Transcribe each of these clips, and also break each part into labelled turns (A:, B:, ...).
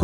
A: ค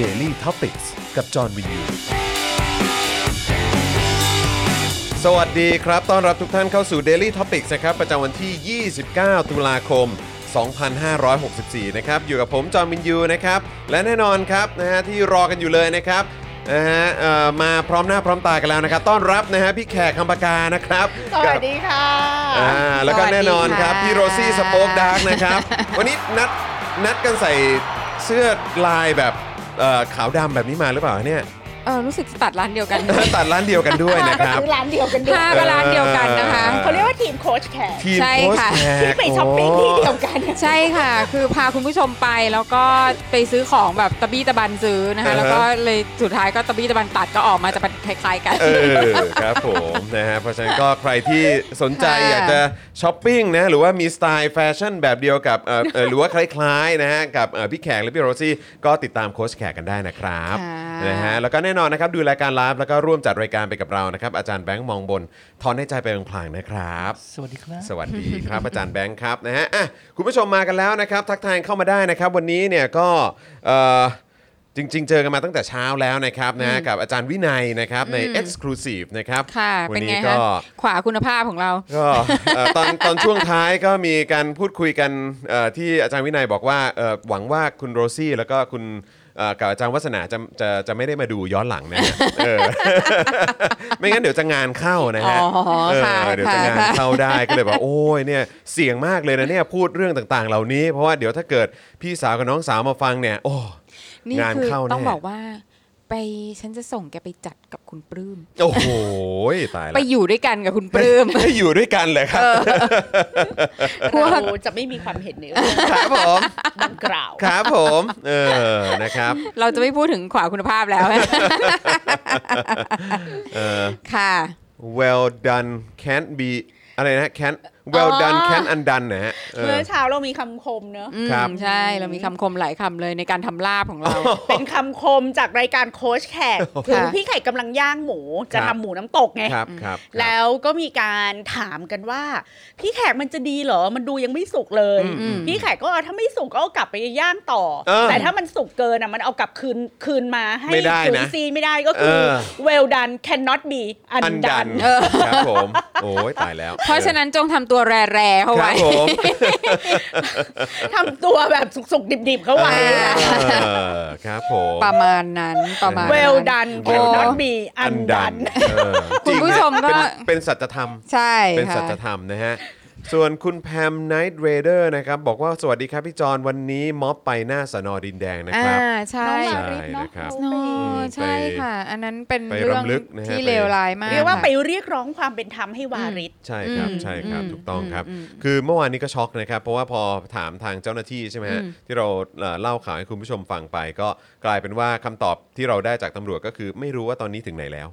B: Daily t o p i c กกับจอห์นวินยู
A: สวัสดีครับ ต้อนรับทุกท่านเข้าสู่ Daily Topics นะครับ ประจำวันที่ 29 ตุลาคม 2564 นะครับ อยู่กับผมจอมินยูนะครับ และแน่นอนครับนะฮะที่รอกันอยู่เลยนะครับนะฮะเอ่อมาพร้อมหน้าพร้อมตากันแล้วนะครับ ต้อนรับนะฮะพี่แขกคำปากานะครับ
C: สวัสดีค่ะ
A: กับอ่าแล้วก็แน่นอนครับ
C: สวัสดีะ
A: พี่โรซี่สป o อ e ดาร์กนะครับ วันนี้นัดนัดกันใส่เสื้อลายแบบเอ่อขาวดำแบบนี้มาหรือเปล่าเนี่ย
D: เออรู้สึกจะตัดร้านเดียวกัน
A: ตัดร้านเดียวกันด้วยนะค
C: ก็
A: รับ
C: คือร้านเดียวกันด้วย
D: ห้าก็ร้านเดียวกันนะคะ
C: เขาเรียกว่าทีมโค้ชแขก
A: ทีม
D: ใช่
A: โค้ช
D: ค่ะ
A: แข
C: ที่
A: ก
C: ไปช้อปปิ้งที่เดียวกัน
D: ใช่ค่ะ คือพาคุณผู้ชมไปแล้วก็ไปซื้อของแบบตะบี้ตะบันซื้อนะคะ แล้วก็เลยสุดท้ายก็ตะบี้ตะบันตัดก็ออกมาจะเป็นคล้ายๆกัน
A: เออครับผมนะฮะเพราะฉะนั้นก็ใครที่สนใจ
D: ค่ะ
A: อยากจะช้อปปิ้งนะหรือว่ามีสไตล์แฟชั่นแบบเดียวกับเอ่ อเอ่อหรือว่าคล้ายๆนะฮะกับเอ่อพี่แขกและพี่โรซี่ก็ติดตามโค้ชแขกกันได้นะครับ
D: ค่ะ
A: นะฮะแล้วก็แน่นอนนะครับดูรายการไลฟ์แล้วก็ร่วมจัดรายการไปกับเรานะครับอาจารย์แบงค์มองบนถอนในใจไปพลางๆนะครับ
E: สวัสดีครับ
A: สวัสดีครับอาจารย์แบงค์ครับนะฮะอ่ะคุณผู้ชมมากันแล้วนะครับ ทักทายเข้ามาได้นะครับ วันนี้เนี่ยก็เอ่อจริง ๆ เจอกันมาตั้งแต่เช้าแล้วนะครับนะกับอาจารย์วินัยนะครับใน Exclusive นะครับ
D: ค่ะ
A: วั
D: เป็นไง
A: นี้
D: คะ
A: ก็
D: ขวาคุณภาพของเรา
A: ก็เอ่อตอนตอนช่วงท้ายก็มีการพูดคุยกันเอ่อที่อาจารย์วินัยบอกว่าเอ่อหวังว่าคุณโรซี่ แล้วก็คุณเอ่อกับอาจารย์วัฒนาจะจะจะไม่ได้มาดูย้อนหลังนะฮะเออ ไม่งั้นเดี๋ยวจะงานเข้านะฮะ
D: อ๋อ
A: เออ
D: ค่ะ
A: เดี๋ยวจะงาน
D: ค่ะ
A: เข้า เข้าได้ก็เลยบอกโอ้ยเนี่ยเสี่ยงมากเลยนะเนี่ยพูดเรื่องต่างๆ เหล่านี้ เพราะว่าเดี๋ยวถ้าเกิดพี่สาวกับน้องสาวมาฟังเนี่ย โอ้
D: นี่
A: งาน
D: คือ
A: เข้าแน่
D: ต้องบอกว่า ไปฉันจะส่งแกไปจัดกับคุณปลื้ม
A: โอ้โหตายละ
D: ไปอยู่ด้วยกันกับคุณป ลื้ม
A: ให้อยู่ด้วยกันเลยครับ
C: พวกจะไม่มีความเห็นในเรื่อง
A: ครับผม
C: ดังกล่าว
A: ครับผมเออนะครับ
D: เราจะไม่พูดถึงขวาคุณภาพแล้ว
A: เออ
D: ค่ะ
A: well done can't be อะไรนะ can well done can undone นะฮะเออ
C: เมื่อเช้าเรามีคำคมเนอะ
D: อืม
A: ครับ
D: ใช่ เรามีคำคมหลายคำเลยในการทำลาบของเรา
C: เป็นคำคมจากรายการโค้ชแขกคือพี่ไข่กำลังย่างหมูจะ
A: ครับ
C: ทำหมูน้ำตกไง
A: ครับครับ
C: แล้วก็มีการถามกันว่า พี่แขกมันจะดีเหรอ มันดูยังไม่สุกเลย
D: อืม
C: พี่แขกก็เอาถ้าไม่สุกก็เอากลับไปย่างต่อ
A: เออ
C: แต่ถ้ามันสุกเกินอ่ะมันเอากลับคืนคืนมาให้
A: ไม่ได้
C: คื
A: นะ
C: ซีไม่ได้ก็คือ
A: เออ
C: well done cannot be
A: อันดัน
C: undone
A: ครับผม โอ้ยตายแล้ว
D: เพราะฉะนั้นจงทำตัวแร่ๆเข้า
A: ครั
D: ไว้
A: บผ ม
C: ทำตัวแบบสุกๆ ดิบๆ เข้าไว้นะ
A: เออครับผม
D: ประมาณนั้นประมาณนั้น
C: well done
A: โอ้
C: cannot be undone
A: Undone เออจริง
D: คุณผู้
A: นะ
D: ชมก็
A: เป็นเป็นสัจธรรม
D: ใช่
A: เป็นสั
D: ค่ะ
A: จธรรมนะฮะ ส่วนคุณแพมไนท์เรเดอร์นะครับ บอกว่าสวัสดีครับพี่จอนวันนี้ม็อบไปหน้าสนอดินแดงนะค
D: อ่า
A: รับ
D: ใช่
A: ใช่
C: ลาริสเนาะ
A: นะครับ
D: โนใช่
A: ไป
D: ค่ะ อันนั้นเป็น
A: ไป
D: เรื่อง
A: รำลึกนะฮะ
D: ที่
A: ไป
D: เลวร้ายมาก
C: เรียกว่าไปเรียกร้องความเป็นธรรมให้วาริศ
A: ใช่ครับ
D: อืม
A: ใช่ครับ
D: อืม
A: ถูกต้องครับ
D: อืม
A: คือเมื่อวานนี้ก็ช็อกนะครับ เพราะว่าพอถามทางเจ้าหน้าที่ใช่ไหมฮะ
D: อืม
A: ที่เราเอ่อเล่าข่าวให้คุณผู้ชมฟังไป ก็กลายเป็นว่าคำตอบที่เราได้จากตำรวจก็คือ ไม่รู้ว่าตอนนี้ถึงไหนแล้ว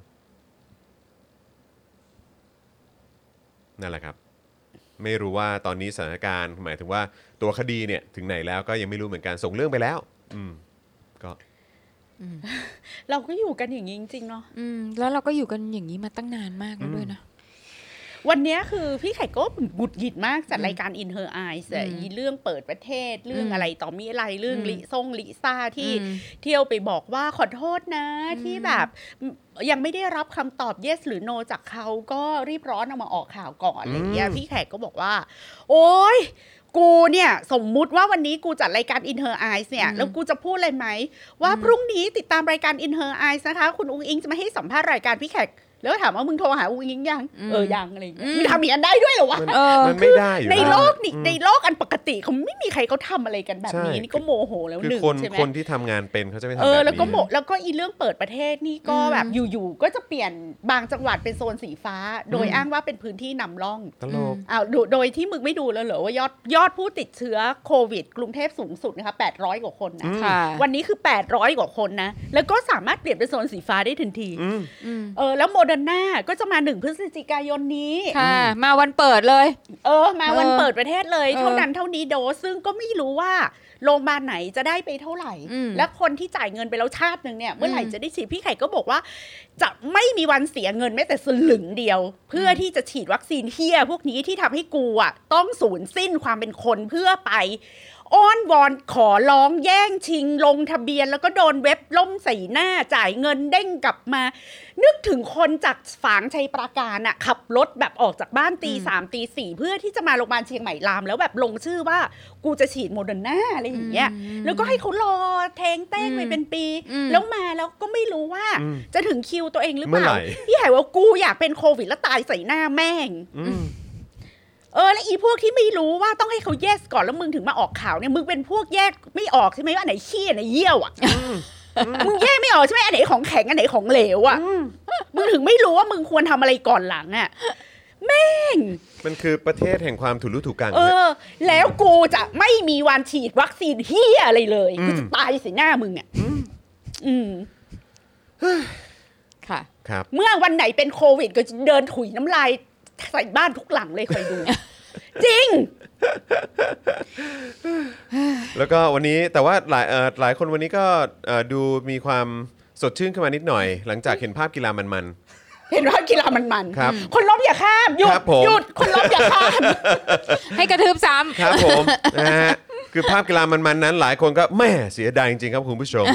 A: นั่นแหละครับ ไม่รู้ว่าตอนนี้สถานการณ์ หมายถึงว่าตัวคดีเนี่ยถึงไหนแล้วก็ยังไม่รู้เหมือนกันส่งเรื่องไปแล้ว อืมก็
D: อืม
C: เราก็อยู่กันอย่างนี้จริงๆเนาะ
D: อืมแล้วเราก็อยู่กันอย่างนี้มาตั้งนานมากแล้วด้วยนะ
C: วันเนี้ยคือพี่ไข่ก็หงุดหงิดมากจัดรายการ In Her Eyes อะ
D: อืม
C: อีเรื่องเปิดประเทศเรื่อง
D: อืม
C: อะไรต่อมีอะไรเรื่อง
D: อืม
C: ลิซ่งลิซ่าที่
D: อืม
C: เที่ยวไปบอกว่าขอโทษนะ
D: อืม
C: ที่แบบยังไม่ได้รับคำตอบ yes หรือ no จากเขาก็รีบร้อนเอามาออกข่าวก่อนอะไรอย่างเงี้ย
A: อืม
C: พี่แขกก็บอกว่า โอ๊ย กูเนี่ยสมมุติว่าวันนี้กูจัดรายการ In Her Eyes เนี่ย
D: อืม
C: แล้วกูจะพูดอะไรไหม ว่า
D: อืม
C: พรุ่งนี้ติดตามรายการ In Her Eyes นะคะ คุณอุ้งอิงจะมาให้สัมภาษณ์รายการพี่แขกแล้วถามว่ามึงโทรหาอุ้งอิงยังเออยังอะไรอย่างเงี้ยมึงทำอย่างนั้นได้ด้วยเหรอวะ
A: มัน
D: เออ
A: มันไม่ได้อยู่
C: ใน
A: แล้ว
C: โลกนี่
A: อืม
C: ในโลกอันปกติเขาไม่มีใครเขาทำอะไรกันแบบนี้
A: ใช่
C: นี่ก็โมโหแล้ว
A: คือ
C: หนึ่ง
A: คน
C: ใช่ไหม
A: คนที่ทำงานเป็นเขาจะไม่ทำ
C: เอ
A: แบ
C: อบ แล้วก็
A: นี้
C: โมแล้วก็อีเรื่องเปิดประเทศนี่ก็
D: อืม
C: แบบอยู่ๆก็จะเปลี่ยนบางจังหวัดเป็นโซนสีฟ้า โดย
A: อืม
C: อ้างว่าเป็นพื้นที่นำร่อง
A: ตลก
C: อ้าวดูโดยที่มึงไม่ดูแล้วเหรอว่ายอดยอดผู้ติดเชื้อโควิด กรุงเทพสูงสุดนะคะ800 กว่าคนนะ
A: อืม
D: ค่ะ
C: วันนี้คือ 800 กว่าคนนะ แล้วก็สามารถเปลี่ยนเป็นโซนสีฟ้าได้ทันที
A: อืม
D: อืม
C: เออแล้วโมเดอร์นาก็จะมาหนึ่งพฤศจิกายนนี้
D: ค่ะ มาวันเปิดเลย
C: เออมาวัน
D: เออ
C: เปิดประเทศเลย
D: เออ
C: เท่านั้นเท่านี้โดสซึ่งก็ไม่รู้ว่าโรงพยาบาลไหนจะได้ไปเท่าไหร่
D: อืม
C: และคนที่จ่ายเงินไปแล้วชาติหนึ่งเนี่ยเมื่อไหร่
D: อืม
C: จะได้ฉีดพี่ไข่ก็บอกว่า จะไม่มีวันเสียเงินแม้แต่สลึงเดียว เพื่ออ
D: ม
C: ที่จะฉีดวัคซีนเฮียพวกนี้ที่ทำให้กูอ่ะต้องสูญสิ้นความเป็นคนเพื่อไป อ้อนวอนขอร้องแย่งชิงลงทะเบียน แล้วก็โดนเว็บล่มใส่หน้าจ่ายเงินเด้งกลับมา นึกถึงคนจากฝางชัยปราการอะขับรถแบบออกจากบ้านตี
D: อืม
C: สามตีสี่เพื่อที่จะมาโรงพยาบาลเชียงใหม่ราม แล้วแบบลงชื่อว่ากูจะฉีดโมเดอร์นาอะไรอย่างเงี้ย
D: อืม
C: แล้วก็ให้เขารอแทงเต้งไป
D: อืม
C: เป็นปี
D: อืม
C: แล้วมาแล้วก็ไม่รู้ว่า
A: อืม
C: จะถึงคิวตัวเองหรือเป
A: เมื่
C: ล่า
A: อไหร่
C: พี่ไห่ว่ากูอยากเป็นโควิดแล้วตายใส่หน้าแม่ง
A: อืม
C: เออและอีพวกที่ไม่รู้ว่าต้องให้เขาแยกก่อนแล้วมึงถึงมาออกข่าวเนี่ยมึงเป็นพวกแยกไม่ออกใช่ไหมว่าอันไหนขี้อันไหนเยี่ยวอ่ะมึงแยกไม่ออกใช่ไหมอันไหนของแข็งอันไหนของเหลวอ่ะมึงถึงไม่รู้ว่ามึงควรทำอะไรก่อนหลังอ่ะแม่ง
A: มันคือประเทศแห่งความถูรุถูกกัง
C: เออ แล้วกูจะไม่มีวันฉีดวัคซีนเฮียอะไรเลย
A: อืม
C: กูจะตายใส่หน้ามึงอ่ะอืม
D: ค่ะ
A: ครับ
C: เมื่อวันไหนเป็นโควิด ก็จะเดินถุยน้ำลายใส่บ้านทุกหลังเลยคอยดู จริง
A: แล้วก็วันนี้แต่ว่าหลายเอ่อหลายคนวันนี้ก็เอ่อดูมีความสดชื่นขึ้นมานิดหน่อย หลังจากเห็นภาพกีฬามัน
C: เห็นว่ากีฬามันมัน
A: ครับ
C: คนล้มอย่าข้ามหยุด
A: ครับผม
C: หยุดคนล้มอย่าข้าม
D: ให้กระทืบซ้
A: ๆ ครับ ผม นะฮะคือภาพกีฬามันๆนั้น หลายคนก็แหม่เสียดายจริงๆครับคุณผู้ชม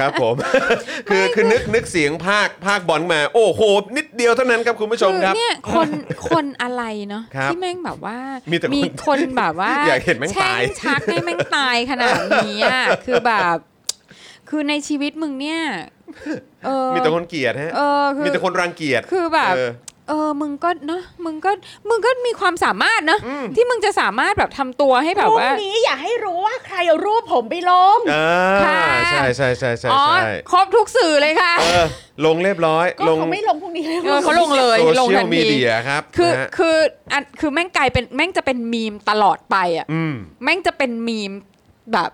A: ครับผม คือคือนึกนึกเสียงภาคภาคบอลมา โอ้โห นิดเดียวเท่านั้นครับคุณผู้
D: ำ
A: ชมครับ
D: อเนี่ยคนคนอะไรเนาะ
A: ครับ
D: ที่แม่งแบบว่าม
A: แต่คน
D: มีคนแบบว่า
A: อยากเห็นแม่งตาย
D: แช่ชักให้แม่งตายขนาดนี้ อะคือแบบ คือในชีวิตมึงเนี่ย เออ
A: มีแต่คนเกลียดฮะ
D: เออคือ
A: มีแต่คนรังเกียจ
D: คือแบบ
A: เออ
D: เออ มึงก็เนาะมึงก็มึงก็มีความสามารถเนาะที่มึงจะสามารถแบบทำตัวให้
C: พ
D: แบบ
C: รุ่ง
D: ว่า
C: นี้อย่าให้รู้ว่าใครเอารูปผมไปล้ม
A: อ่า
D: ค่ะ
A: ใช่ใช่ใช่ใช่
D: อ๋อ
A: ใช่
D: ครบทุกสื่อเลยค่ะ
A: เออลงเรียบร้อย
C: ก็
A: ลง
C: เขาไม่ลงพรุ่งนี้เลย
D: เออเขาลงเลย
A: โซ
D: ลง
A: เชีย
D: ทั
A: ล
D: น
A: มี
D: ที
A: เดียครับ
D: คือ
A: นะฮะ
D: คืออันคือแม่งกลายเป็นแม่งจะเป็นมีมตลอดไปอ่ะ
A: อืม
D: แม่งจะเป็นมีมแบบ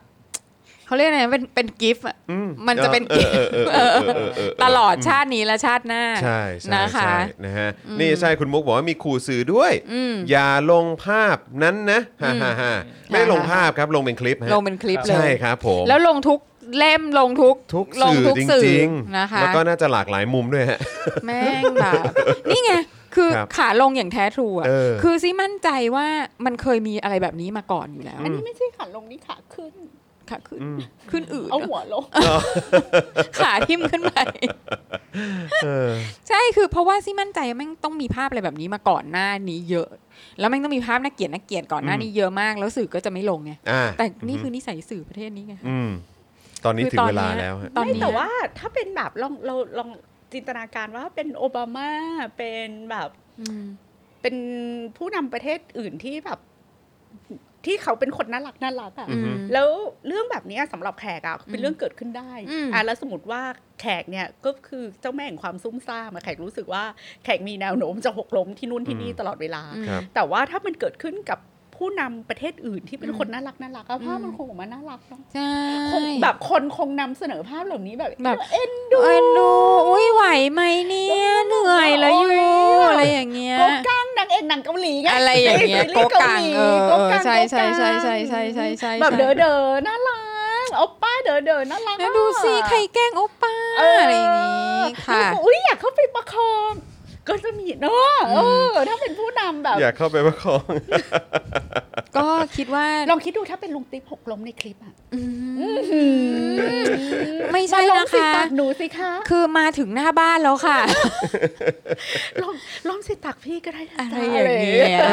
D: เขาเรียกอะไรนะเป็นเป็นกิฟต์
A: อืม
D: มันจะเป็น
A: เอ
D: กิ
A: อ
D: ฟต์
A: เออเออเออเออเออเออ
D: ตลอดชาตินี้และชาติหน้า
A: ใช่ใช่
D: นะ
A: ใช่
D: คะ
A: นะฮะนี่ใช่คุณมุกบอกว่ามีขู่สื่อด้วย
D: อืม
A: อย่าลงภาพนั้นนะฮ่าฮ่าฮ่าไม่ได้ลงภาพครับลงเป็นคลิปฮะ
D: ลงเป็นคลิปเล
A: ใช่
D: ย
A: ครับผม
D: แล้วลงทุกเล่มลงทุก
A: ทุก
D: ลง
A: สื่อ
D: ทุก
A: จ
D: สื่อ
A: ริง
D: นะคะ
A: แล้วก็น่าจะหลากหลายมุมด้วยฮะ
D: แม่ง แบบนี่ไง คือ
A: ครับ
D: ขาลงอย่างแท้ทรูอ่ะ
A: เออ
D: คือซี่มั่นใจว่ามันเคยมีอะไรแบบนี้มาก่อนอยู่แล้ว
C: อันนี้ไม่ใช่ขาลงนี่ขาขึ้น
D: ขาขึ้นขึ้นอืด
C: เอาหัวลง
D: ขาทิ่มขึ้นไป
A: เออ
D: ใช่คือเพราะว่าซี่มั่นใจแม่งต้องมีภาพอะไรแบบนี้มาก่อนหน้านี้เยอะ แล้วแม่งต้องมีภาพน่าเกลียดน่าเกลียดก่อนหน้านี้เยอะมาก แล้วสื่อก็จะไม่ลงไง
A: อ่า
D: แต่นี่คือนิสัยสื่อประเทศนี้ไง
A: อืมตอนนี้
D: คื
A: ถึงเวลาแล้วฮะ
D: ตอน
C: ไม่
D: นี้
C: แต่ว่าถ้าเป็นแบบลองเราลองจินตนาการว่าเป็นโอบามาเป็นแบบ
D: อืม
C: เป็นผู้นำประเทศอื่นที่แบบ ที่เขาเป็นคนน่ารักน่ารักอะ
A: อืม
D: อืม
C: แล้วเรื่องแบบเนี้ยสำหรับแขกอะเป็นเรื่องเกิดขึ้นได้
D: อืม
C: อ่ะแล้วสมมติว่าแขกเนี่ยก็คือเจ้าแม่แห่งความซุ่มซ่ามอะแขกรู้สึกว่าแขกมีแนวโน้มจะหกล้มที่นู่นที่นี่
A: อืม
C: ตลอดเวลา
D: อืม
A: ครับ
C: แต่ว่าถ้ามันเกิดขึ้นกับผู้นำประเทศอื่นที่เป็น
D: อืม
C: คนน่ารักน่ารักอะภาพ
D: อืม
C: มันคงออกมาน่ารักเนาะ
D: ใช่
C: คงแบบคนคงนำเสนอภาพเหล่านี้แบบ
D: แบบ
C: เอ็นดู
D: เอ็นดูอุ้ยไหวไหมเนี่ยเหนื่อยแล้วอยู่
C: โอ๊ย
D: อะไรอย่างเงี้ย
C: โกกังนางเอกหนังเกาหลีไง
D: อะไรอย่างเงี้ย
C: ซีรี
D: โก
C: ส์
D: กัง
C: หลี
D: เออ
C: โก
D: เออ
C: กัง
D: ใช่
C: โกกัง
D: ใช่ใช่ใช่ใช่ใช่ใช่
C: แบบเด๋อเด๋อๆน่ารัก โอปป้าเดินเดินน่ารัก
D: แล้วดูสิใครแกล้งโอปป้า
C: เ
D: อะไรอย่างนี้ค่ะ
C: แล้วก็อุ้ยอยากเข้าไปประคอง ก็จะมีเนาะเออถ้าเป็นผู้นำแบบ
A: อยากเข้าไปประคอง
D: ก็คิดว่า
C: ลองคิดดูถ้าเป็นลุงติ๊บหกล้มในคลิปอ่ะ
D: อืมไม่ใช่
C: ลอง
D: นะ
C: สิ
D: คะ
C: ตักหนูสิคะ
D: คือมาถึงหน้าบ้านแล้ว ค่ะ
C: ลองลองสิตักพี่ก็ได้น
D: อะไร
C: จ๊
D: อย่างเงี้ยเอ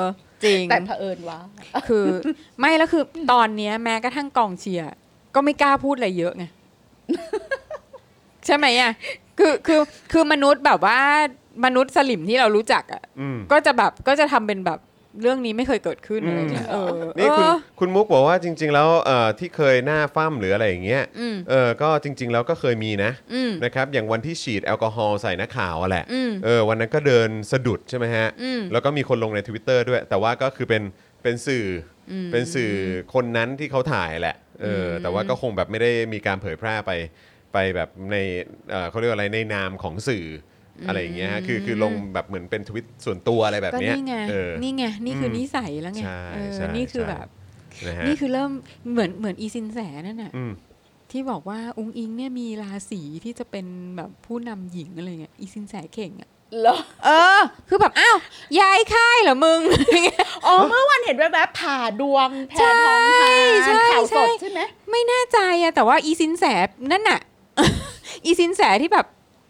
D: อจริง
C: แต่เผอิญว่า
D: คือไม่แล้วคือตอนเนี้ยแม้กระทั่งกองเชียร์ก็ไม่กล้าพูดอะไรเยอะไง ใช่ไหมอ่ะคือคือคือมนุษย์แบบว่ามนุษย์สลิมที่เรารู้จักอ่ะ
A: อืม
D: ก็จะแบบก็จะทำเป็นแบบเรื่องนี้ไม่เคยเกิดขึ้นอะไรเงี้ยเออ
A: นี่คุณ
D: เออ
A: คุณมุกบอกว่าจริง ๆ แล้วเอ่อที่เคยหน้าฟ้ามหรืออะไรอย่างเงี้ย
D: อืม
A: เออก็จริง ๆ แล้วก็เคยมีนะ
D: อืม
A: นะครับอย่างวันที่ฉีดแอลกอฮอล์ใส่นักข่าวอะแหละ
D: อืม
A: เออวันนั้นก็เดินสะดุดใช่ไหมฮะ
D: อืม
A: แล้วก็มีคนลงใน Twitter ด้วย แต่ว่าก็คือเป็นเป็นสื่ออ
D: ม
A: เป็นสื่อคนนั้นที่เขาถ่ายแหละเอออแต่ว่าก็คงแบบไม่ได้มีการเผยแพร่ไปไปแบบในเอ่อเขาเรียกว่าอะไรในนามของสื่ออะไรอย่างเงี้ยฮะคือคือลงแบบเหมือนเป็นทวิตส่วนตัวอะไรแบบ
D: ก็
A: เนี้ย
D: นี่ไง
A: เออ
D: นี่ไงนี่คืออ
A: ม
D: นิสัยแล้วไง
A: ใช่
D: เออ
A: ใช่
D: นี่คือ
A: ใช่
D: แบบ
A: นะฮะ
D: นี่คือเริ่มเหมือนเหมือนอีซินแสนั่นน่ะ
A: ม
D: ที่บอกว่าอุ้งอิงเนี่ยมีราศีที่จะเป็นแบบผู้นำหญิงอะไรเงี้ยอีซินแสเข่งอ่ะ
C: เหรอ
D: เออ คือแบบ อ้าว ยายค่ายเหรอมึง
C: อ๋อเมื่อวันเห็นแวบๆผ่าดวงแพทย์ทองทาน
D: ใช่
C: ข่าวสด
D: ใช่
C: ใช่ไหม
D: ไม่แน่ใจอะแต่ว่าอีซินแสนั่นน่ะ อีซินแสที่แบบ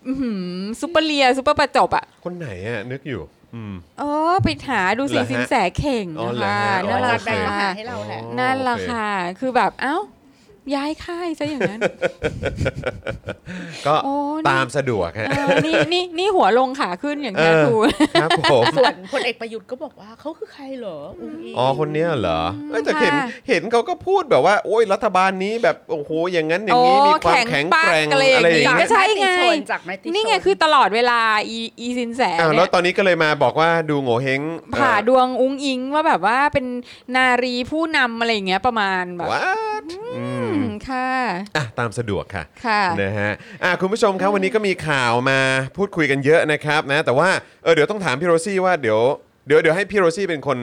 D: อื้อหือซุปเปอร์เลียซุปเปอร์ประจบอะ
A: คนไหนอ่ะนึกอยู่ อืม
D: เออ ไปหาดูสิ
A: เหรอฮะ
D: ซินแสเข่ง
A: อ๋อ
D: นะ
A: เหรอฮะ
C: อ๋
D: คะนั่นแหละ
C: อโอเค
D: ค่ะ
C: ให้เราแหละ
A: อ๋อ
D: นั่นแหละ
A: โอเ
D: ค่ะ คือแบบเอ้าย้ายค่ายซะอย่างนั้น
A: ก็
D: โอ้นี่
A: ตามสะดวกฮะ
D: เออนี่นี่นี่หัวลงขาขึ้นอย่างเงี้ย
A: เออ
D: ครู
A: ครับผม
C: ส่วนพลเอกประยุทธ์ก็บอกว่าเขาคือใครเหรออุ้งอิง
A: อ๋อคนเนี้ยเหรอเอ้ยแต่เห็น
D: ค่ะ
A: เห็นเขาก็พูดแบบว่า โอ้ยรัฐบาลนี้แบบโอ้โหอย่างนั้นอย่างนี้
D: โอ้
A: มีความแข็ง
D: ปั
A: แกร่ง
D: อะไร
A: อะไร
D: อย่
A: อา
D: ย่างง
A: เงี้ย
D: งี้ก็ใช่ไง
C: จากไมติช
D: นี่ไงคือตลอดเวลาอีอีซินแส
A: อ้าว
D: เนี่
A: แล้ว
D: ย
A: ตอนนี้ก็เลยมาบอกว่าดูโง่เฮง
D: ผ่า
A: เออ
D: ดวงอุ้งอิงว่าแบบว่าเป็นนารีผู้นำอะไรอย่างเงี้ยประมาณแบบ
A: วัดอืม
D: อืมค่ะ
A: อ่ะตามสะดวกค่ะ
D: ค่ะ
A: นะฮะอ่ะคุณผู้ชมครับวันนี้ก็มีข่าวมาพูดคุยกันเยอะนะครับนะแต่ว่าเออเดี๋ยวต้องถามพี่โรซี่ว่าเดี๋ยวเดี๋ยวเดี๋ยวให้พี่โรซี่เป็นคน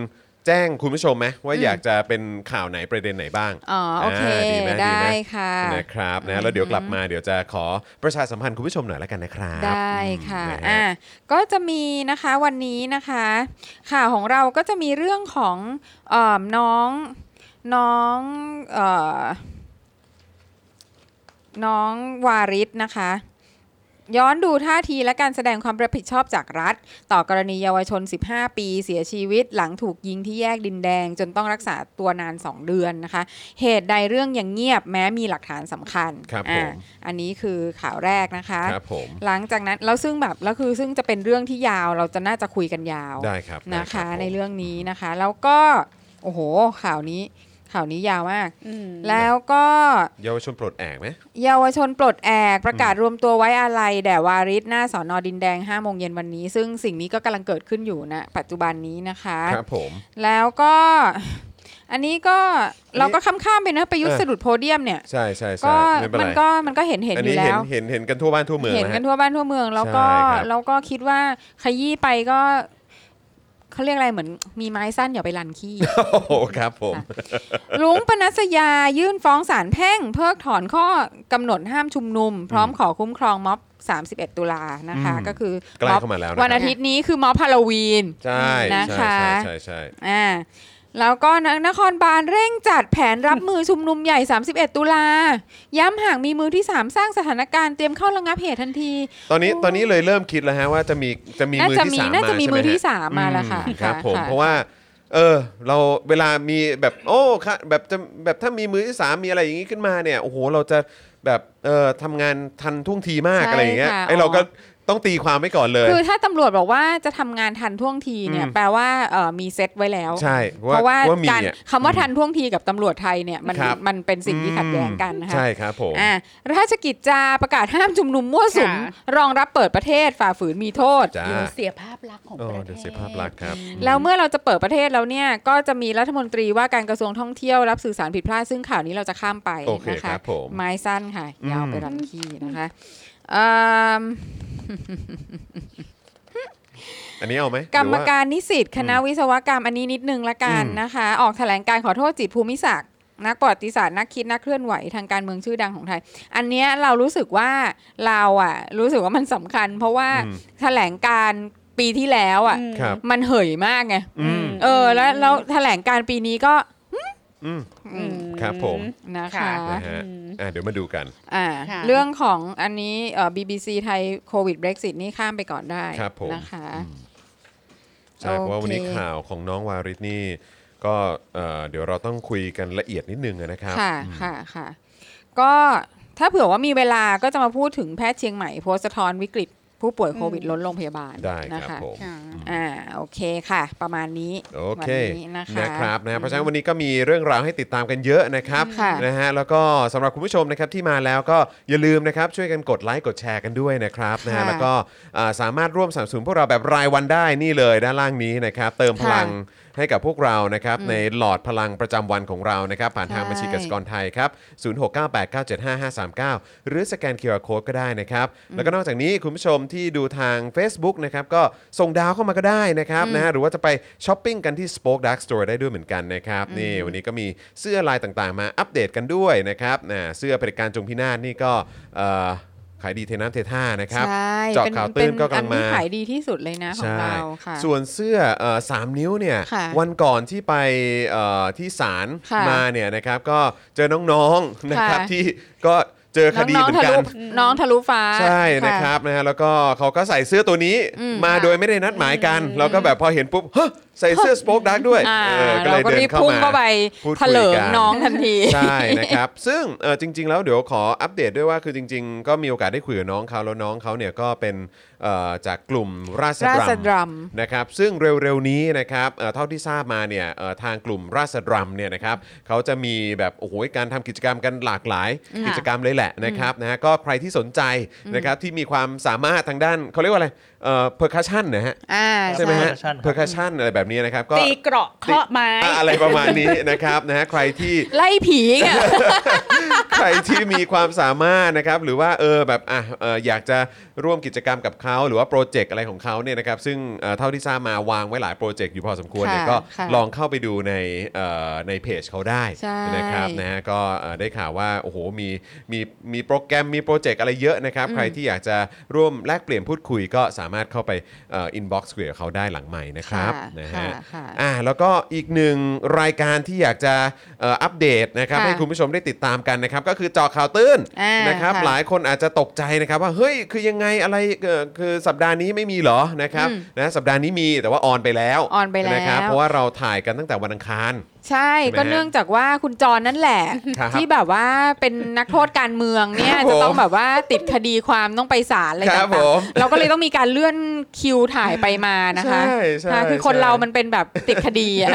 A: แจ้งคุณผู้ชมไหมว่าอยากจะเป็นข่าวไหนประเด็นไหนบ้าง
D: อ๋อ โอเค
A: าดีหม
D: ได้
A: หม
D: ค่ะ
A: นะครับนะแล้วเดี๋ยวกลับมาเดี๋ยวจะขอประชาสัมพันธ์คุณผู้ชมหน่อยละกันนะครับ
D: ได้ค่ะ
A: อืมนฮ
D: อ่ะ ก็จะมีนะคะวันนี้นะคะ ข่าวของเราก็จะมีเรื่องของเอมน้องน้องเอ่อน้องวาริศนะคะ ย้อนดูท่าทีและการแสดงความรับผิดชอบจากรัฐ ต่อกรณีเยาวชน 15 ปีเสียชีวิตหลังถูกยิงที่แยกดินแดง จนต้องรักษาตัวนาน 2 เดือนนะคะ เหตุใดเรื่องยังเงียบแม้มีหลักฐานสำคัญ
A: ครับ
D: อ่ะ
A: ผม
D: อันนี้คือข่าวแรกนะคะ
A: ครับผม
D: หลังจากนั้นแล้วซึ่งแบบแล้วคือซึ่งจะเป็นเรื่องที่ยาวเราจะน่าจะคุยกันยาว
A: ได้ครับได้
D: นะ
A: รั
D: คะ
A: บผม
D: ในเรื่องนี้นะคะ แล้วก็ โอ้โห ข่าวนี้ข่าวนี้ยาวมาก
C: ม
D: แล้วก็
A: เยาวชนปลดแอกไหม
D: เยาวชนปลดแอกประกาศรวมตัวไว้อาลัยแด่วาริศหน้าสอนอดินแดง5โมงเย็นวันนี้ ซึ่งสิ่งนี้ก็กำลังเกิดขึ้นอยู่นะปัจจุบันนี้นะคะ
A: ครับผม
D: แล้วก็อันนี้ก็เราก็ข้ามๆไปนะประยุท
A: เอ
D: ธ์
A: อ
D: สะดุดโพเดียมเนี่ย
A: ใช่ใช่ใช่
D: ก็
A: ไม่เป็น
D: มั
A: ไร
D: นก็มันก็เห็นเห็น
A: อัน
D: อ
A: นี้
D: ยู่แล้
A: เห็น
D: ว
A: เห็นเห็นกันทั่วบ้านทั่วเมือง
D: เห็น
A: นะ
D: กั
A: ฮะ
D: นทั่วบ้านทั่วเมืองแล้วก็
A: ใช่ครับ
D: แล้วก็คิดว่าขยี้ไปก็ เขาเรียกอะไรเหมือน มีไม้สั้นอย่าไปรัน ขี้
A: โอ้โหครับผม
D: ลุงปนัสยายื่นฟ้องศาลแพ่ง เพิกถอนข้อกำหนดห้ามชุมนุม พร้อมขอคุ้มครองม็อบ 31 ตุลานะคะ
A: อืม
D: ก็คือ
A: ใกล้
D: ม็อบ
A: เข้ามาแล้วนะครับ
D: วันอาทิตย์นี้คือม็อบฮาโลวีน
A: ใช่
D: นะ
A: ใช่
D: คะ
A: ใช่ใช่ใช่
D: อ่าแล้วก็นนครบาลเร่งจัดแผนรับมือชุมนุมใหญ่ 31 ตุลาย้ำหากมีมือที่สามสร้างสถานการณ์เตรียมเข้าระงับเหตุทันที
A: ตอนนี้ตอนนี้เลยเริ่มคิดแล้วฮะว่าจะมีจะมี
D: น่า
A: มือ
D: จะ
A: ที่
D: มี
A: สาม
D: น่าจะมีมือ
A: ใช่ไห
D: ที่
A: ฮ
D: สามมาแล้วค่ะ
A: อืครับ
D: ค่ะ
A: ผม
D: ค่ะ
A: เพราะว่า เออ เราเวลามีแบบโอ้ค่ะแบบจะแบบถ้ามีมือที่สามมีอะไรอย่างนี้ขึ้นมาเนี่ยโอ้โหเราจะแบบเออทำงานทันท่วงทีมาก
D: ใช่
A: อะไรอย่างเงี้ย
D: ค่ะ
A: ไอ
D: อ๋อ
A: เราก็ต้องตีความไว้ก่อนเลย
D: คือถ้าตำรวจบอกว่าจะทำงานทันท่วงทีเนี่ย
A: อืม
D: แปลว่าเอ่อมีเซตไว้แล้ว
A: ใช่
D: เพราะว่า
A: ว่ามี
D: การ
A: เนี่ย
D: คำว่าทันท่วงทีกับตำรวจไทยเนี่ยมัน
A: ครับ
D: มันเป็นสิ่งที่ขัดแย้งกันนะคะ
A: ใช่ครับผม
D: อ่าราชกิจจาประกาศห้ามชุมนุมมั่วสุม
C: ค่ะ
D: รองรับเปิดประเทศฝ่าฝืนมีโทษ
A: จ้า
C: เดี๋ยวเสียภาพลักษณ์ของ
A: โอ้
C: ประเท
A: เดี๋ยว
C: ศ
A: เสียภาพลักษณ์ครับ
D: แล้วเมื่อเราจะเปิดประเทศแล้วเนี่ยก็จะมีรัฐมนตรีว่าการกระทรวงท่องเที่ยวรับสื่อสารผิดพลาดซึ่งข่าวนี้เราจะข้ามไป
A: โอเค
D: นะคะ
A: ครับผม
D: ไม้สั้นค่ะ
A: อืม
D: ยาวไปรันขีนะคะเอิ่ม
A: อันนี้เอาไหม
D: กรรม
A: หอว่
D: การนิสิตคณะ
A: อืม
D: วิศวกรรมอันนี้นิดนึงละกัน
A: อืม
D: นะคะ ออกแถลงการขอโทษจิตรภูมิศักดิ์ นักประวัติศาสตร์นักคิดนักเคลื่อนไหวทางการเมืองชื่อดังของไทย อันเนี้ยเรารู้สึกว่าเราอ่ะ รู้สึกว่ามันสำคัญ เพราะว่า
A: อืม
D: แถลงการปีที่แล้วอ่ะ
C: อืม
A: ครับ
D: มันเหยมากไง
A: อืม
D: เออ แล้วแล้วแถลงการปีนี้ก็
A: อืม
D: อืม
A: ครับผม
D: นะคะ
C: ค่ะ
A: นะฮะอ่ะเดี๋ยวมาดูกัน
D: อ่า
C: ค่ะ
D: เรื่องของอันนี้เอ่อ BBC ไทยโควิด Brexit นี่ข้ามไปก่อนได้
A: ครับผม
D: นะคะ
A: ใช่เพราะว่า
D: โอเค
A: วันนี้ข่าวของน้องวาริสนี่ ก็เอ่อเดี๋ยวเราต้องคุยกันละเอียดนิดนึงนะครับ
D: ค่ะ
A: อืม
D: ค่ะค่ะ ก็ถ้าเผื่อว่ามีเวลาก็จะมาพูดถึงแพทย์เชียงใหม่โพสต์สะท้อนวิกฤต ผู้ป่วยโควิด
C: อืม
D: ล้นโรงพยาบาล
A: ได้
D: นะครับ คะ
A: ผม
C: ค่ะ
D: อ่าโอเคค่ะ ประมาณนี้
A: โอ
D: วั
A: เคน
D: นี้นะคะ
A: ครับนะเพราะฉะนั้นวันนี้ก็มีเรื่องราวให้ติดตามกันเยอะนะครับ
D: ค่ะ
A: นะฮะแล้วก็สำหรับคุณผู้ชมนะครับที่มาแล้วก็อย่าลืมนะครับช่วยกันกดไลค์กดแชร์กันด้วยนะครับนะฮะ
D: ค่ะ
A: แล้วก็อ่าสามารถร่วมสนับสนุนพวกเราแบบรายวันได้นี่เลยด้านล่างนี้นะครับเติมพลังให้กับพวกเรานะครับในหลอดพลังประจำวันของเรานะครับผ่านทาง
D: ใช่
A: บัญชีกสิกรไทยครับ0698975539 หรือสแกน QR Code ก็ได้นะครับแล้วก็นอกจากนี้คุณผู้ชมที่ดูทาง Facebook นะครับก็ส่งดาวเข้ามาก็ได้นะครับนะฮะหรือว่าจะไปช้อปปิ้งกันที่ Spoke Dark Store ได้ด้วยเหมือนกันนะครับนี่วันนี้ก็มีเสื้อลายต่างๆ มาอัปเดตกันด้วยนะครับนะเสื้อเผด็จการจงพินาศนี่ก็เอ่อขายดีเทน้ำเทท่านะครับ
D: ใช่
A: เจาะข่าวตื้นก็กำลัง
D: อั
A: มา
D: ที่ขายดีที่สุดเลยนะของเราค่ะ
A: ส่วนเสื้อเอ่อสามนิ้วเนี่ย
D: ค่ะ
A: วันก่อนที่ไปเอ่อที่ศาล
D: ค่ะ
A: มาเนี่ยนะครับ ก็เจอน้องๆ นะครับ
D: ค่ะ
A: ที่ก็เจอคดี
D: น้อง
A: เหมือ
D: ๆ
A: น
D: ทะ
A: กั
D: ลุ
A: น
D: น้องทะลุฟ้า
A: ใช่นะ
D: ค่ะ
A: ครับนะฮะแล้วก็เขาก็ใส่เสื้อตัวนี้
D: อืม
A: มา
D: ค่ะ
A: โดยไม่ได้นัดหมายกัน แล้วก็แบบพอเห็นปุ๊บเฮ้ยใส่เสื้อสป็อกดักด้วย
D: า
A: ออ
D: เราก็รีบพุ่งเข้าไป
A: พูด
D: ถ
A: คุย
D: ลิง
A: กั
D: น้องทันที
A: ใช่นะครับ ซึ่งเอ่อจริง ๆ แล้วเดี๋ยวขออัปเดตด้วยว่าคือจริง ๆ ก็มีโอกาสได้คุยกับน้องเขาแล้วน้องเขาเนี่ยก็เป็นเอ่อจากกลุ่มราษฎ
D: ราษฎร
A: รัมนะครับซึ่งเร็ว ๆ นี้นะครับเอ่อเท่าที่ทราบมาเนี่ยเอ่อทางกลุ่มราษฎรรัมเนี่ยนะครับเขาจะมีแบบโอ้โหการทำกิจกรรมกันหลากหลาย
D: ค่ะ
A: กิจกรรมเลยแหละนะครับนะฮะก็ใครที่สนใจนะครับที่มีความสามารถทางด้านเขาเรียกว่าอะไรเอ่อ percussion นะฮะ
D: อ่า
A: ใช่ไหมฮะ
B: percussion ครับ
A: percussion อะไรแบบนี้นะครับก็
C: ตีเกราะเคาะไม้
A: อ่ะอะไรประมาณนี้นะครับนะฮะใครที่
D: ไล่ผีไง
A: ใครที่มีความสามารถนะครับหรือว่าเออแบบอ่ะเอออยากจะร่วมกิจกรรมกับเขาหรือว่าโปรเจกต์อะไรของเขาเนี่ยนะครับซึ่งเอ่อเท่าที่ทราบมาวางไว้หลายโปรเจกต์อยู่พอสมควรเนี่ย
D: ค่ะ
A: ก็
D: ค่ะ
A: ลองเข้าไปดูในเอ่อในเพจเขาได้
D: ใช่
A: นะครับนะฮะก็เอ่อได้ข่าวว่าโอ้โหมีมีมีโปรแกรมมีโปรเจกต์อะไรเยอะนะครับใครที่อยากจะร่วมแลกเปลี่ยนพูดคุยก็สามารถเข้าไปเอินบ็อกซ์คุยกับเขาได้หลังใหม่นะครับ
D: ค่ะ
A: นะฮะ
D: ค่ะ
A: อ่ะแล้วก็อีกหนึ่งรายการที่อยากจะเอ่ออัปเดตนะครับ
D: ค่ะ
A: ให้คุณ คุณผู้ชมได้ติดตามกันนะครับก็คือเจอข่าวตื้น
D: อ่า
A: นะครับ
D: ค่ะ
A: หลายคนอาจจะตกใจนะครับว่าเฮ้ยคือยังไงอะไรเอ่อคือสัปดาห์นี้ไม่มีเหรอนะครับ
D: อืม
A: นะสัปดาห์นี้มีแต่ว่าออนไปแล้ว
D: ออนไปแล้ว
A: นะครับเพราะว่าเราถ่ายกันตั้งแต่วันอังคาร
D: ใช่
A: ใช่ไหม
D: ก็เนื่องจากว่าคุณจรนั่นแหละ
A: ครับ
D: ที่แบบว่าเป็นนักโทษการเมืองเนี่ย
A: ครับผม
D: จะต้องแบบว่าติดคดีความต้องไปศาลอะไร
A: ครั
D: ต่า
A: บผม
D: งๆเราก็เลยต้องมีการเลื่อนคิวถ่ายไปมานะคะ
A: ใช่ใช่
D: อ่าคือคน
A: ใช่
D: เรามันเป็นแบบติดคดีอะ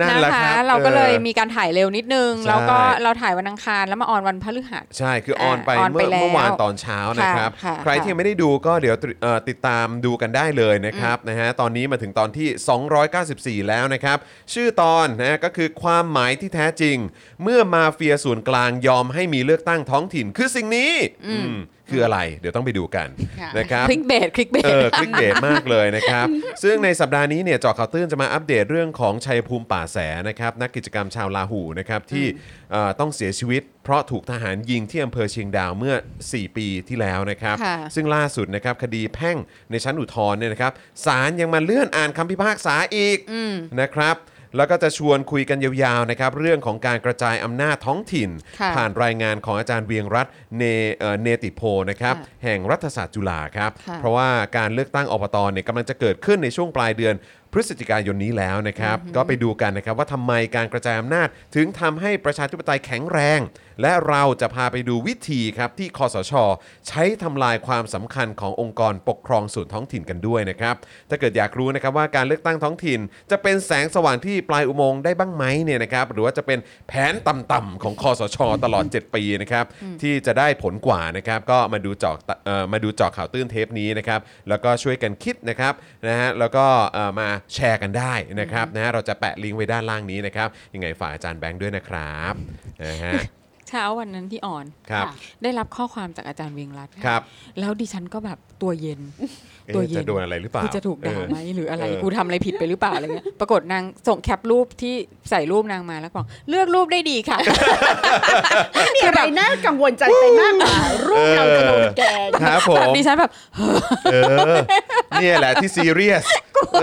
A: นั่นแหละ
D: นะคะ
A: ครับ
D: เราก็เลย
A: ออ
D: มีการถ่ายเร็วนิดนึง แล้วก็
A: ใช่
D: เราถ่ายวันอังคารแล้วมาออนวันพฤหัส
A: ใช่คืออ
D: อ่า
A: อนไป
D: ออนไป
A: เมื่อ
D: แล้ว
A: เมื่อวานตอนเช้านะครับ
D: ค่ะค่ะ
A: ใครที่ยังไม่ได้ดูก็เดี๋ยวติเอ่อติดตามดูกันได้เลยนะครับนะฮะตอนนี้มาถึงตอนที่ 294 แล้วนะครับ ชื่อตอนนะฮะก็คือความหมายที่แท้จริง เมื่อมาเฟียส่วนกลางยอมให้มีเลือกตั้งท้องถิ่นคือสิ่งนี้อืมคืออะไร เดี๋ยวต้องไปดูกัน
C: ค่ะ
A: นะครับ
D: คลิกเบสคลิกเบ
A: เอ
D: ส
A: อคลิกเดตมากเลยนะครับ ซึ่งในสัปดาห์นี้เนี่ยเจอข่าวตื้นจะมาอัปเดตเรื่องของชัยภูมิป่าแสนะครับนักกิจกรรมชาวลาหูนะครับที่เอ่อต้องเสียชีวิต เพราะถูกทหารยิงที่อำเภอเชียงดาวเมื่อ 4 ปีที่แล้วนะครับ
D: ค่ะ
A: ซึ่งล่าสุดนะครับคดีแพ่งในชั้นอุทธรณ์เนี่ยนะครับศาลยังมาเลื่อนอ่านคำพิพากษาอีกนะครับ แล้วก็จะชวนคุยกันยาวๆนะครับเรื่องของการกระจายอำนาจท้องถิ่น
D: ค่ะ
A: ผ่านรายงานของอาจารย์เวียงรัตน์เนเอ่อเนติโพนะครับ
D: ค่ะ
A: แห่งรัฐศาสตร์จุฬาครับ
D: ค่ะ
A: เพราะว่าการเลือกตั้งอบตเนี่ยกำลังจะเกิดขึ้นในช่วงปลายเดือนพฤศจิกายนนี้แล้วนะครับ ก็ไปดูกันนะครับว่าทำไมการกระจายอำนาจ ถึงทำให้ประชาธิปไตยแข็งแรง และเราจะพาไปดูวิธีครับที่คอสช ใช้ทำลายความสำคัญขององค์กรปกครองส่วนท้องถิ่นกันด้วยนะครับ ถ้าเกิดอยากรู้นะครับว่าการเลือกตั้งท้องถิ่น จะเป็นแสงสว่างที่ปลายอุโมงค์ได้บ้างไหมเนี่ยนะครับหรือว่าจะเป็นแผนต่ำๆของคอสช ตลอด 7 ปีนะครับที่จะได้ผลกว่านะครับก็มาดูเจอกมาดูเจอข่าวตื้นเทปนี้นะครับแล้วก็ช่วยกันคิดนะครับนะฮะแล้วก็เอ่อมาแชร์กันได้นะครับนะฮะเราจะแปะลิงก์ไว้ด้านล่างนี้นะครับยังไงฝากอาจารย์แบงค์ด้วยนะครับนะฮะ
D: จ เช้าวันนั้นที่อ่อน
A: ครับ
D: ได้รับข้อความจากอาจารย์เวียงรัตน์ะ
A: ครับ
D: แล้วดิฉันก็แบบตัวเย็น
A: เอ๊ะ
D: ตัวเย็น
A: จะโดนอะไรหรือเปล่า
D: กูจะถูกด่า
A: เออ
D: ไหมหรืออะไร
A: เออ
D: กูทำอะไรผิดไปหรือเปล่าอะไรเงี้ยปรากฏนางส่งแคปรูปที่ใส่รูปนางมาแล้วบอกเลือกรูปได้ดีค่ะ
C: ไม่มีอะไรน่ากังวลใจไปมากกว่ารูปเราจะโดนแกง
A: ครับผ
D: แบบ
A: ม
D: ดิฉันแบบ
A: เออเนี่ยแหละที่ซีเรียส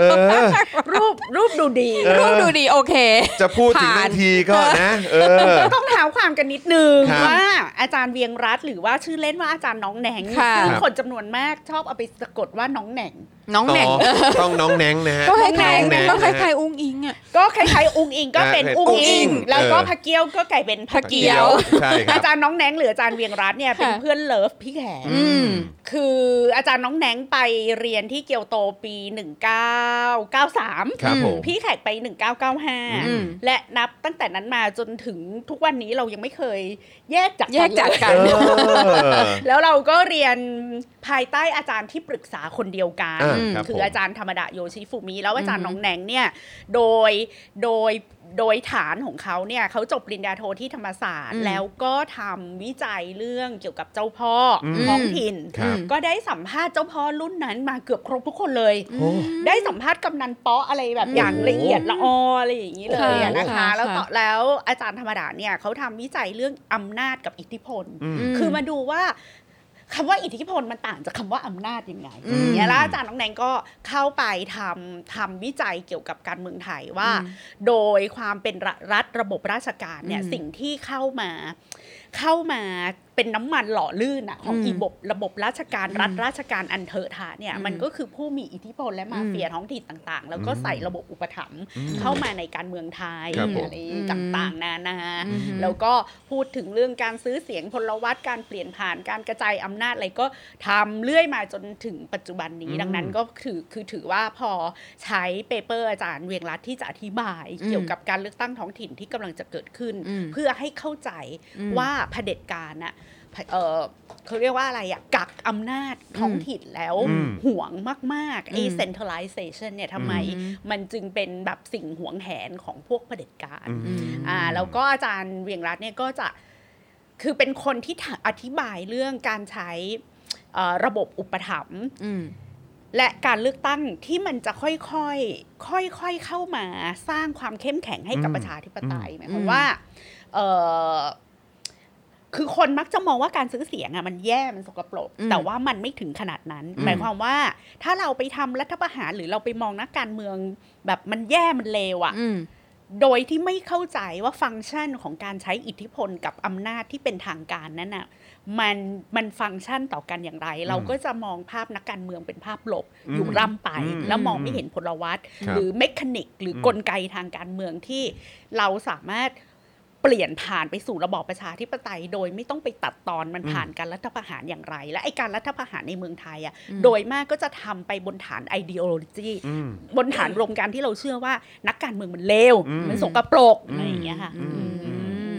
A: เออ
C: รูปรูปดูดี
A: เออ
D: รูปดูดีโอเค
A: จะพูดถึง
D: ผ่าน
A: ทันทีก็นะเออ
C: ต้องเท้าความกันนิดนึง
A: ครับ
C: ว่าอาจารย์เวียงรัตน์หรือว่าชื่อเล่นว่าอาจารย์น้องแหนง
D: ค่ะ
C: ซึ่ง
A: ครับ
C: คนจำนวนมากชอบเอาไปสะกดว่าน้องแหนง
D: น้องแหน่ง
A: อ๋อต้องน้องแนงนะฮะ
D: ก็ค
A: น้
D: ล้า
A: อย ง
D: ๆ
A: แนง
D: ก็ค
A: นะฮะ
D: ล้ายๆอุ้งอิงอ่ะ
C: ก็คล้ายๆ อุงอิงก็เป็น
A: อ่า
C: อุงอิง
A: เออ
C: แล้วก็พระเกี้ยวก็ไก่เป็นพระเกี้ยว
A: ใช่ครั
C: อา
A: บ
C: จารย์น้องแหนงหรืออาจารย์เวียงรัตน์เนี่ยเป็น
D: ค่ะ
C: เพื่อนเลิฟพี่แขก
A: อื
D: อืม
C: คืออาจารย์น้องแหนงไปเรียนที่เกียวโตปี 1993
A: ครับผม
C: พี่แขกไป
D: อืม
C: 1995 และนับตั้งแต่นั้นมาจนถึงทุกวันนี้เรายังไม่เคยแยกจาก
D: แยกจาก
C: เลย
D: กัน
A: เออ
C: แล้วเราก็เรียนภายใต้อาจารย์ที่ปรึกษาคนเดียวกัน
A: อ่ะ
D: อืม
A: รับ
C: คือ
A: ผม
C: อาจารย์ธรรมดาโยชิฟูมิ แล้วอาจารย์
D: อือ
C: น้อ
D: ฮึ
C: งแหนงเนี่ยโดยโดยโดยฐานของเขาเนี่ยเขาจบปริญญาโทที่ธรรมศาสตร์ แล้วก็ทำวิจัยเรื่องเกี่ยวกับเจ้าพ่ออ
A: ม
C: ท้องถิ่น
A: ครับ
C: ก็ได้สัมภาษณ์เจ้าพ่อรุ่นนั้นมาเกือบครบทุกคนเลย
A: โอ้
C: ได้สัมภาษณ์กำนันเปาะอะไรแบบ
D: อืม
C: อย่างละเอียดละอออะไรอย่างนี้เลยอะนะ
D: ค่ะ
C: คะ แล้วต่อ
D: ค่ะ
C: แล้วอาจารย์ธรรมดาเนี่ยเขาทำวิจัยเรื่องอำนาจกับอิทธิพล
A: อืม
C: คือมาดูว่าคำว่าอิทธิพลมันต่างจากคำว่าอำนาจยังไง
D: อืม
C: เนี่ยแล้วอาจารย์น้องแนงก็เข้าไปทำทำวิจัยเกี่ยวกับการเมืองไทยว่า
D: อืม
C: โดยความเป็นรัฐรัฐระบบราชการเนี่ย
D: อืม
C: สิ่งที่เข้ามา เข้ามาเป็นน้ำมันหล่อลื่นอะของ
D: อืม
C: อีบบระบบราชการ
D: อืม
C: รัฐราชการอันเถอะทะเนี่ย
D: อืม
C: มันก็คือผู้มีอิทธิพลและมาเฟียท้องถิ่นต่าง ๆ แล้วก็
A: อืม
C: ใส่ระบบอุปถัมภ์
A: อืม
C: เข้ามาในการเมืองไทย
A: ครับผม
C: อะไรต่างๆนานา
D: อืม
C: แล้วก็พูดถึงเรื่องการซื้อเสียงพลวัตการเปลี่ยนผ่านการกระจายอำนาจอะไรก็ทำเรื่อยมาจนถึงปัจจุบันนี้
A: อืม
C: ดังนั้นก็ถือคือถือว่าพอใช้เปเปอร์อาจารย์เวียงรัฐที่จะอธิบาย
D: อืม
C: เกี่ยวกับการเลือกตั้งท้องถิ่นที่กำลังจะเกิดขึ้น
D: อืม
C: เพื่อให้เข้าใจ
D: อืม
C: ว่าเผด็จการน่ะเออเขาเรียกว่าอะไรอะกักอำนาจท้องถิ่นแล้ว
A: อืม
C: ห่วงมากๆไอ้
D: อืม
C: centralization เนี่ยทำไม
D: อืม
C: มันจึงเป็นแบบสิ่งห่วงแหนของพวกเผด็จการ
A: อืม
D: อืม
C: อ่าแล้วก็อาจารย์เวียงรัตน์เนี่ยก็จะคือเป็นคนที่ถอธิบายเรื่องการใช้เอ่อระบบอุปถัมภ์
D: อืม
C: และการเลือกตั้งที่มันจะค่อยๆค่อยๆเข้ามาสร้างความเข้มแข็งให้กับ
A: อืม
C: ประชาธิปไตยหมายควา
D: อื
C: ม
D: ม
C: ว่าเอ่อคือคนมักจะมองว่าการซื้อเสียงอะมันแย่มันสกปรกแต่ว่ามันไม่ถึงขนาดนั้น หมายความว่าถ้าเราไปทำรัฐประหารหรือเราไปมองนักการเมืองแบบมันแย่มันเลวอะ
D: อืม
C: โดยที่ไม่เข้าใจว่าฟังก์ชันของการใช้อิทธิพลกับอำนาจที่เป็นทางการนั้นน่ะมันมันฟังก์ชันต่อกันอย่างไร เราก็จะมองภาพนักการเมืองเป็นภาพลบ
A: อืม
C: อยู่ร่ำไป
A: อืม
C: แล้วมองไม่เห็นพลวัต
A: ครับ
C: หรือเมคานิก หรือ
A: ม
C: กลไกทางการเมืองที่เราสามารถเปลี่ยนผ่านไปสู่ระบอบประชาธิปไตย โดยไม่ต้องไปตัดตอนมันผ่านการรัฐประหารอย่างไร และไอการรัฐประหารในเมืองไทยอ่ะ
D: อืม
C: โดยมากก็จะทำไปบนฐานไอเดโอโลจี
A: อืม
C: บนฐานรวมการที่เราเชื่อว่านักการเมืองมันเลว
A: อืม
C: มันสกปรกอะไรอย่างเงี้ยค่ะ
A: อืม
C: อืม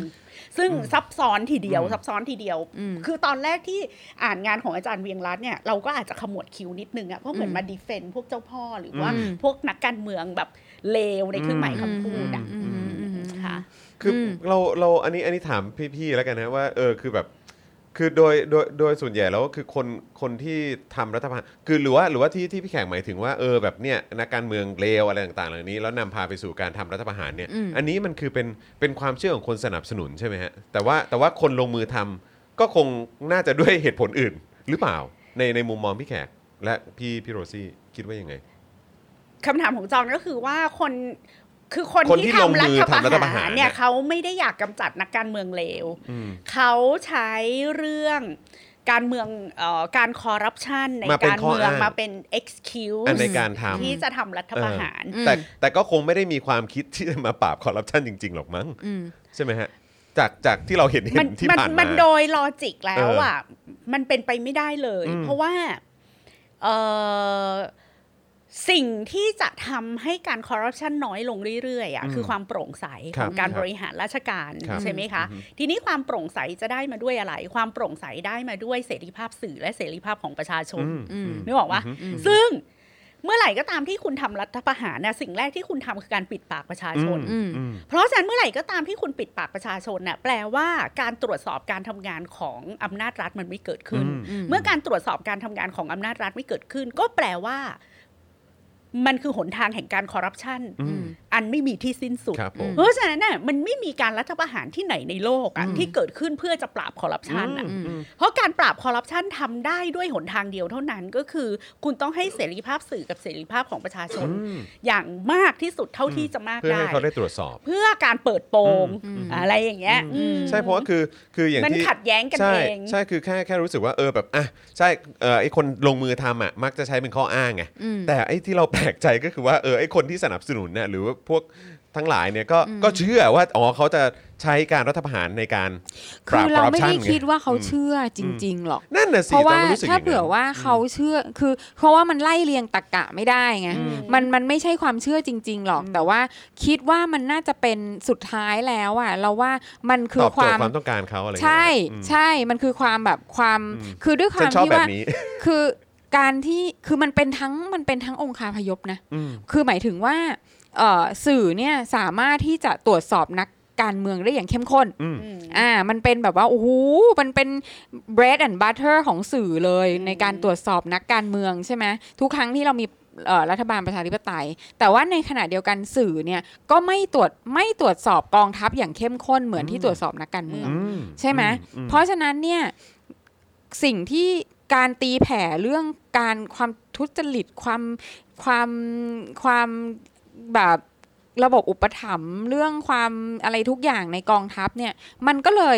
C: ซึ่งซับซ้อนทีเดียว
A: อืม
C: ซับซ้อนทีเดียว
D: อืม
C: คือตอนแรกที่อ่านงานของอาจารย์เวียงรัตน์เนี่ยเราก็อาจจะขมวดคิ้วนิดนึงอะเพราะเหมือน
D: อืม
C: มาดีเฟนต์พวกเจ้าพ่อหรือว่า
D: อืม
C: พวกนักการเมืองแบบเลวในเครื่องหมายคำพูดอะ
D: อืมอืมอืม
C: ค่ะ
A: คืออ
D: ม
A: เราเราอันนี้อันนี้ถามพี่ๆแล้วกันนะว่าเออคือแบบ คือโดยโดยโดยส่วนใหญ่แล้วคือคนคนที่ทำรัฐประหารคือหรือว่าหรือว่าที่ที่พี่แขกหมายถึงว่าเออแบบเนี่ยนักการเมืองเลวอะไรต่างๆเหล่านี้ แล้วนำพาไปสู่การทำรัฐประหารเนี่ย
D: อืม
A: นนี้มันคือเป็นเป็นความเชื่อของคนสนับสนุนใช่ไหมฮะแต่ว่าแต่ว่าคนลงมือทำก็คงน่าจะด้วยเหตุผลอื่น หรือเปล่าในในมุมมองพี่แขกและพี่พี่โรซี่คิดว่ายังไง
C: คำถามของจอนก็คือว่าคนคือคน
A: คนที่
C: ที่
A: ลง
C: ทำรั
A: มือ
C: ฐ
A: ทำรัฐป
C: ประ ระ
A: หา
C: หาร ร
A: เนี่
C: เนี่ย ยเขาไม่ได้อยากกำจัดนักการเมืองเลว
A: อืม
C: เขาใช้เรื่องการเมืองเอ่อการคอร์รัปชันใน
A: มาเป็น
C: การ
A: ข้อ
C: เมือง
A: อ้าง
C: มาเป็น
A: อัน
C: excuse
A: ในการทำ
C: ที่จะทำรัฐประหาร
D: เออ
A: แต่แต่ก็คงไม่ได้มีความคิดที่จะมาปราบคอร์รัปชันจริงๆ หรอกมั้ง
D: อืม
A: ใช่ไหมฮะ จากจากที่เราเห็นเห็
C: มัน
A: นที่
C: มัน
A: ผ่าน
C: มั
A: มา
C: นโดยลอจิกแล้
A: เออ
C: ว
A: อ่
C: อ่ะมันเป็นไปไม่ได้เลย
A: อืม
C: เพราะว่าเอ่อสิ่งที่จะทำให้การคอร์รัปชันน้อยลงเรื่อยๆอ่ะคือความโปร่งใส
A: ค
C: ข
A: รั
C: อบ งการ
A: ครับ บ
C: ริหารราชการ
A: ครับ
C: ใช่ไหมคะ
A: อืม
C: ทีนี้ความโปร่งใสจะได้มาด้วยอะไร ความโปร่งใสได้มาด้วยเสรีภาพสื่อและเสรีภาพของประชาชน
A: อืม
D: อืม
C: นึกออกว่า
A: อืม
C: ซึ่ง เมื่อไหร่ก็ตามที่คุณทำรัฐประหารนะสิ่งแรกที่คุณทำคือการปิดปากประชาชน
D: อืม
B: อืม
C: เพราะฉะนั้นเมื่อไหร่ก็ตามที่คุณปิดปากประชาชนน่ะแปลว่าการตรวจสอบการทำงานของอำนาจรัฐมันไม่เกิดขึ้น
B: อืม
D: อืม
C: เมื่อการตรวจสอบการทำงานของอำนาจรัฐไม่เกิดขึ้น ก็แปลว่า มันคือหนทางแห่งการคอร์รัปชัน
B: อื
D: อื
B: ม
D: ม
C: อันไม่มีที่สิ้นสุด
A: ครับผม
C: เพราะฉะนั้นน่ะมันไม่มีการรัฐประหารที่ไหนในโลกอะ
B: อืม
C: ที่เกิดขึ้นเพื่อจะปราบคอร์รัปชันอะ
D: อืม
C: เพราะการปราบคอร์รัปชันทำได้ด้วยหนทางเดียวเท่านั้นก็คือ คุณต้องให้เสรีภาพสื่อกับเสรีภาพของประชาชน อย่างมากที่สุดเท่าที่จะมาก
A: เพื่อ
C: ได้
A: ให้เขาได้ตรวจสอบ
C: เพื่อการเปิดโปง
D: อืม
C: อะไรอย่างเงี้ย
A: อื
C: อืม
A: ใช่เพราะว่าคือคืออย่าง
C: มัน
A: ที่
C: ขัดแย้งกัน
A: ใช่
C: เอง
A: ใช่คือแค่แค่รู้สึกว่าเออแบบอ่ะใช่เออไอคนลงมือทำอ่ะมักจะใช้เป็นข้ออ้างไง
D: อืม
A: แต่ไอที่เราแปลกใจก็คือว่าเออไอคนที่สนับสนุนเนี่ยหรือว่าพวกทั้งหลายเนี่ยก็
D: อืม
A: ก็เชื่อว่าอ๋อเขาจะใช้การรัฐประหารในการป
D: คื
A: ราบ
D: อ
A: ค
D: เรา
A: อร์รัป
D: ไม่
A: ชัน
D: ได้
A: ไง
D: คิดว่าเขาเชื่อจริง ๆ หรอก
A: นั่นน่ะสิ
D: เพราะ
A: ตอ
D: ว่าน
A: นั้นรู้สึกอ
D: ถ้า
A: ย่าง
D: เผื่อ
A: นั้น
D: ว่าเขาเชื่อคือ เพราะว่ามันไล่เรียงตรกกะไม่ได้ไง
A: อืม
D: มันมันไม่ใช่ความเชื่อจริง ๆ หรอก แต่ว่าคิดว่ามันน่าจะเป็นสุดท้ายแล้วอ่ะเราว่ามันคือ
A: ตอบ
D: ค
A: โจท
D: วาม
A: ย์ความต้องการเขาอะไรอย่าง
D: ใช่
A: เงี้ยอืม
D: ใช่มันคือความแบบความ
A: อืม
D: คือด้วยค
A: ฉั
D: วาน ม
A: ชอบ
D: ที่
A: แบบ
D: ว่า
A: นี้
D: คือการที่คือมันเป็นทั้งมันเป็นทั้งองคาพยพนะ
A: อืม
D: คือหมายถึงว่าเอ่อสื่อเนี่ยสามารถที่จะตรวจสอบนักการเมืองได้อย่างเข้มข้น
A: อืม
C: อืม
D: อ่า มันเป็นแบบว่า โอ้โห มันเป็น bread and butter ของสื่อเลย
C: อืม
D: ในการตรวจสอบนักการเมืองใช่ไหมทุกครั้งที่เรามีเอ่อรัฐบาลประชาธิปไตย แต่ว่าในขณะเดียวกันสื่อเนี่ยก็ไม่ตรวจไม่ตรวจสอบกองทัพอย่างเข้มข้นเหมือนที่ตรวจสอบนักการเมือง
A: อืม
D: ใช่ไหม
A: อื
D: เพราะฉะนั้นเนี่ยสิ่งที่การตีแผ่เรื่องการความทุจริตความความความแบบระบบอุปถัมภ์เรื่องความอะไรทุกอย่างในกองทัพเนี่ย มันก็เลย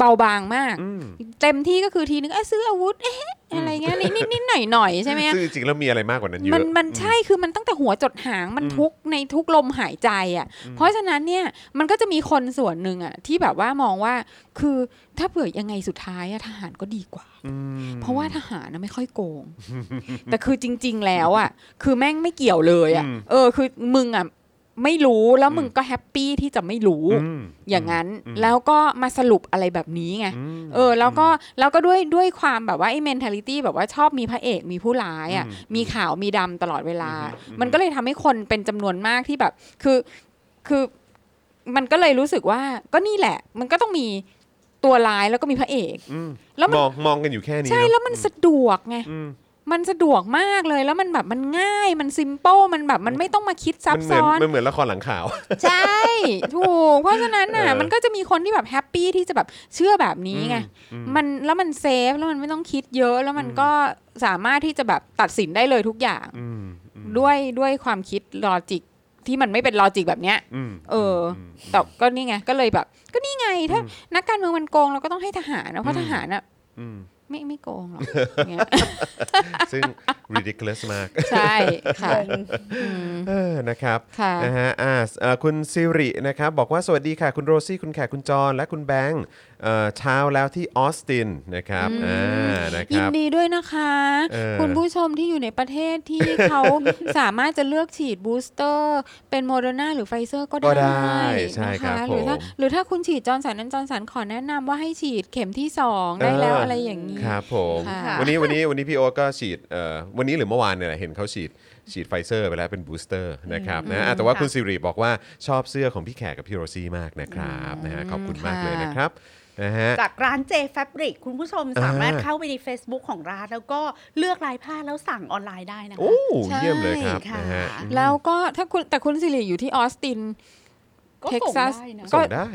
D: เบาบางมาก
A: อืม
D: เต็มที่ก็คือทีนึงเอ้ยซื้ออาวุธเอ๊ะอะไรเงี้ยนิดนิดนิดหน่อยหน่อยใช่ไหม
A: ซึ่งจริงๆแล้วมีอะไรมากกว่านั้นเยอะ
D: มันมันใช่คือมันตั้งแต่หัวจดหางมัน
A: อืม
D: ทุกในทุกลมหายใจอ่ะ
A: อืม
D: เพราะฉะนั้นเนี่ยมันก็จะมีคนส่วนหนึ่งอะที่แบบว่ามองว่าคือถ้าเผื่อยังไงสุดท้ายอะทหารก็ดีกว่า
A: อืม
D: เพราะว่าทหารนะไม่ค่อยโก ง แต่คือจริง ๆ แล้วอะคือแม่งไม่เกี่ยวเลยอะเออคือมึงอะไม่รู้แล้วมึงก็แฮปปี้ที่จะไม่รู้
A: ม
D: อย่างนั้น
A: อืม
D: แล้วก็มาสรุปอะไรแบบนี้ไง
A: ม
D: เออแล้วก็แล้วก็ด้วยด้วยความแบบว่าไอ้ mentality แบบว่าชอบมีพระเอกมีผู้ร้ายอ่ะ
A: อืม
D: มีขาวมีดำตลอดเวลา
A: อืมอืม
D: มันก็เลยทำให้คนเป็นจำนวนมากที่แบบคือคือมันก็เลยรู้สึกว่าก็นี่แหละ มันก็ต้องมีตัวร้ายแล้วก็มีพระเอก
A: อืม
D: แล้วมัน
A: มองมองกันอยู่แค่นี้
D: ใช่
A: เอะ
D: แล้วมันสะดวกไง
A: อืม
D: มันสะดวกมากเลยแล้วมันแบบมันง่ายมันซิมเ l ิลมันแบบมันไม่ต้องมาคิดซับ
A: มันเหมื
D: ซ้อน
A: มันเหมือนละครหลังข่าว
D: ใช่ ถูก เพราะฉะนั้นน่ะ
A: เออ
D: มันก็จะมีคนที่แบบแฮปปี้ที่จะแบบเชื่อแบบนี้ไง
A: อื
D: มันแล้วมันเซฟแล้วมันไม่ต้องคิดเยอะแล้วมัน
A: อืม
D: ก็สามารถที่จะแบบตัดสินได้เลยทุกอย่าง
A: อืมอืม
D: ด้วยด้วยความคิดลอจิกที่มันไม่เป็นลอจิกแบบเนี้ย
A: ม
D: เอออื
A: ม
D: แต่ก็นี่ไงก็เลยแบบ ก็นี่ไงถ้า
A: อืม
D: นักการเมืองมันโกงเราก็ต้องให้ทหารนะเพ
A: อื
D: ราะ
A: ม
D: ทหารอ่ะ
A: อืม
D: ไม่ไม่โกงหรอกอย่างเงี้ย
A: ซึ่ง ridiculous มาก
D: ใช่ค่ะอืม
A: เออนะครับ
D: ค่ะ
A: นะฮะอ่าเอ่อคุณซิรินะครับบอกว่าสวัสดีค่ะ คุณโรซี่คุณแขกคุณจอนและคุณแบงค์เอ่อเช้าแล้วที่ออสตินนะครับ
D: อืม
A: อ่านะค
D: ยิน
A: รับ
D: ดีด้วยนะคะ
A: เออ
D: คุณผู้ชมที่อยู่ในประเทศที่ เขาสามารถจะเลือกฉีดบูสเตอร์ เป็นโมเดอร์นาหรือไฟเซอร์ก็
A: ก็
D: ได้
A: ได้ใช่
D: นะ
A: ครั
D: คะ
A: บ
D: หรือถ้า
A: ผม
D: หรือถ้าคุณฉีดจอร์นสันนั้นจอร์นสันขอแนะนำว่าให้ฉีดเข็มที่ 2 ได้แล้วอะไรอย่างนี้
A: ครับผม
D: ค่ะ
A: วันนี้วันนี้วันนี้พี่โอ๊ตก็ฉีดเอ่อวันนี้หรือเมื่อวานเนี่ยแหละเห็นเขาฉีดฉีดไฟเซอร์ไปแล้วเป็นบูสเตอร์นะครับนะอ่ะแต่ว่า
C: ค่ะ
A: คุณสิริบอกว่าชอบเสื้อของพี่แขกกับพี่โรซี่มากนะครับนะฮะขอบคุณมากเลยนะครับนะฮะ
C: จากร้าน J Fabric คุณผู้ชมสามารถ
A: อ่า
C: เข้าไปใน Facebook ของร้าน แล้วก็เลือกลายผ้าแล้วสั่งออนไลน์ได้นะคะ
A: โอ้
D: ใช่
A: เยี่ยมเลยครับ
C: ค่ะ
A: นะฮะ
D: แล้วก็ถ้าคุณแต่คุณสิริอยู่ที่ออสติน
C: ก็
D: เท็ก
C: ส่ง
D: ซัส
C: ได้นะ
D: ก็
A: ส่งได้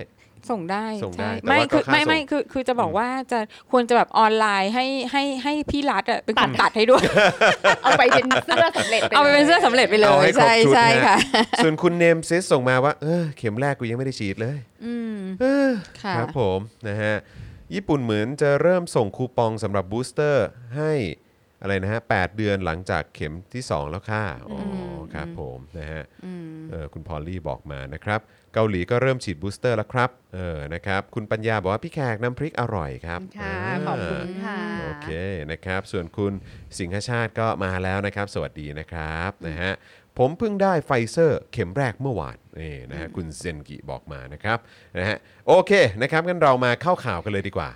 D: ส่งได้
A: ส่งได้
D: ใช่
A: แต่
D: ไม่
A: ว่าก็
D: คือ
A: ค่า
D: ไม่
A: ส่ง
D: ไม่คือคือจะบอกว่าจะควรจะแบบออนไลน์ให้ให้ให้พี่รัฐอะเป็นคนตัดให้ด้วย
C: เอาไปเป็นเสื้อสำเร็จ
D: เอาไปเป็นเสื้อสำเร็จไปเล
A: เอา
D: ย
A: ให้ครบ
D: ใช่
A: ชุด
D: ใช่
A: นะ
D: ค่ะ
A: ส่วนคุณเนมซิสส่งมาว่าเออเข็มแรกกูยังไม่ได้ฉีดเลย
D: อืม
A: เออ
D: ค่ะ
A: ครับผมนะฮะญี่ปุ่นเหมือนจะเริ่มส่งคูปองสำหรับบูสเตอร์ให้อะไรนะฮะ8เดือนหลังจากเข็มที่ 2 แล้วค่ะอ๋ออครับผมนะฮะ
D: อืม
A: เออคุณพอลลี่บอกมานะครับ เกาหลีก็เริ่มฉีดบูสเตอร์แล้วครับเออนะครับ คุณปัญญาบอกว่าพี่แขกน้ำพริกอร่อยครับ
C: ค่ะ
A: า
C: ขอบคุณค่ะ
A: โอเคนะครับ ส่วนคุณสิงหชาติก็มาแล้วนะครับ สวัสดีนะครับนะฮะผมเพิ่งได้ไฟเซอร์เข็มแรกเมื่อวานนี่นะฮะคุณเซนกิบอกมานะครับนะฮะโอเคนะครับงั้นเรามาเข้าข่าวกันเลยดีกว่า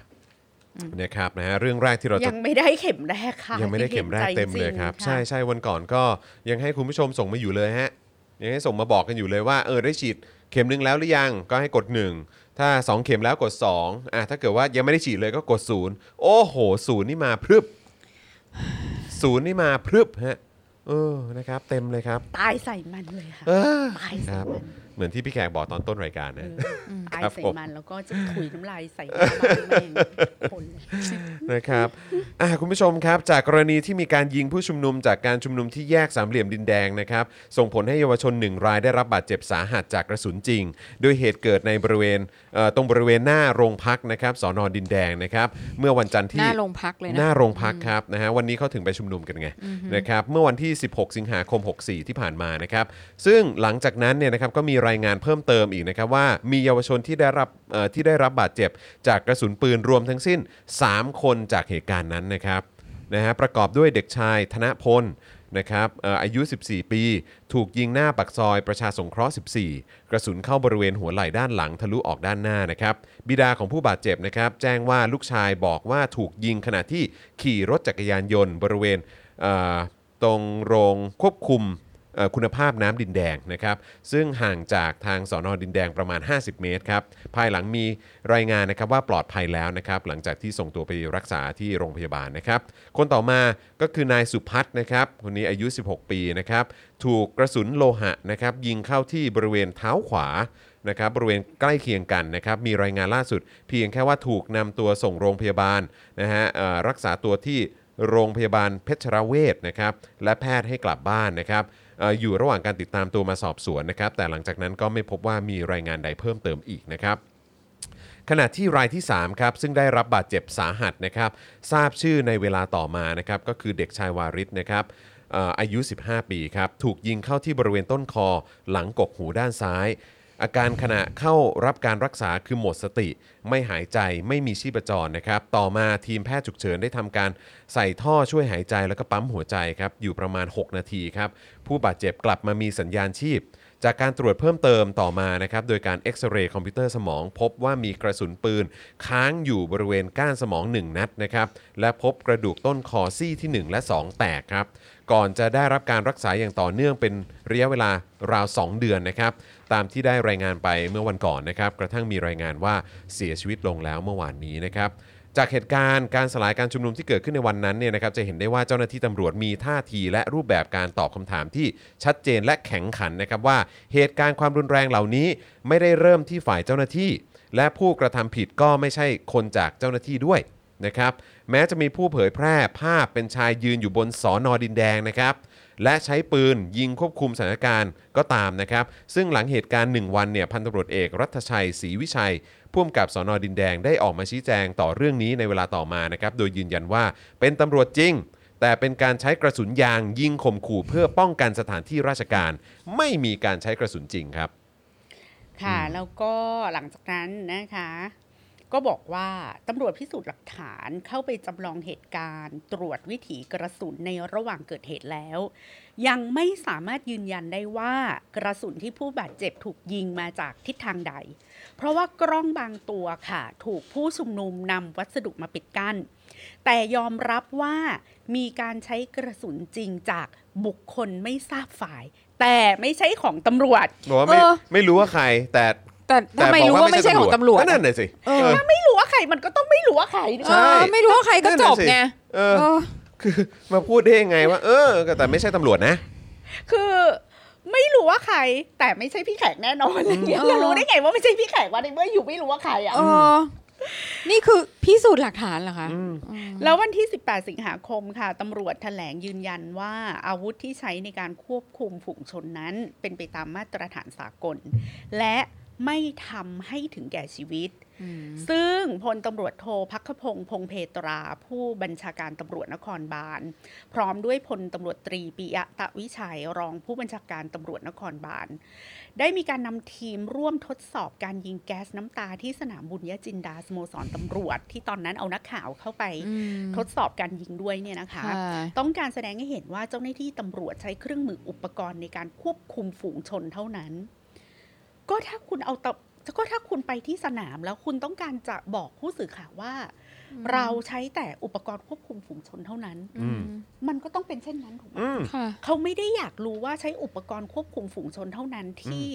A: นะครับนะฮะเรื่องแรกที่เราจะ
C: ยังไม่ได้เข็มแรกค่ะ
A: ยังไม่ได้เข็มแรกเต็มเลยครับ
C: จงๆ
A: ใช่ใช่วันก่อนก็ยังให้คุณผู้ชมส่งมาอยู่เลยฮะยังให้ส่งมาบอกกันอยู่เลยว่าเออได้ฉีดเข็มหนึ่งแล้วหรือยังก็ให้กด 1 ถ้า 2 เข็มแล้วกด2อ่ะถ้าเกิดว่ายังไม่ได้ฉีดเลยก็กด 0 โอ้โหศูนย์นี่มาพรึบศูนย์นี่มาพรึบฮะเออนะครับ เต็มเลยครับ
C: ตายใส่มันเลยค่ะ
A: เออ
C: ตาย
A: ค
C: ใส่
A: รับ
C: มัน
A: เหมือนที่พี่แขกบอกตอนต้นรายการนะ
C: ตาย
A: ครับ
C: ใส่
A: ผม
C: มันแล้วก็จะถุยน้ำลายใส่หน้าบ้านแม่งคนเลย
A: นะครับอ่ะคุณผู้ชมครับ จากกรณีที่มีการยิงผู้ชุมนุมจากการชุมนุมที่แยกสามเหลี่ยมดินแดงนะครับ ส่งผลให้เยาวชนหนึ่งรายได้รับบาดเจ็บสาหัสจากกระสุนจริง โดยเหตุเกิดในบริเวณเอ่อตรงบริเวณหน้าโรงพักนะครับสอนอดินแดงนะครับ เมื่อวันจันทร์ที่
D: หน้าโรงพักเลย
A: ห
D: นะ
A: น้าโรงพักครับนะฮะวันนี้เขาถึงไปชุมนุมกันไงนะครับเมื่อวันที่ 16 สิงหาคม 64 ที่ผ่านมานะครับซึ่งหลังจากนั้นเนี่ยนะครับก็มีรายงานเพิ่มเติมอีกนะครับว่ามีเยาวชนที่ได้รับเอ่อที่ได้รับบาดเจ็บ จากกระสุนปืนรวมทั้งสิ้น 3 คนจากเหตุการณ์นั้นนะครับนะฮะประกอบด้วยเด็กชายธนพลนะครับเอ่ออายุ 14 ปี ถูกยิงหน้าปากซอยประชาสงเคราะห์ 14 กระสุนเข้าบริเวณหัวไหล่ด้านหลังทะลุออกด้านหน้านะครับ บิดาของผู้บาดเจ็บนะครับแจ้งว่าลูกชายบอกว่าถูกยิงขณะที่ขี่รถจักรยานยนต์ บริเวณเอ่อตรงโรงควบคุมเอ่อคุณภาพน้ำดินแดงนะครับ ซึ่งห่างจากทางสอนอดินแดงประมาณ 50 เมตรครับ ภายหลังมีรายงานนะครับว่าปลอดภัยแล้วนะครับ หลังจากที่ส่งตัวไปรักษาที่โรงพยาบาลนะครับ คนต่อมาก็คือนายสุพัฒน์นะครับ คนนี้อายุ 16 ปีนะครับ ถูกกระสุนโลหะนะครับยิงเข้าที่บริเวณเท้าขวา นะครับบริเวณใกล้เคียงกันนะครับมีรายงานล่าสุด เพียงแค่ว่าถูกนำตัวส่งโรงพยาบาลนะฮะเอ่อรักษาตัวที่โรงพยาบาลเพชรเวชนะครับและแพทย์ให้กลับบ้านนะครับเอ่ออยู่ระหว่างการติดตามตัวมาสอบสวนนะครับแต่หลังจากนั้นก็ไม่พบว่ามีรายงานใดเพิ่มเติมอีกนะครับ ขณะที่รายที่3ครับซึ่งได้รับบาดเจ็บสาหัสนะครับทราบชื่อในเวลาต่อมานะครับก็คือเด็กชายวาริศนะครับเอ่ออายุ 15 ปีครับถูกยิงเข้าที่บริเวณต้นคอ หลังกกหูด้านซ้าย อาการขณะเข้ารับการรักษาคือหมดสติ ไม่หายใจไม่มีชีพจรนะครับต่อมาทีมแพทย์ฉุกเฉินได้ทำการใส่ท่อช่วยหายใจแล้วก็ปั๊มหัวใจครับอยู่ประมาณ 6 นาทีครับผู้บาดเจ็บกลับมามีสัญญาณชีพ จากการตรวจเพิ่มเติมต่อมานะครับโดยการเอ็กซเรย์คอมพิวเตอร์สมอง พบว่ามีกระสุนปืน ค้างอยู่บริเวณก้านสมอง 1 นัดนะครับและพบกระดูกต้นคอซี่ที่ 1 และ 2 แตกครับก่อนจะได้รับการรักษาอย่างต่อเนื่องเป็นระยะเวลาราว 2 เดือนนะครับตามที่ได้รายงานไปเมื่อวันก่อนนะครับกระทั่งมีรายงานว่าเสียชีวิตลงแล้วเมื่อวานนี้นะครับ จากเหตุการณ์การสลายการชุมนุมที่เกิดขึ้นในวันนั้นเนี่ยนะครับจะเห็นได้ว่าเจ้าหน้าที่ตำรวจมีท่าทีและรูปแบบการตอบคำถามที่ชัดเจนและแข็งขันนะครับว่าเหตุการณ์ความรุนแรงเหล่านี้ไม่ได้เริ่มที่ฝ่ายเจ้าหน้าที่ และผู้กระทำผิดก็ไม่ใช่คนจากเจ้าหน้าที่ด้วยนะครับแม้จะมีผู้เผยแพร่ภาพเป็นชายยืนอยู่บนสอนอดินแดงนะครับ และใช้ปืนยิงควบคุมสถานการณ์ก็ตามนะครับ ซึ่งหลังเหตุการณ์ 1 วันเนี่ยพันตำรวจเอกรัฐชัยศรีวิชัยผู้กำกับสอนอดินแดงได้ออกมาชี้แจงต่อเรื่องนี้ในเวลาต่อมานะครับ โดยยืนยันว่าเป็นตำรวจจริง แต่เป็นการใช้กระสุนยางยิงข่มขู่เพื่อป้องกันสถานที่ราชการ ไม่มีการใช้กระสุนจริงครับ
C: ค่ะ แล้วก็หลังจากนั้นนะคะ ก็บอกว่าตำรวจพิสูจน์หลักฐานเข้าไปจำลองเหตุการณ์ ตรวจวิถีกระสุนในระหว่างเกิดเหตุแล้ว ยังไม่สามารถยืนยันได้ว่ากระสุนที่ผู้บาดเจ็บถูกยิงมาจากทิศทางใด เพราะว่ากล้องบางตัวค่ะ ถูกผู้ชุมนุมนำวัสดุมาปิดกั้น แต่ยอมรับว่ามีการใช้กระสุนจริงจากบุคคลไม่ทราบฝ่าย แต่ไม่ใช่ของตำรวจ
A: บอกว่าไม่
D: เออ
A: ไม่รู้ว่าใคร แต่
D: แต่
A: แต่
D: ทำไม
A: บอก
D: รู้ว่าไม่ใช่ของตำรวจ
A: ก็นั่นน่ะสิ
D: เออ
C: ถ้าไม่รู้ว่าใครมันก็ต้องไม่รู้ว่าใครนะ
D: เออไม่รู้ว่าใครก็จบไง
A: เอ
D: เอ
A: อ
D: อ
A: คือ มาพูดได้ยังไงว่า เออแต่ไม่ใช่ตำรวจนะ
C: คือไม่รู้ว่าใคร แต่ไม่ใช่พี่แขกแน่นอนอะไร เงี้ย
D: เออ
C: เรารู้ได้ไงว่าไม่ใช่พี่แขกว่าในเมื่ออยู่ไม่รู้ว่าใครอ่ะ
D: เออ นี่คือพิสูจน์หลักฐานเหรอคะอืม
C: แล้ววันที่ 18 สิงหาคมค่ะตำรวจแถลงยืนยันว่าอาวุธที่ใช้ในการควบคุมฝูงชนนั้น เป็นไปตามมาตรฐานสากล และไม่ทำให้ถึงแก่ชีวิต ซึ่งพลตำรวจโทพักขพงศ์พงเพตรา ผู้บัญชาการตำรวจนครบาล พร้อมด้วยพลตำรวจตรีปิยะตะวิชัยรองผู้บัญชาการตำรวจนครบาล ได้มีการนำทีมร่วมทดสอบการยิงแก๊สน้ำตาที่สนามบุญยจินดาสโมสรตำรวจ ที่ตอนนั้นเอานักข่าวเข้าไป
D: อืม
C: ทดสอบการยิงด้วยเนี่ยนะคะ
D: ค่ะ
C: ต้องการแสดงให้เห็นว่าเจ้าหน้าที่ตำรวจใช้เครื่องมืออุปกรณ์ในการควบคุมฝูงชนเท่านั้น ก็ถ้าคุณเอาตะก็ถ้าคุณไปที่สนามแล้วคุณต้องการจะบอกผู้สื่อข่าวว่า เราใช้แต่อุปกรณ์ควบคุมฝูงชนเท่านั้น
A: อืม
C: มันก็ต้องเป็นเช่นนั้นถูกไหม
A: อืม
D: ค่ะ
C: เขาไม่ได้อยากรู้ว่าใช้อุปกรณ์ควบคุมฝูงชนเท่านั้นที่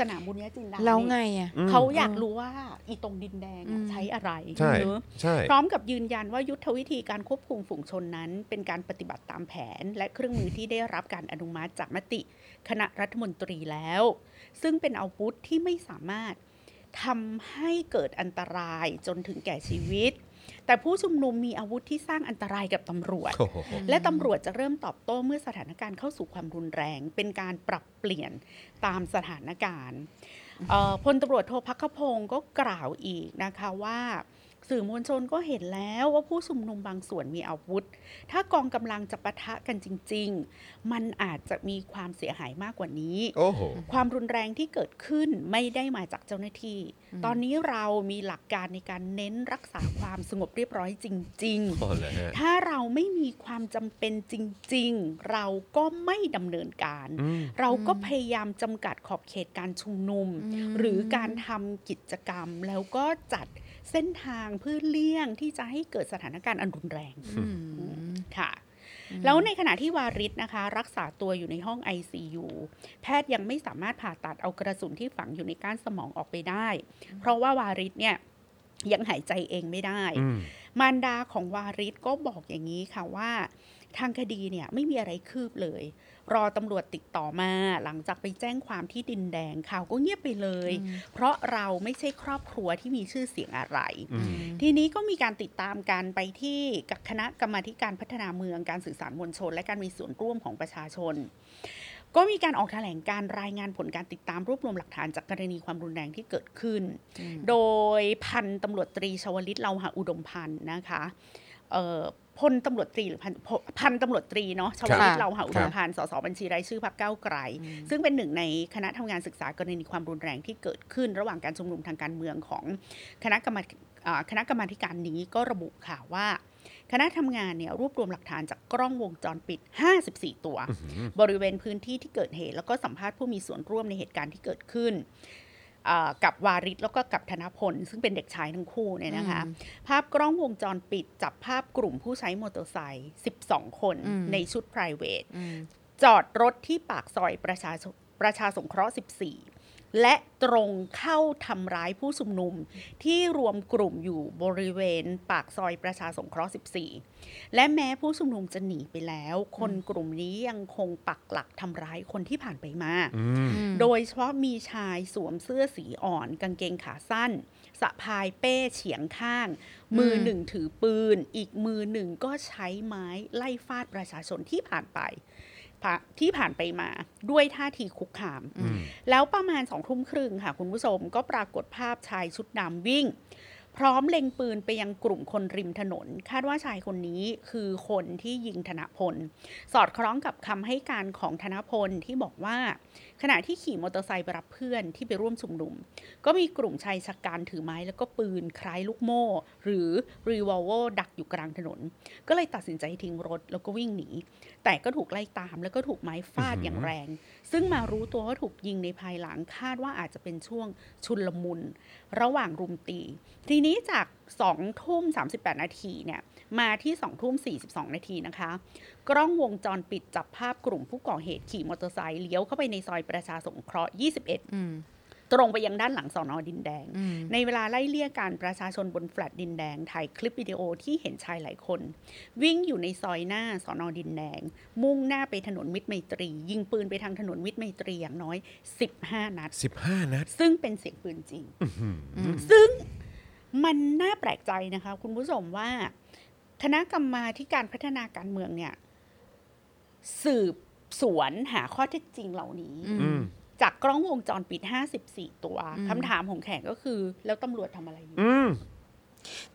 C: สนามบุญญจินดา
D: แล้ว
C: นี่
D: ไงอ่ะ
A: อืม
C: เขาอยากรู้ว่าอีตรงดินแดงอะ
D: อืม
C: ใช้อะไร
A: ใช่
C: เนอะ
A: ใช่
C: พร้อมกับยืนยันว่ายุทธวิธีการควบคุมฝูงชนนั้น เป็นการปฏิบัติตามแผน และเครื่องมือที่ได้รับการอนุมัติจากมติคณะรัฐมนตรีแล้ว ซึ่งเป็นอาวุธที่ไม่สามารถทำให้เกิดอันตรายจนถึงแก่ชีวิต แต่ผู้ชุมนุมมีอาวุธที่สร้างอันตรายกับตำรวจ
A: โอ้โห
C: และตำรวจจะเริ่มตอบโต้เมื่อสถานการณ์เข้าสู่ความรุนแรง เป็นการปรับเปลี่ยนตามสถานการณ์เอ่อพลตำรวจโทพักขพงศ์ก็กล่าวอีกนะคะว่า สื่อมวลชนก็เห็นแล้วว่าผู้ชุมนุมบางส่วนมีอาวุธ ถ้ากองกำลังจะปะทะกันจริง ๆ มันอาจจะมีความเสียหายมากกว่านี้
A: โอ้โห
C: ความรุนแรงที่เกิดขึ้นไม่ได้มาจากเจ้าหน้าที่ ตอนนี้เรามีหลักการในการเน้นรักษาความสงบเรียบร้อยจริง ๆ
A: พอเลยฮะ
C: ถ้าเราไม่มีความจำเป็นจริง ๆ เราก็ไม่ดำเนินการ
A: อืม
C: เราก็พยายามจำกัดขอบเขตการชุมนุม
D: อืม
C: หรือการทำกิจกรรม แล้วก็จัดเส้นทางเพื่อเลี่ยงที่จะให้เกิดสถานการณ์อันรุนแรง
D: อืม
C: ค่ะ แล้วในขณะที่วาริศนะคะ รักษาตัวอยู่ในห้อง ICU แพทย์ยังไม่สามารถผ่าตัดเอากระสุนที่ฝังอยู่ในก้านสมองออกไปได้ เพราะว่าวาริศเนี่ยยังหายใจเองไม่ได้
A: อืม
C: มารดาของวาริศก็บอกอย่างนี้ค่ะว่า ทางคดีเนี่ยไม่มีอะไรคืบเลย รอตำรวจติดต่อมาหลังจากไปแจ้งความที่ดินแดงข่าวก็เงียบไปเลย
D: อืม
C: เพราะเราไม่ใช่ครอบครัวที่มีชื่อเสียงอะไร
A: อืม
C: ทีนี้ก็มีการติดตามการไปที่กับคณะกรรมาธิการพัฒนาเมืองการสื่อสารมวลชน และการมีส่วนร่วมของประชาชน ก็มีการออกแถลงการรายงานผลการติดตามรวบรวมหลักฐานจากกรณีความรุนแรงที่เกิดขึ้น
D: อืม
C: โดยพันตำรวจตรีชวลิตเลาหะอุดมพันธ์นะคะเอ่อพลตำรวจตรีหรือพันพพันตำรวจตรีเนาะชวลิต
D: ค่ะ
C: เลาหะอุดมพันธ์สสบัญชีรายชื่อพรรคก้าวไกล ซึ่งเป็นหนึ่งในคณะทำงานศึกษากรณีความรุนแรงที่เกิดขึ้น ระหว่างการชุมนุมทางการเมืองของคณะกรรมอ่าคณะกรรมาธิการนี้ก็ระบุค่ะว่า คณะทำงานเนี่ยรวบรวมหลักฐานจากกล้องวงจรปิด 54 ตัว บริเวณพื้นที่ที่เกิดเหตุ แล้วก็สัมภาษณ์ผู้มีส่วนร่วมในเหตุการณ์ที่เกิดขึ้นอ่ากับวาริศแล้วก็กับธนพล ซึ่งเป็นเด็กชายทั้งคู่เนี่ยนะคะ ภาพกล้องวงจรปิดจับภาพกลุ่มผู้ใช้มอเตอร์ไซค์ 12 คน
D: อืม
C: ในชุด private
D: อืม
C: จอดรถที่ปากซอยประชาสประชาสงเคราะห์ 14 และตรงเข้าทำร้ายผู้ชุมนุม ที่รวมกลุ่มอยู่บริเวณปากซอยประชาสงเคราะห์ 14 และแม้ผู้ชุมนุมจะหนีไปแล้ว คนกลุ่มนี้ยังคงปักหลักทำร้ายคนที่ผ่านไปมา
A: อืม
C: โดยเฉพาะมีชายสวมเสื้อสีอ่อน กางเกงขาสั้น สะพายเป้เฉียงข้าง มือ
D: ม
C: หนึ่งถือปืน อีกมือหนึ่งก็ใช้ไม้ไล่ฟาดประชาชนที่ผ่านไปผ่าที่ผ่านไปมา ด้วยท่าทีคุกคาม
A: อืม
C: แล้วประมาณสองทุ่มครึ่งค่ะ คุณผู้ชมก็ปรากฏภาพชายชุดดำวิ่ง พร้อมเล็งปืนไปยังกลุ่มคนริมถนน คาดว่าชายคนนี้คือคนที่ยิงธนพล สอดคล้องกับคำให้การของธนพลที่บอกว่า ขณะที่ขี่มอเตอร์ไซค์ไปรับเพื่อนที่ไปร่วมชุมนุม ก็มีกลุ่มชายชะกันถือไม้แล้วก็ปืนคล้ายลูกโม่ หรือรีวอลเวอร์ดักอยู่กลางถนน ก็เลยตัดสินใจทิ้งรถแล้วก็วิ่งหนี แต่ก็ถูกไล่ตามแล้วก็ถูกไม้ฟาดอย่างแรง ซึ่งมารู้ตัวว่าถูกยิงในภายหลังคาดว่าอาจจะเป็นช่วงชุลมุน ระหว่างรุมตี ทีนี้จาก2ทุ่ม38 นาทีเนี่ยมาที่2ทุ่ม42 นาทีนะคะ กล้องวงจรปิดจับภาพกลุ่มผู้ก่อเหตุขี่มอเตอร์ไซค์เลี้ยวเข้าไปในซอยประชาสงเคราะห์
D: อืม
C: 21 ตรงไปยังด้านหลังสอนอดินแดง
D: อืม
C: ในเวลาไล่เลี่ยการประชาชนบนแฟลตดินแดงถ่ายคลิปวิดีโอที่เห็นชายหลายคน วิ่งอยู่ในซอยหน้าสอนอดินแดง มุ่งหน้าไปถนนมิตรไมตรี ยิงปืนไปทางถนนมิตรไมตรีอย่างน้อย 15 นัด
A: สิบห้านัด
C: ซึ่งเป็นเสียงปืนจริง
A: อืม
C: ซึ่งมันน่าแปลกใจนะคะ คุณผู้ชมว่า คณะกรรมาธิการพัฒนาการเมืองเนี่ย สืบสวนหาข้อเท็จจริงเหล่านี้
D: อื
A: อืม
C: จากกล้องวงจรปิด 54 ตัว
D: อืม
C: คำถามของแขกก็คือ แล้วตำรวจทำอะไรอยู่
A: อืม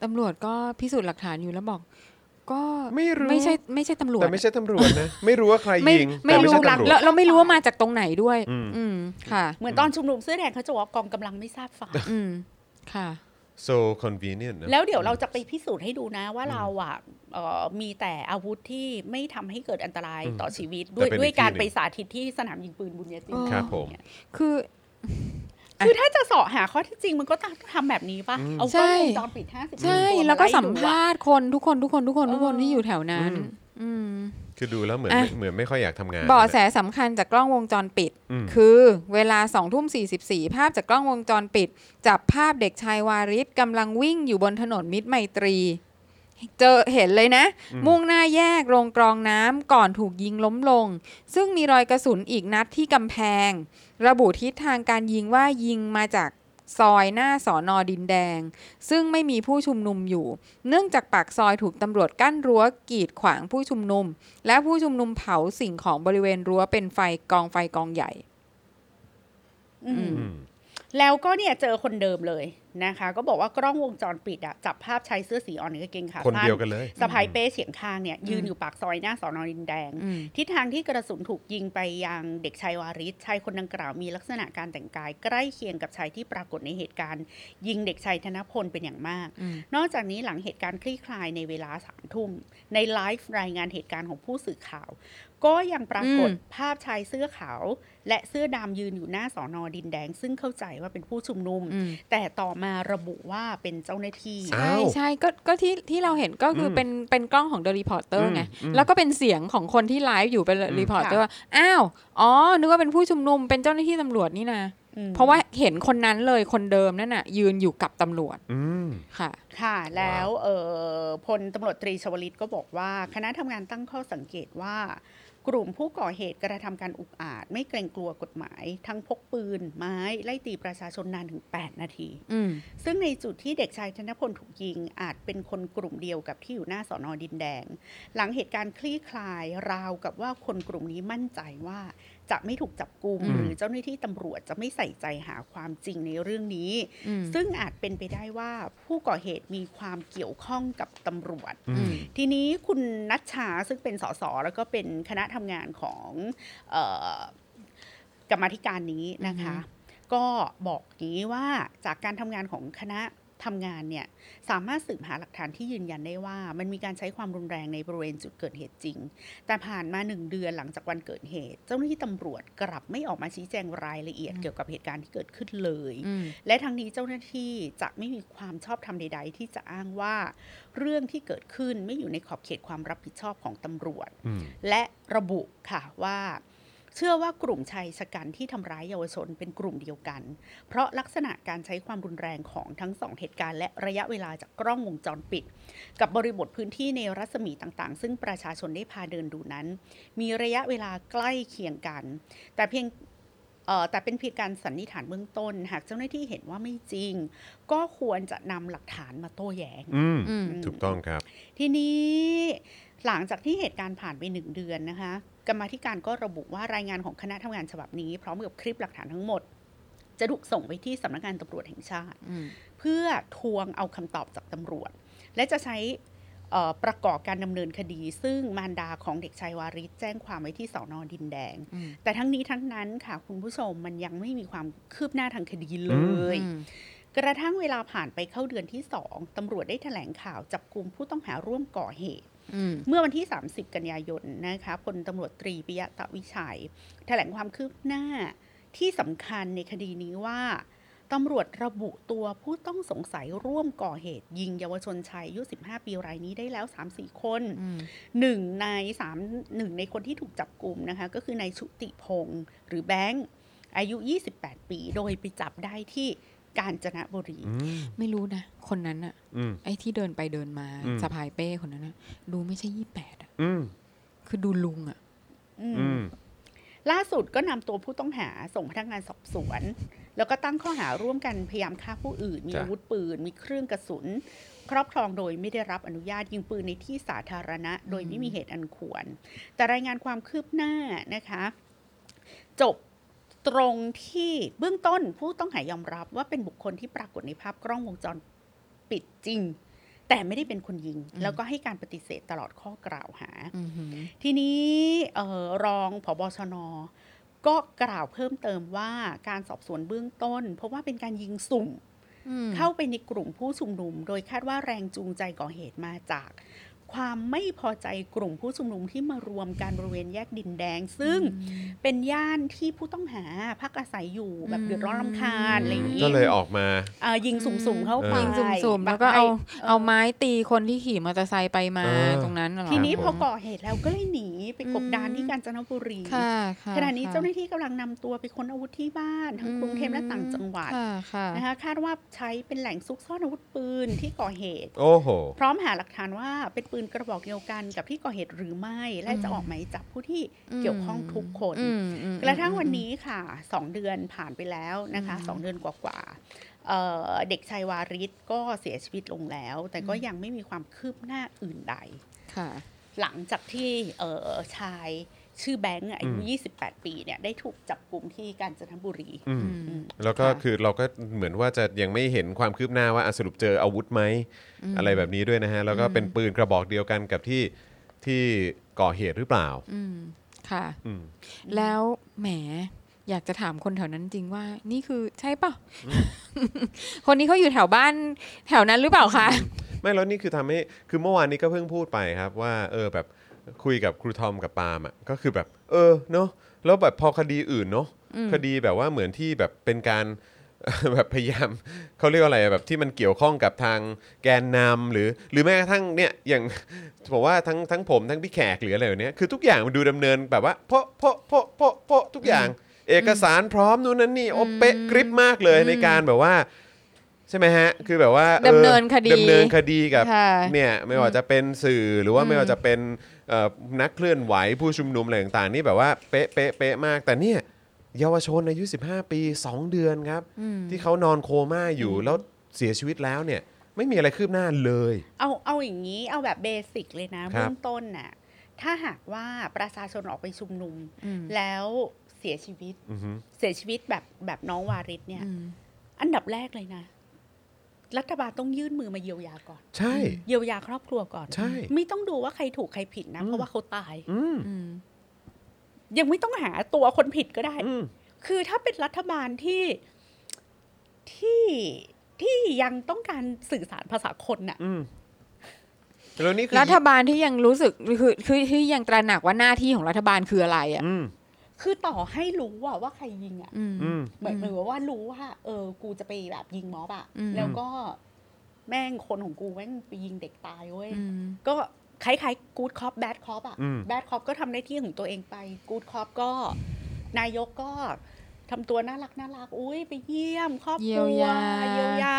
D: ตำรวจก็พิสูจน์หลักฐานอยู่แล้วบอก ก็
A: ไม่รู้
D: ไม่ใช่ไม่ใช่ตำรวจ
A: แต่ไม่ใช่ตำรวจนะ ไม่รู้ว่าใคร
D: ไม่
A: ยิง
D: ไม่
A: แต่
D: รู้
A: ใช่ตำวจ
D: แล้วเราไม่รู้ว่ามาจากตรงไหนด้วย
A: อืม
D: อืมค่ะ
C: เหมือนตอนชุมนุมเสื้อแดงเขาจะบอกว่ากองกำลังไม่ทราบฝ่าย
D: อืมค่ะ
A: so convenient นะ
C: แล้วเดี๋ยวเราจะไปพิสูจน์ให้ดูนะว่าเราอ่ะเอ่อมีแต่อาวุธที่ไม่ทำให้เกิดอันตรายต่อชีวิตด้วยด้วยการไปสาธิตที่สนามยิงปืนบุญญาจินดา
A: ครับผม
D: คือ อ่ะ
C: คือถ้าจะเสาะหาข้อเที่จริงมันก็ต้องทำแบบนี้ป่ะ
A: อืม
C: เอากล้องวงจรปิดห้าสิบ
D: ใช่
C: ตัว
D: แล้วก็
C: ไดูอะ
D: สัมภาษณ์คนทุกคนทุกคนทุกคนทุกคน
C: เออ
D: ที่อยู่แถวนั้น
A: อืม
D: อืม
A: คือดูแล้วเหมือน
D: อ่ะ
A: ไม่เหมือนไม่ค่อยอยากทำงาน
D: เบาะแสสำคัญจากกล้องวงจรปิด
A: อืม
D: คือเวลา2ทุ่ม44 ภาพจากกล้องวงจรปิด จับภาพเด็กชายวาริศกำลังวิ่งอยู่บนถนนมิตรไมตรี เจอเห็นเลยนะ มุ่งหน้าแยกโรงกรองน้ำก่อนถูกยิงล้มลง ซึ่งมีรอยกระสุนอีกนัดที่กำแพง ระบุทิศทางการยิงว่ายิงมาจากซอยหน้าสอนอดินแดง ซึ่งไม่มีผู้ชุมนุมอยู่ เนื่องจากปากซอยถูกตำรวจกั้นรั้วกีดขวางผู้ชุมนุม และผู้ชุมนุมเผาสิ่งของบริเวณรั้วเป็นไฟกองไฟกองใหญ่
C: อืม
A: อืม
C: แล้วก็เนี่ยเจอคนเดิมเลยนะคะ ก็บอกว่ากล้องวงจรปิดอะจับภาพชายเสื้อสีอ่อนกางเกงขา
A: คน
C: สั้
A: เดียวกันเลย
C: สะพายเป้เฉียงข้างเนี่ย ยืน
D: อืม
C: อยู่ปากซอยหน้าสอนอดินแดง
D: อืม
C: ทิศทางที่กระสุนถูกยิงไปยังเด็กชายวาริศชายคนดังกล่าวมีลักษณะการแต่งกาย ใกล้เคียงกับชายที่ปรากฏในเหตุการณ์ ยิงเด็กชายธนพลเป็นอย่างมาก
D: อืม
C: นอกจากนี้หลังเหตุการณ์คลี่คลายในเวลาสามทุ่ม ในไลฟ์รายงานเหตุการณ์ของผู้สื่อข่าว ก็ยังปรากฏ
D: อืม
C: ภาพชายเสื้อขาว และเสื้อดำยืนอยู่หน้าสอนอดินแดง ซึ่งเข้าใจว่าเป็นผู้ชุมนุม
D: อืม
C: แต่ต่อมาระบุว่าเป็นเจ้าหน้าที่
A: อ้า
D: ใช่
A: ว
D: ใช่ก็ก็ที่ที่เราเห็นก็คืออ
A: ม
D: เป็นเป็นกล้องของ The Reporter ไง
A: อืมอืม
D: แล้วก็เป็นเสียงของคนที่ไลฟ์อยู่เป็น The
A: อืม
D: Reporter
C: ค่ะ
D: ว่าอ้าว อ๋อ นึกว่าเป็นผู้ชุมนุมเป็นเจ้าหน้าที่ตำรวจนี่นะ
C: อืม
D: เพราะว่าเห็นคนนั้นเลยคนเดิมนั่นน่ะ ยืนอยู่กับตำรวจ
A: อืม
D: ค่ะ
C: ค่ะ แล้วเออพลตำรวจตรีชวลิตก็บอกว่า คณะทำงานตั้งข้อสังเกตว่า กลุ่มผู้ก่อเหตุกระทำการอุกอาจ ไม่เกรงกลัวกฎหมาย ทั้งพกปืน ไม้ ไล่ตีประชาชนนานถึง 8 นาที
D: อืม
C: ซึ่งในจุดที่เด็กชายธนพลถูกยิง อาจเป็นคนกลุ่มเดียวกับที่อยู่หน้าสอนอดินแดง หลังเหตุการณ์คลี่คลายราวกับว่าคนกลุ่มนี้มั่นใจว่าจะไม่ถูกจับกุม
D: อืม
C: หรือเจ้าหน้าที่ตำรวจจะไม่ใส่ใจหาความจริงในเรื่องนี้
D: อืม
C: ซึ่งอาจเป็นไปได้ว่าผู้ก่อเหตุมีความเกี่ยวข้องกับตำรวจ
A: อืม
C: ทีนี้คุณนัชชาซึ่งเป็นสสแล้วก็เป็นคณะทำงานของเออกรรมาธิการนี้นะคะ ก็บอกอย่างนี้ว่าจากการทำงานของคณะทำงานเนี่ยสามารถสืบหาหลักฐานที่ยืนยันได้ว่า มันมีการใช้ความรุนแรงในบริเวณจุดเกิดเหตุจริง แต่ผ่านมาหนึ่งเดือนหลังจากวันเกิดเหตุ เจ้าหน้าที่ตำรวจกลับไม่ออกมาชี้แจงรายละเอียดเกี่ยวกับเหตุการณ์ที่เกิดขึ้นเลย
D: อืม
C: และทั้งนี้เจ้าหน้าที่จะไม่มีความชอบธรรมใด ๆ ที่จะอ้างว่า เรื่องที่เกิดขึ้นไม่อยู่ในขอบเขตความรับผิดชอบของตำรวจ
A: อืม
C: และระบุค่ะว่า เชื่อว่ากลุ่มชายชะกันที่ทำร้ายเยาวชนเป็นกลุ่มเดียวกัน เพราะลักษณะการใช้ความรุนแรงของทั้งสองเหตุการณ์และระยะเวลาจากกล้องวงจรปิด กับบริบทพื้นที่ในรัศมีต่างๆ ซึ่งประชาชนได้พาเดินดูนั้น มีระยะเวลาใกล้เคียงกัน แต่เพียงเอ่อแต่เป็นเพียงการสันนิษฐานเบื้องต้น หากเจ้าหน้าที่เห็นว่าไม่จริง ก็ควรจะนำหลักฐานมาโต้แย้ง
A: อืม
D: อืม
A: ถูกต้องครับ
C: ทีนี้หลังจากที่เหตุการณ์ผ่านไปหนึ่งเดือนนะคะ กรรมาธิการก็ระบุว่ารายงานของคณะทำงานฉบับนี้ พร้อมกับคลิปหลักฐานทั้งหมด จะถูกส่งไปที่สำนักงานตำรวจแห่งชาติ
D: อืม
C: เพื่อทวงเอาคำตอบจากตำรวจ และจะใช้เอ่อประกอบการดำเนินคดี ซึ่งมารดาของเด็กชายวาริศแจ้งความไว้ที่สอนอดินแดง
D: อืม
C: แต่ทั้งนี้ทั้งนั้นค่ะคุณผู้ชมมันยังไม่มีความคืบหน้าทางคดีเลย
D: อืม
C: กระทั่งเวลาผ่านไปเข้าเดือนที่ 2ตำรวจได้แถลงข่าวจับกลุ่มผู้ต้องหาร่วมก่อเหตุ
D: อืม
C: เมื่อวันที่ 30 กันยายนนะคะพลตำรวจตรีปิยะตะวิชัย แถลงความคืบหน้าที่สำคัญในคดีนี้ว่าตำรวจระบุตัวผู้ต้องสงสัยร่วมก่อเหตุ ยิงเยาวชนชายอายุ 15 ปีรายนี้ได้แล้ว 3-4 คน
D: อืม
C: หนึ่งในสามหนึ่งในคนที่ถูกจับกลุ่มนะคะ ก็คือนายชุติพงศ์หรือแบงค์อายุ 28 ปี โดยไปจับได้ที่กาญจนบุรี
A: อืม
D: ไม่รู้นะ คนนั้นอะ
A: อืม
D: ไอ้ที่เดินไปเดินมา
A: อืม
D: สะพายเป้คนนั้นอะดูไม่ใช่ยี่แปดอะ
A: อืม
D: คือดูลุงอะ
C: อืม
A: อืม
C: ล่าสุดก็นำตัวผู้ต้องหาส่งพนักงานสอบสวน แล้วก็ตั้งข้อหาร่วมกันพยายามฆ่าผู้อื่น มี
A: จ้ะ
C: อาวุธปืน มีเครื่องกระสุน ครอบครองโดยไม่ได้รับอนุญาตยิงปืนในที่สาธารณะ โดยไม่มีเหตุอันควร แต่รายงานความคืบหน้านะคะ จบตรงที่เบื้องต้นผู้ต้องหายอมรับว่าเป็นบุคคลที่ปรากฏในภาพกล้องวงจรปิดจริง แต่ไม่ได้เป็นคนยิง
D: อืม
C: แล้วก็ให้การปฏิเสธตลอดข้อกล่าวหา
D: อือหือ
C: ทีนี้เอ่อรองผบชน ก็กล่าวเพิ่มเติมว่าการสอบสวนเบื้องต้น เพราะว่าเป็นการยิงสุ่ม
D: อืม
C: เข้าไปในกลุ่มผู้ชุมนุม โดยคาดว่าแรงจูงใจก่อเหตุมาจาก ความไม่พอใจกลุ่มผู้ชุมนุมที่มารวมกันบริเวณแยกดินแดง ซึ่งเป็นย่านที่ผู้ต้องหาพักอาศัยอยู่แบบเดือดร้อนรำคาญอะไรอย่างนี้
A: ก็เลยออกมา
C: เอ่อยิงสุ่มๆเข้าไป
D: ยิงสุ่มๆ แล้วก็เอาเอาไม้ตีคนที่ขี่มอเตอร์ไซค์ไปมา
A: เออ
D: ตรงนั้นน่ะเหร
C: ทีนี้
A: ครับผ
C: พ
A: ม
C: อก่อเหตุแล้วก็เลยหนีไปกบดานที่กาญจนบุรี
D: ค่ะค่ะ
C: ขณะนี้
D: ค่ะ
C: เจ้าหน้าที่กำลังนำตัวไปค้นอาวุธที่บ้านทั้งกรุงเทพและต่างจังหวัด
D: ค่ะค่ะ
C: นะคะคาดว่าใช้เป็นแหล่งซุกซ่อนอาวุธปืนที่ก่อเหตุ
A: โอ้โห
C: พร้อมหาหลักฐานว่าเป็นปืนกระบอกเดียวกันกับที่ก่อเหตุหรือไม่ และจะออกหมายจับผู้ที่เกี่ยวข้องทุกคน
D: อืมอืม
C: กระทั่งวันนี้ค่ะสองเดือนผ่านไปแล้วนะคะ
D: อืม
C: สองเดือนกว่าๆเอ่อเด็กชายวาริศก็เสียชีวิตลงแล้ว แต่ก็ยังไม่มีความคืบหน้าอื่นใด
D: ค่ะ
C: หลังจากที่เอ่อชายชื่อแบงค์อายุ 28 ปีเนี่ยได้ถูกจับกลุ่มที่กาญจนบุรี
A: อืม
D: อืม
A: แล้วก็
D: ค่ะ
A: คือเราก็เหมือนว่าจะยังไม่เห็นความคืบหน้าว่าอ่ะสรุปเจออาวุธไหม อะไรแบบนี้ด้วยนะฮะ แล้วก็เป็นปืนกระบอกเดียวกันกับที่ที่ก่อเหตุหรือเปล่า
D: อืมค่ะ
A: อืม
D: แล้วแหม อยากจะถามคนแถวนั้นจริงว่า นี่คือใช่เปล่า คนนี้เขาอยู่แถวบ้านแถวนั้นหรือเปล่าคะ
A: ไม่แล้วนี่คือทำให้คือเมื่อวานนี้ก็เพิ่งพูดไปครับว่า เออแบบคุยกับครูทอมกับปาล์มอ่ะก็คือแบบ เออเนาะแล้วแบบพอคดีอื่นเนาะคดีแบบว่าเหมือนที่แบบเป็นการ แบบพยายามเขาเรียกว่าอะไรอะแบบที่มันเกี่ยวข้องกับทางแกนนำหรือ หรือแม้กระทั่งเนี่ยอย่าง ผมว่าทั้งทั้งผมทั้งพี่แขกหรืออะไรแบบเนี้ยคือทุกอย่างมันดูดำเนินแบบว่าเพาะเพาะเพาะเพาะเพาะทุกอย่าง เอกสารพร้อมนู่นนั่นนี่โอเปะกริปมากเลยในการแบบว่า ใช่ไหมฮะ คือแบบว่าออ
D: ดำเนินคดี
A: ดำเนินคดีกับ
D: ค่ะ
A: เนี่ยไม่ว่าจะเป็นสื่อหรือว่าไม่ว่าจะเป็นเอ่อนักเคลื่อนไหวผู้ชุมนุมอะไรต่างๆนี่แบบว่าเป๊ะเป๊ะเป๊ะมาก แต่เนี่ยเยาวชนอายุ 15 ปี 2 เดือนครับ ที่เขานอนโคม่าอยู่แล้วเสียชีวิตแล้วเนี่ย ไม่มีอะไรคืบหน้าเลย
C: เอาเอาอย่างนี้เอาแบบเบสิกเลยนะครับ เบื้องต้นน่ะถ้าหากว่าประชาชนออกไปชุมนุม
D: อืม
C: แล้วเสียชีวิต
A: อือฮึ
C: เสียชีวิตแบบแบบน้องวาริศเนี่ย
D: อืม
C: อันดับแรกเลยนะ รัฐบาลต้องยื่นมือมาเยียวยาก่อน
A: ใช่
C: เยียวยาครอบครัวก่อน
A: ใช่
C: ไม่ต้องดูว่าใครถูกใครผิดนะ เพราะว่าเขาตาย
A: อืม
D: อืม
C: ยังไม่ต้องหาตัวคนผิดก็ได้
A: อืม
C: คือถ้าเป็นรัฐบาลที่ที่ที่ยังต้องการสื่อสารภาษาคนน่ะ
A: อืมแล้วนี่คือ
D: รัฐบาลที่ยังรู้สึกคือคือที่ยังตระหนักว่าหน้าที่ของรัฐบาลคืออะไรอ่ะ
A: อืม
C: คือต่อให้รู้ว่าว่าใครยิงอ่ะ
D: อืม
A: อืม
C: เหมือนเหมือนว่ารู้ว่า เออ กูจะไปแบบยิงม็อบอ่ะ
D: อืม
C: แล้วก็แม่งคนของกูแม่งไปยิงเด็กตายเว้ย
D: อืม
C: ก็คล้ายๆกู๊ดคอปแบดคอปอ่ะ
A: อืม
C: แบดคอปก็ทำหน้าที่ของตัวเองไปกู๊ดคอปก็ นายกก็ทำตัวน่ารักน่ารักอุ้ยไปเยี่ยมครอบครัว
D: เยียวยา
C: เยียวยา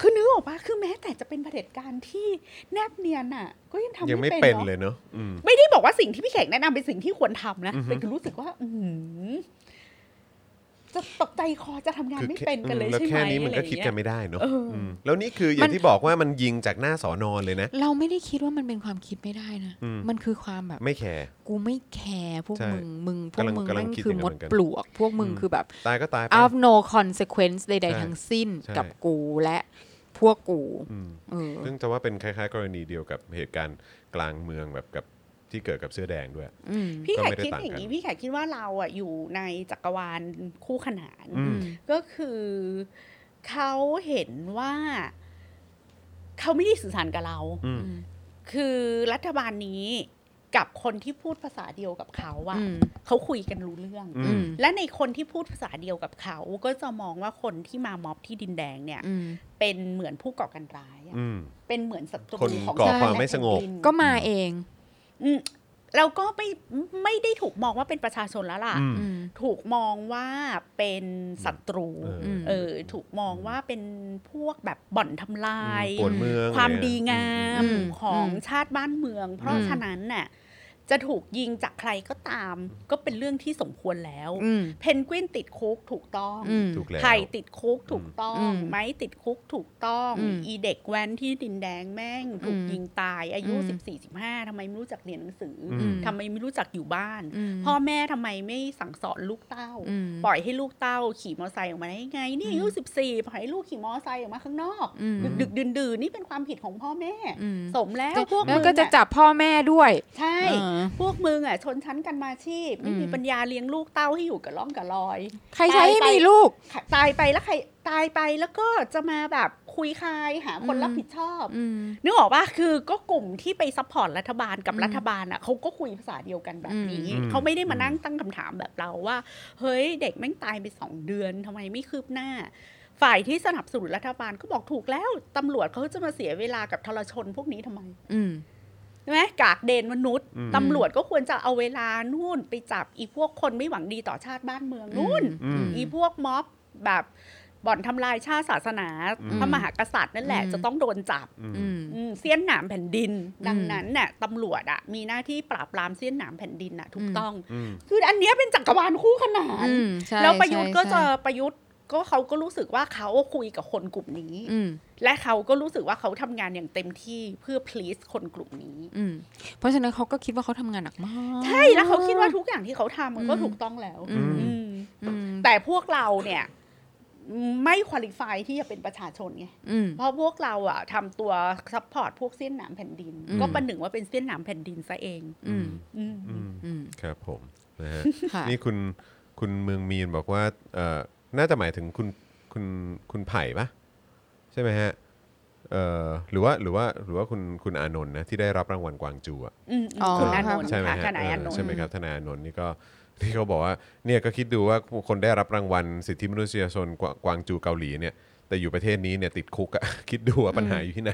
C: คือนึกออกปะคือแม้แต่จะเป็นเผด็จการที่แนบเนียนอ่ะ ก็ยังทำ
A: ยังไม่
C: ไม่
A: เป็
C: เป็น น
A: เล
C: เลย
A: ยเนอะอืม
C: ไม่ได้บอกว่าสิ่งที่พี่แขกแนะนำเป็นสิ่งที่ควรทำนะ
A: อือฮึ
C: แต่คือรู้สึกว่า อือหือจะตกใจคอจะทำงานไม่เป็นกันเลย
A: อืมแล้ว
C: ใช่ไหม
A: แค่นี้มันก็
C: อะไรอย่าง
A: คิด
C: เงี้ย
A: กันไม่ได้เนอะ
C: เอออื
A: มแล้วนี่คืออย่างที่บอกว่ามันยิงจากหน้าสอนอนเลยนะ
D: เราไม่ได้คิดว่ามันเป็นความคิดไม่ได้นะ
A: อืม
D: มันคือความแบบ
A: ไม่แคร์
D: กูไม่แคร์พวก
A: ใช่
D: มึง มึงพวก
A: กำลัง
D: มึง
A: กำลัง
D: แม่ง
A: คิดอ
D: คือย่าง
A: นั้น
D: มด
A: เหมือนกัน
D: ปลวก พวกมึง
A: อืม
D: คือแบบ
A: ตายก็ตายไป
D: of no consequence ใด
A: ใช่
D: ๆ ทั้งสิ้น
A: ใช่
D: กับกูและพวกกู
A: อืม
D: เออ
A: ซึ่งจะว่าเป็นคล้ายๆ กรณีเดียวกับเหตุการณ์กลางเมืองแบบกับที่เกิดกับเสื้อแดงด้วย
D: อืม
C: พี่แข
A: ก็
C: ก
A: ไม่ได้
C: คิด
A: ต่าง
C: อย่างนี้
A: กัน
C: พี่แขกคิดว่าเราอ่ะอยู่ในจักรวาลคู่ขนาน
A: อืม
C: ก็คือเขาเห็นว่า เขาไม่ได้สื่อสารกับเรา
A: อื
D: อื
A: ม
D: ม
C: คือรัฐบาลนี้กับคนที่พูดภาษาเดียวกับเขาอะ
D: อืม
C: เขาคุยกันรู้เรื่อง
A: อื
D: อืม
C: และในคนที่พูดภาษาเดียวกับเขา ก็จะมองว่าคนที่มาม็อบที่ดินแดงเนี่ย
D: อืม
C: เป็นเหมือนผู้ก่อการร้ายอะ
A: อืม
C: เป็นเหมือนศัตรู
A: คน
C: ของ
A: ก่อ
C: ชติ
A: ความ
C: และ
A: ไม่สงบ
C: แผ่นดิน
D: ก็มาเอง
C: อืมแล้วก็ไม่ไม่ได้ถูกมองว่าเป็นประชาชนแล้วล่ะ
A: อืม
D: อืม
C: ถูกมองว่าเป็นศัตรู
A: อืม
C: เออ ถูกมองว่าเป็นพวกแบบบ่อนทำลาย
A: ปวดเมือง
C: ความดีงาม
D: อืม
C: ของ
D: อืม
C: ชาติบ้านเมือง เพราะฉะนั้นน่ะจะถูกยิงจากใครก็ตาม ก็เป็นเรื่องที่สมควรแล้ว
D: อืม
C: เพนกวินติดคุกถูกต้อง
D: อืม
A: ถูกแล้ว
C: ไผ่ติดคุกถูกต้อง
D: อืม
C: ไม้ติดคุกถูกต้อง
D: อืม
C: อีเด็กแว้นที่ดินแดงแม่ง ถูก
D: อืม
C: ยิงตาย อายุ
D: อืม
C: สิบสี่สิบห้าทำไมไม่รู้จักเรียนหนังสืออ
A: อืม
C: ทำไมไม่รู้จักอยู่บ้าน
D: อืม
C: พ่อแม่ทำไมไม่สั่งสอนลูกเต้า
D: อืม
C: ปล่อยให้ลูกเต้าขี่มอเตอร์ไซค์ออกมาได้ยังไง นี่อายุ
D: อืม
C: สิบสี่ปล่อยให้ลูกขี่มอเตอร์ไซค์ออกมาข้างนอก
D: อืม
C: ดึกดึกดื่นดื่นนี่เป็นความผิดของพ่อแม่
D: อืม
C: สมแล้ว
D: จะ
C: พวก
D: แล้
C: มึ
D: ว
C: ง
D: ก็จะ
C: อะ
D: จับพ่อแม่ด้วย
C: ใช่
D: เออ
C: พวกมึงอ่ะชนชั้นกันมาชีพ ไม่มี
D: อืม
C: ปัญญาเลี้ยงลูกเต้าให้อยู่กับร่องกับรอย
D: ใครใช้ให้
C: ไปไป
D: มีลูก
C: ตายไปแล้วใครตายไปแล้วก็จะมาแบบ คุยคายหาคน
D: อืม
C: รับผิดชอบ
D: อืม
C: นึกออกปะคือก็กลุ่มที่ไปซัพพอร์ตรัฐบาลกับ
D: อืม
C: รัฐบาลอ่ะเขาก็คุยภาษาเดียวกันแบบนี้
A: อืม
C: เขาไม่ได้มานั่งตั้งคำถามแบบเราว่า เฮ้ยเด็กแม่งตายไปสองเดือนทำไมไม่คืบหน้า ฝ่ายที่สนับสนุนรัฐบาลก็บอกถูกแล้วตำรวจเขาจะมาเสียเวลากับทรชนพวกนี้ทำไม ใช่ไหมกากเดนมนุษย์
A: อืม
C: ตำรวจก็ควรจะเอาเวลานู่นไปจับอีพวกคนไม่หวังดีต่อชาติบ้านเมืองนู่น
A: อืม
C: อีพวกม็อบแบบบ่อนทำลายชาติศาสนา
A: อืม
C: พระมหากษัตริย์นั่นแหละ
D: อืม
C: จะต้องโดนจับ
A: อืม
D: อืม
C: อืมเสี้ยนหนามแผ่นดิน ดัง
D: อืม
C: นั้นน่ะตำรวจอะมีหน้าที่ปราบปรามเสี้ยนหนามแผ่นดินน่ะถูก
D: อืม
C: ต้อง
A: อืม
C: คืออันเนี้ยเป็นจักรวาลคู่ขนาน
D: อืมใช่
C: แล้วประยุทธ์ก็
D: ใช่
C: จะ
D: ใช่
C: ประยุทธ์ก็เขาก็รู้สึกว่าเขาคุยกับคนกลุ่มนี้
D: อืม
C: และเขาก็รู้สึกว่าเขาทำงานอย่างเต็มที่เพื่อ please คนกลุ่มนี้
D: อืม เพราะฉะนั้นเขาก็คิดว่าเขาทำงานหนักมาก
C: ใช่แล้วเขาคิดว่าทุกอย่างที่เขาทำมันก็
D: อืม
C: ถูกต้องแล้ว
D: อืม
C: อืม
D: อืม
C: แต่พวกเราเนี่ยไม่คุริฟายที่จะเป็นประชาชนไง
D: อืม
C: เพราะพวกเราอะทำตัวซัพพอร์ตพวกเส้นหนามแผ่นดิน
D: อืม
C: ก็ประหนึ่งว่าเป็นเส้นหนามแผ่นดินซะเอง
D: อืม
C: อืม
A: อืม
D: อืม
A: ครับผมนะฮะ
D: ค่ะ
A: นี่คุณคุณเมืองมีนบอกว่าเอ่อน่าจะหมายถึงคุณคุณคุณไผ่ปะใช่ไหมฮะเอ่อหรือว่าหรือว่าหรือว่าคุณคุณอานนท์นะที่ได้รับรางวัลกวางจูอะ
C: อืม
D: อ๋อ
C: คุณอานนท์
A: ใช่ไหม
C: ค่ะ
A: ฮะ
C: ทนายอานน
A: เออ
C: ท์
A: ใช่ไหมครับทนายอานนท์นี่ก็ ที่เขาบอกว่าเนี่ยก็คิดดูว่าคนได้รับรางวัลสิทธิมนุษยชนกวากวางจูเกาหลีเนี่ยแต่อยู่ประเทศนี้เนี่ยติดคุกอะ คิดดูว่าปัญหาอยู่ที่ไหน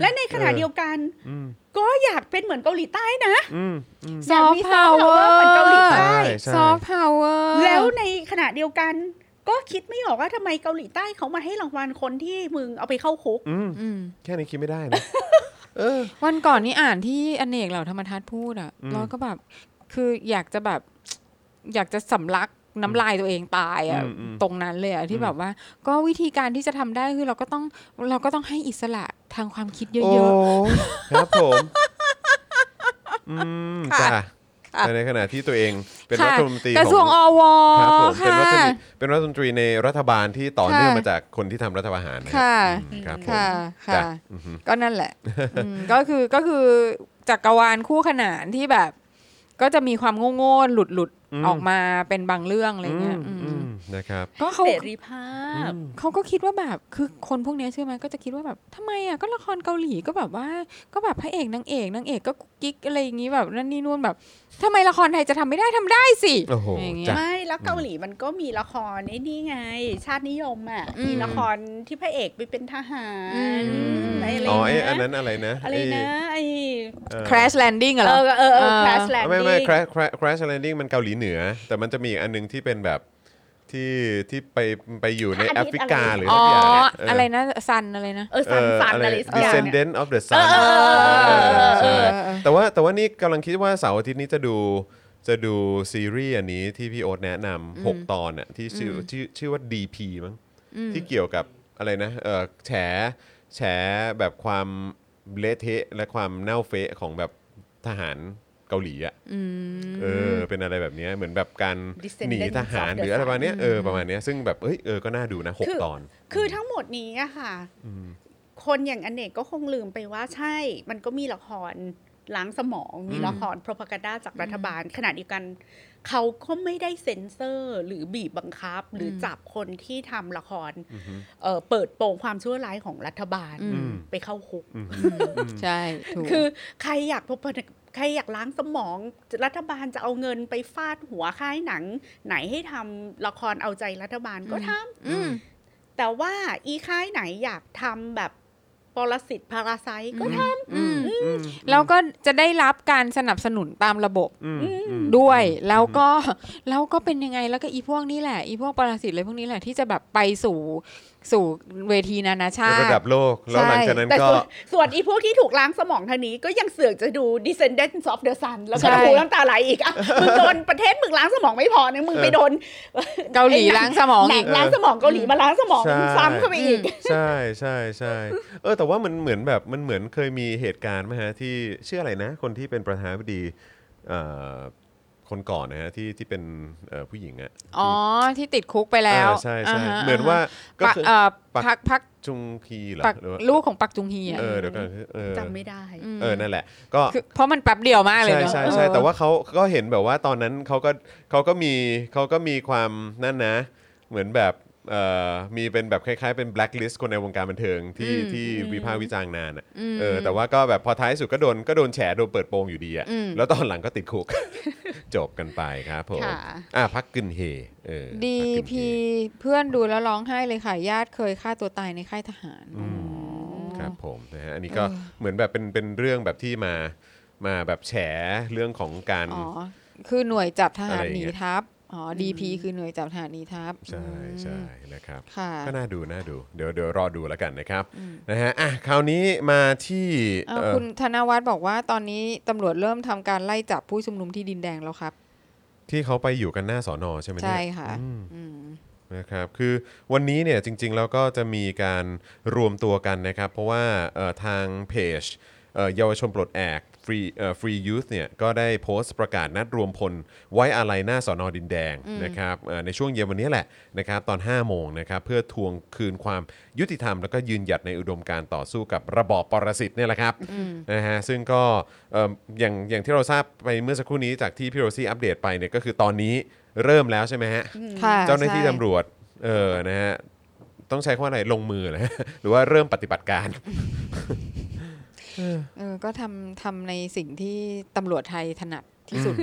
C: และในขณะเดียวกัน
A: อืม
C: ก็อยากเป็นเหมือนเกาหลีใต้นะ
A: อืมอืม
D: ซอฟต์พาวเวอร์
C: เหมือนเกาหลีใต้
A: ใช่
D: ซอฟต์พาวเวอร์
C: แล้วในขณะเดียวกัน ก็คิดไม่ออกว่าทำไมเกาหลีใต้เขามาให้รางวัลคนที่มึงเอาไปเข้าคุก
A: อืม
D: อืม
A: แค่นี้คิดไม่ได้นะ เออ
D: วันก่อนนี่อ่านที่อเนกเหล่าธรรมทัศน์พูดอะ
A: อืม
D: เราก็แบบ คืออยากจะแบบ อยากจะสำลักน้ำลายตัวเองตายอะ
A: อืมอืม
D: ตรงนั้นเลยอะที่
A: อืม
D: แบบว่า ก็วิธีการที่จะทำได้คือเราก็ต้องเราก็ต้องให้อิสระทางความคิดเย
A: โอ้
D: อะ
A: ครับผมอืม
D: ค่ะ
A: จ้ะ
D: ค่ะ
A: แต่ในขณะที่ตัวเองเป็น
D: ค่ะ
A: รัฐมนตรี
D: กระทรวง
A: ข
D: อ
A: อ
D: ว
A: ครับผมเป็น
D: ค่ะ
A: รัฐมนตรีเป็นรัฐมนตรีในรัฐบาลที่ต่อเนื่อง
D: ค่ะ
A: มาจากคนที่ทำรัฐประหารนะ
D: ค่ะ
A: อืมครับผม
D: ค่ะ
A: จ้ะ
D: ค่ะ
A: อือฮึ
D: ก็นั่ นแหละอืมก็คือก็คือจักรวาลคู่ขนานที่แบบ ก็จะมีความโง่ๆหลุดหลุดๆ
A: อืม
D: ออกมาเป็นบางเรื่องอะไรเงี้ย
A: อืม
D: อื
A: อื
D: ม
A: มนะครับ
D: ก็เขา
C: เสรีภาพ
A: อืม
D: เขาก็คิดว่าแบบคือคนพวกเนี้ยเชื่อไหมก็จะคิดว่าแบบทำไมอ่ะก็ละครเกาหลีก็แบบว่า ก็แบบพระเอกนางเอกนางเอกก็กุ๊กกิ๊กอะไรอย่างงี้แบบนั่นนี่นู่นแบบทำไมละครไทยจะทำไม่ได้ทำได้สิ
A: โอ้โห
D: ย่างเงี้
A: จ้ะ
D: ย
C: ไม่แล้วเกาหลีมันก็มีละครไอ้นี่ไง ชาตินิยมอ่ะ
D: อืม
C: มีละครที่พระเอกไปเป็นทหาร
D: อืม
C: อะไร
A: อ๋อไอ้อัน
C: นะ
A: นั้นอะไรนะ
C: อะไรนะไอ้
A: เอ่อ
D: crash landing อะเหร
C: เอ
D: อ
C: อเออเออ
D: เออ
C: crash
A: ไม่ไม่
C: landing
A: crash crash crash landing มันเกาหลีเหนือ แต่มันจะมีอีกอันหนึงที่เป็นแบบที่ที่ไปไปอยู่ใน
C: พระอาทิต
A: แอ
C: ย์
A: ฟริกา
C: อะไร
A: หรือ
D: อ๋
A: สั
D: อก
A: อย่างเนี่ยเ
D: อะไรนะซันอะไรนะ
C: เออสันสัน
A: เ
C: อะไรสักอย่างเนี่ย
A: Descendant of the Sun
C: เออเออเออ
A: เออใช่
D: เออเออ
A: แต่ว่าแต่ว่านี่กำลังคิดว่าเสาร์อาทิตย์นี้จะดูจะดูซีรีส์อันนี้ที่พี่โอ๊ตแนะนำหกตอนอ่ะที่ชื่อชื่อชื่อว่า DP มั้งที่เกี่ยวกับอะไรนะเออแฉแฉแบบความเละเทะและความเน่าเฟะของแบบทหารเกาหลีอ่ะ
D: อืม
A: เออเป็นอะไรแบบเนี้ยเหมือนแบบการ
C: Descendant
A: หนีทหาร
C: of the
A: หรืออะไรประมาณเนี้ย
D: Sun
A: เออประมาณเนี้ยซึ่งแบบเอ้ยเออก็น่าดูนะหก
C: คือ
A: ตอน
C: คือทั้งหมดนี้อะค่ะ
A: อืม
C: คนอย่างอเนกก็คงลืมไปว่าใช่ มันก็มีละครล้างสมอง มี
A: อืม
C: ละคร propaganda จากรัฐบาล ขณะเดียวกัน เขาก็ไม่ได้เซ็นเซอร์ หรือบีบบังคับ หรืออ
D: ม
C: จับคนที่ทำละคร เอ่อเปิดโปงความชั่วร้ายของรัฐบาล
A: อืม
C: ไปเข้าคุก
A: อืม
D: ใช่ถูก
C: คือใครอยากพบใครอยากล้างสมอง รัฐบาลจะเอาเงินไปฟาดหัวค่ายหนัง ไหนให้ทำละครเอาใจรัฐบาลก็
D: อืม
C: ทำ
D: อืม
C: แต่ว่าอีค่ายไหนอยากทำแบบปรสิตพาราไซต์ก็ท
D: อืม แล้วก็จะได้รับการสนับสนุนตามระบบ
A: อืมอืม
D: ด้วยแล้วก็แล้วก็เป็นยังไงแล้วก็อีพวกนี้แหละ อีพวกปรสิตเลยพวกนี้แหละที่จะแบบไปสู่สู่เวทีนานาชา
A: ระ
D: ติ
A: ดับโลก แล้ว
D: ใช่
A: หลังจากนั้น
C: ำแต่
A: ก็
C: ส่วนส่วนอีพวกที่ถูกล้างสมองทางนี้ก็ยังเสือกจะดู Descendants of the Sun แล้วก็
D: ใช่
C: หูน้ำตาไหลอีกอ่ะมึงโดนประเทศมึงล้างสมองไม่พอนะมึงไปโดน
D: เกาห ลีล้างสมอง
C: หนั
D: อี
C: ง
D: ก
C: ล้างสมองเกาหลีมาล้างสมอง
A: ใช่
C: ซ้ำเข้าไปอีก
A: ใช่ใช่ใช่เออแต่ว่ามันเหมือนแบบมันเหมือนเคยมีเหตุการณ์ไหมฮะที่ชื่ออะไรนะ คนที่เป็นประธานาธิบดีเอ่อคนก่อนนะฮะที่ที่เป็นเอ่อผู้หญิงอะ
D: อ๋อที่ติดคุกไปแล้ว
A: เออใช่ใช่
D: าฮะ
A: เหมือนว่าก็
D: ปัก
A: คือ
D: เอ่อ
A: ปัก
D: พักพัก
A: จุงคีเหรอ
D: ปัก
A: หรือว่า
D: ลูกของปักจุงฮีอ่ะ
A: เออเดี๋ยวกอนเออ
C: จำไม่ได้
D: ม
A: เออนั่นแหละก็
D: คือเพราะมันแป๊บเดียวมากเลย
A: ใช่
D: เนอะ
A: ใช่ใช่
D: เออ
A: แต่ว่าเขาก็เห็นแบบว่าตอนนั้นเขาก็เขาก็มีเขาก็มีความนั่นนะ เหมือนแบบ เอ่อมีเป็นแบบคล้ายๆ เป็นแบล็คลิสต์คนในวงการบันเทิงที่
D: อืม
A: ที่
C: อืม
A: วิพากษ์วิจารณ์นานอะ
D: อืม
A: เออแต่ว่าก็แบบพอท้ายสุดก็โดนก็โดนแฉโดนเปิดโปงอยู่ดีอะ
D: อืม
A: แล้วตอนหลังก็ติด คุก จบกันไปครับผม
C: ค่ะ
A: อ่ะพักกึนเฮเออ
D: ดี
A: พักกึนเฮ
D: พีเพื่อนดูแล้วร้องไห้เลยค่ะ ญาติเคยฆ่าตัวตายในค่ายทหาร
A: อืม ครับผมนะฮะอันนี้ก็
D: เออ
A: เหมือนแบบเป็นเป็นเรื่องแบบที่มามาแบบแฉเรื่องของการ
D: อ๋อ คือหน่วยจับทหารห
A: อะไรอย่า
D: นี
A: งเงี้ย
D: ทัพ อ๋ออ DP คือหน่วยจับทหารหนีทัพ
A: ใช่
D: อืม
A: ใช่นะครับ
D: ค่ะ
A: ก็น่าดูน่าดูเดี๋ยวเดี๋ยวรอดูแล้วกันนะครับนะฮะอ่ะคราวนี้มาที่
D: อ้าว
A: เอ่อ
D: คุณธนวัฒน์บอกว่าตอนนี้ตำรวจเริ่มทำการไล่จับผู้ชุมนุมที่ดินแดงแล้วครับ
A: ที่เขาไปอยู่กันหน้าสอนอใช่ไหมเนี่ย
D: ใช่ค่ะ
A: อืม
D: อืม
A: นะครับคือวันนี้เนี่ยจริง ๆ แล้วก็จะมีการรวมตัวกันนะครับ เพราะว่าเอ่อทางเพจเอ่อเยาวชนปลดแอกฟรีเอ่อฟรียูธเนี่ยก็ได้โพสต์ประกาศนัดรวมพลไว้อาลัยหน้าสอนอดินแดงนะครับเอ่อในช่วงเย็นวันนี้แหละนะครับตอน 5 โมงนะครับเพื่อทวงคืนความยุติธรรม แล้วก็ยืนหยัดในอุดมการณ์ต่อสู้กับระบอบปรสิตเนี่ยแหละครับ นะฮะซึ่งก็เอิ่มอย่างอย่างที่เราทราบไปเมื่อสักครู่นี้จากที่พี่โรซี่อัปเดตไปเนี่ยก็คือตอนนี้เริ่มแล้วใช่ไหมฮะ
D: ค่ะ
A: เจ้าหน้าที่
D: ใช่
A: ตำรวจเออนะฮะต้องใช้คำว่าอะไร ลงมือเลย หรือว่าเริ่มปฏิบัติการ
D: เออก็ทำทำในสิ่งที่ตำรวจไทยถนัดที่สุด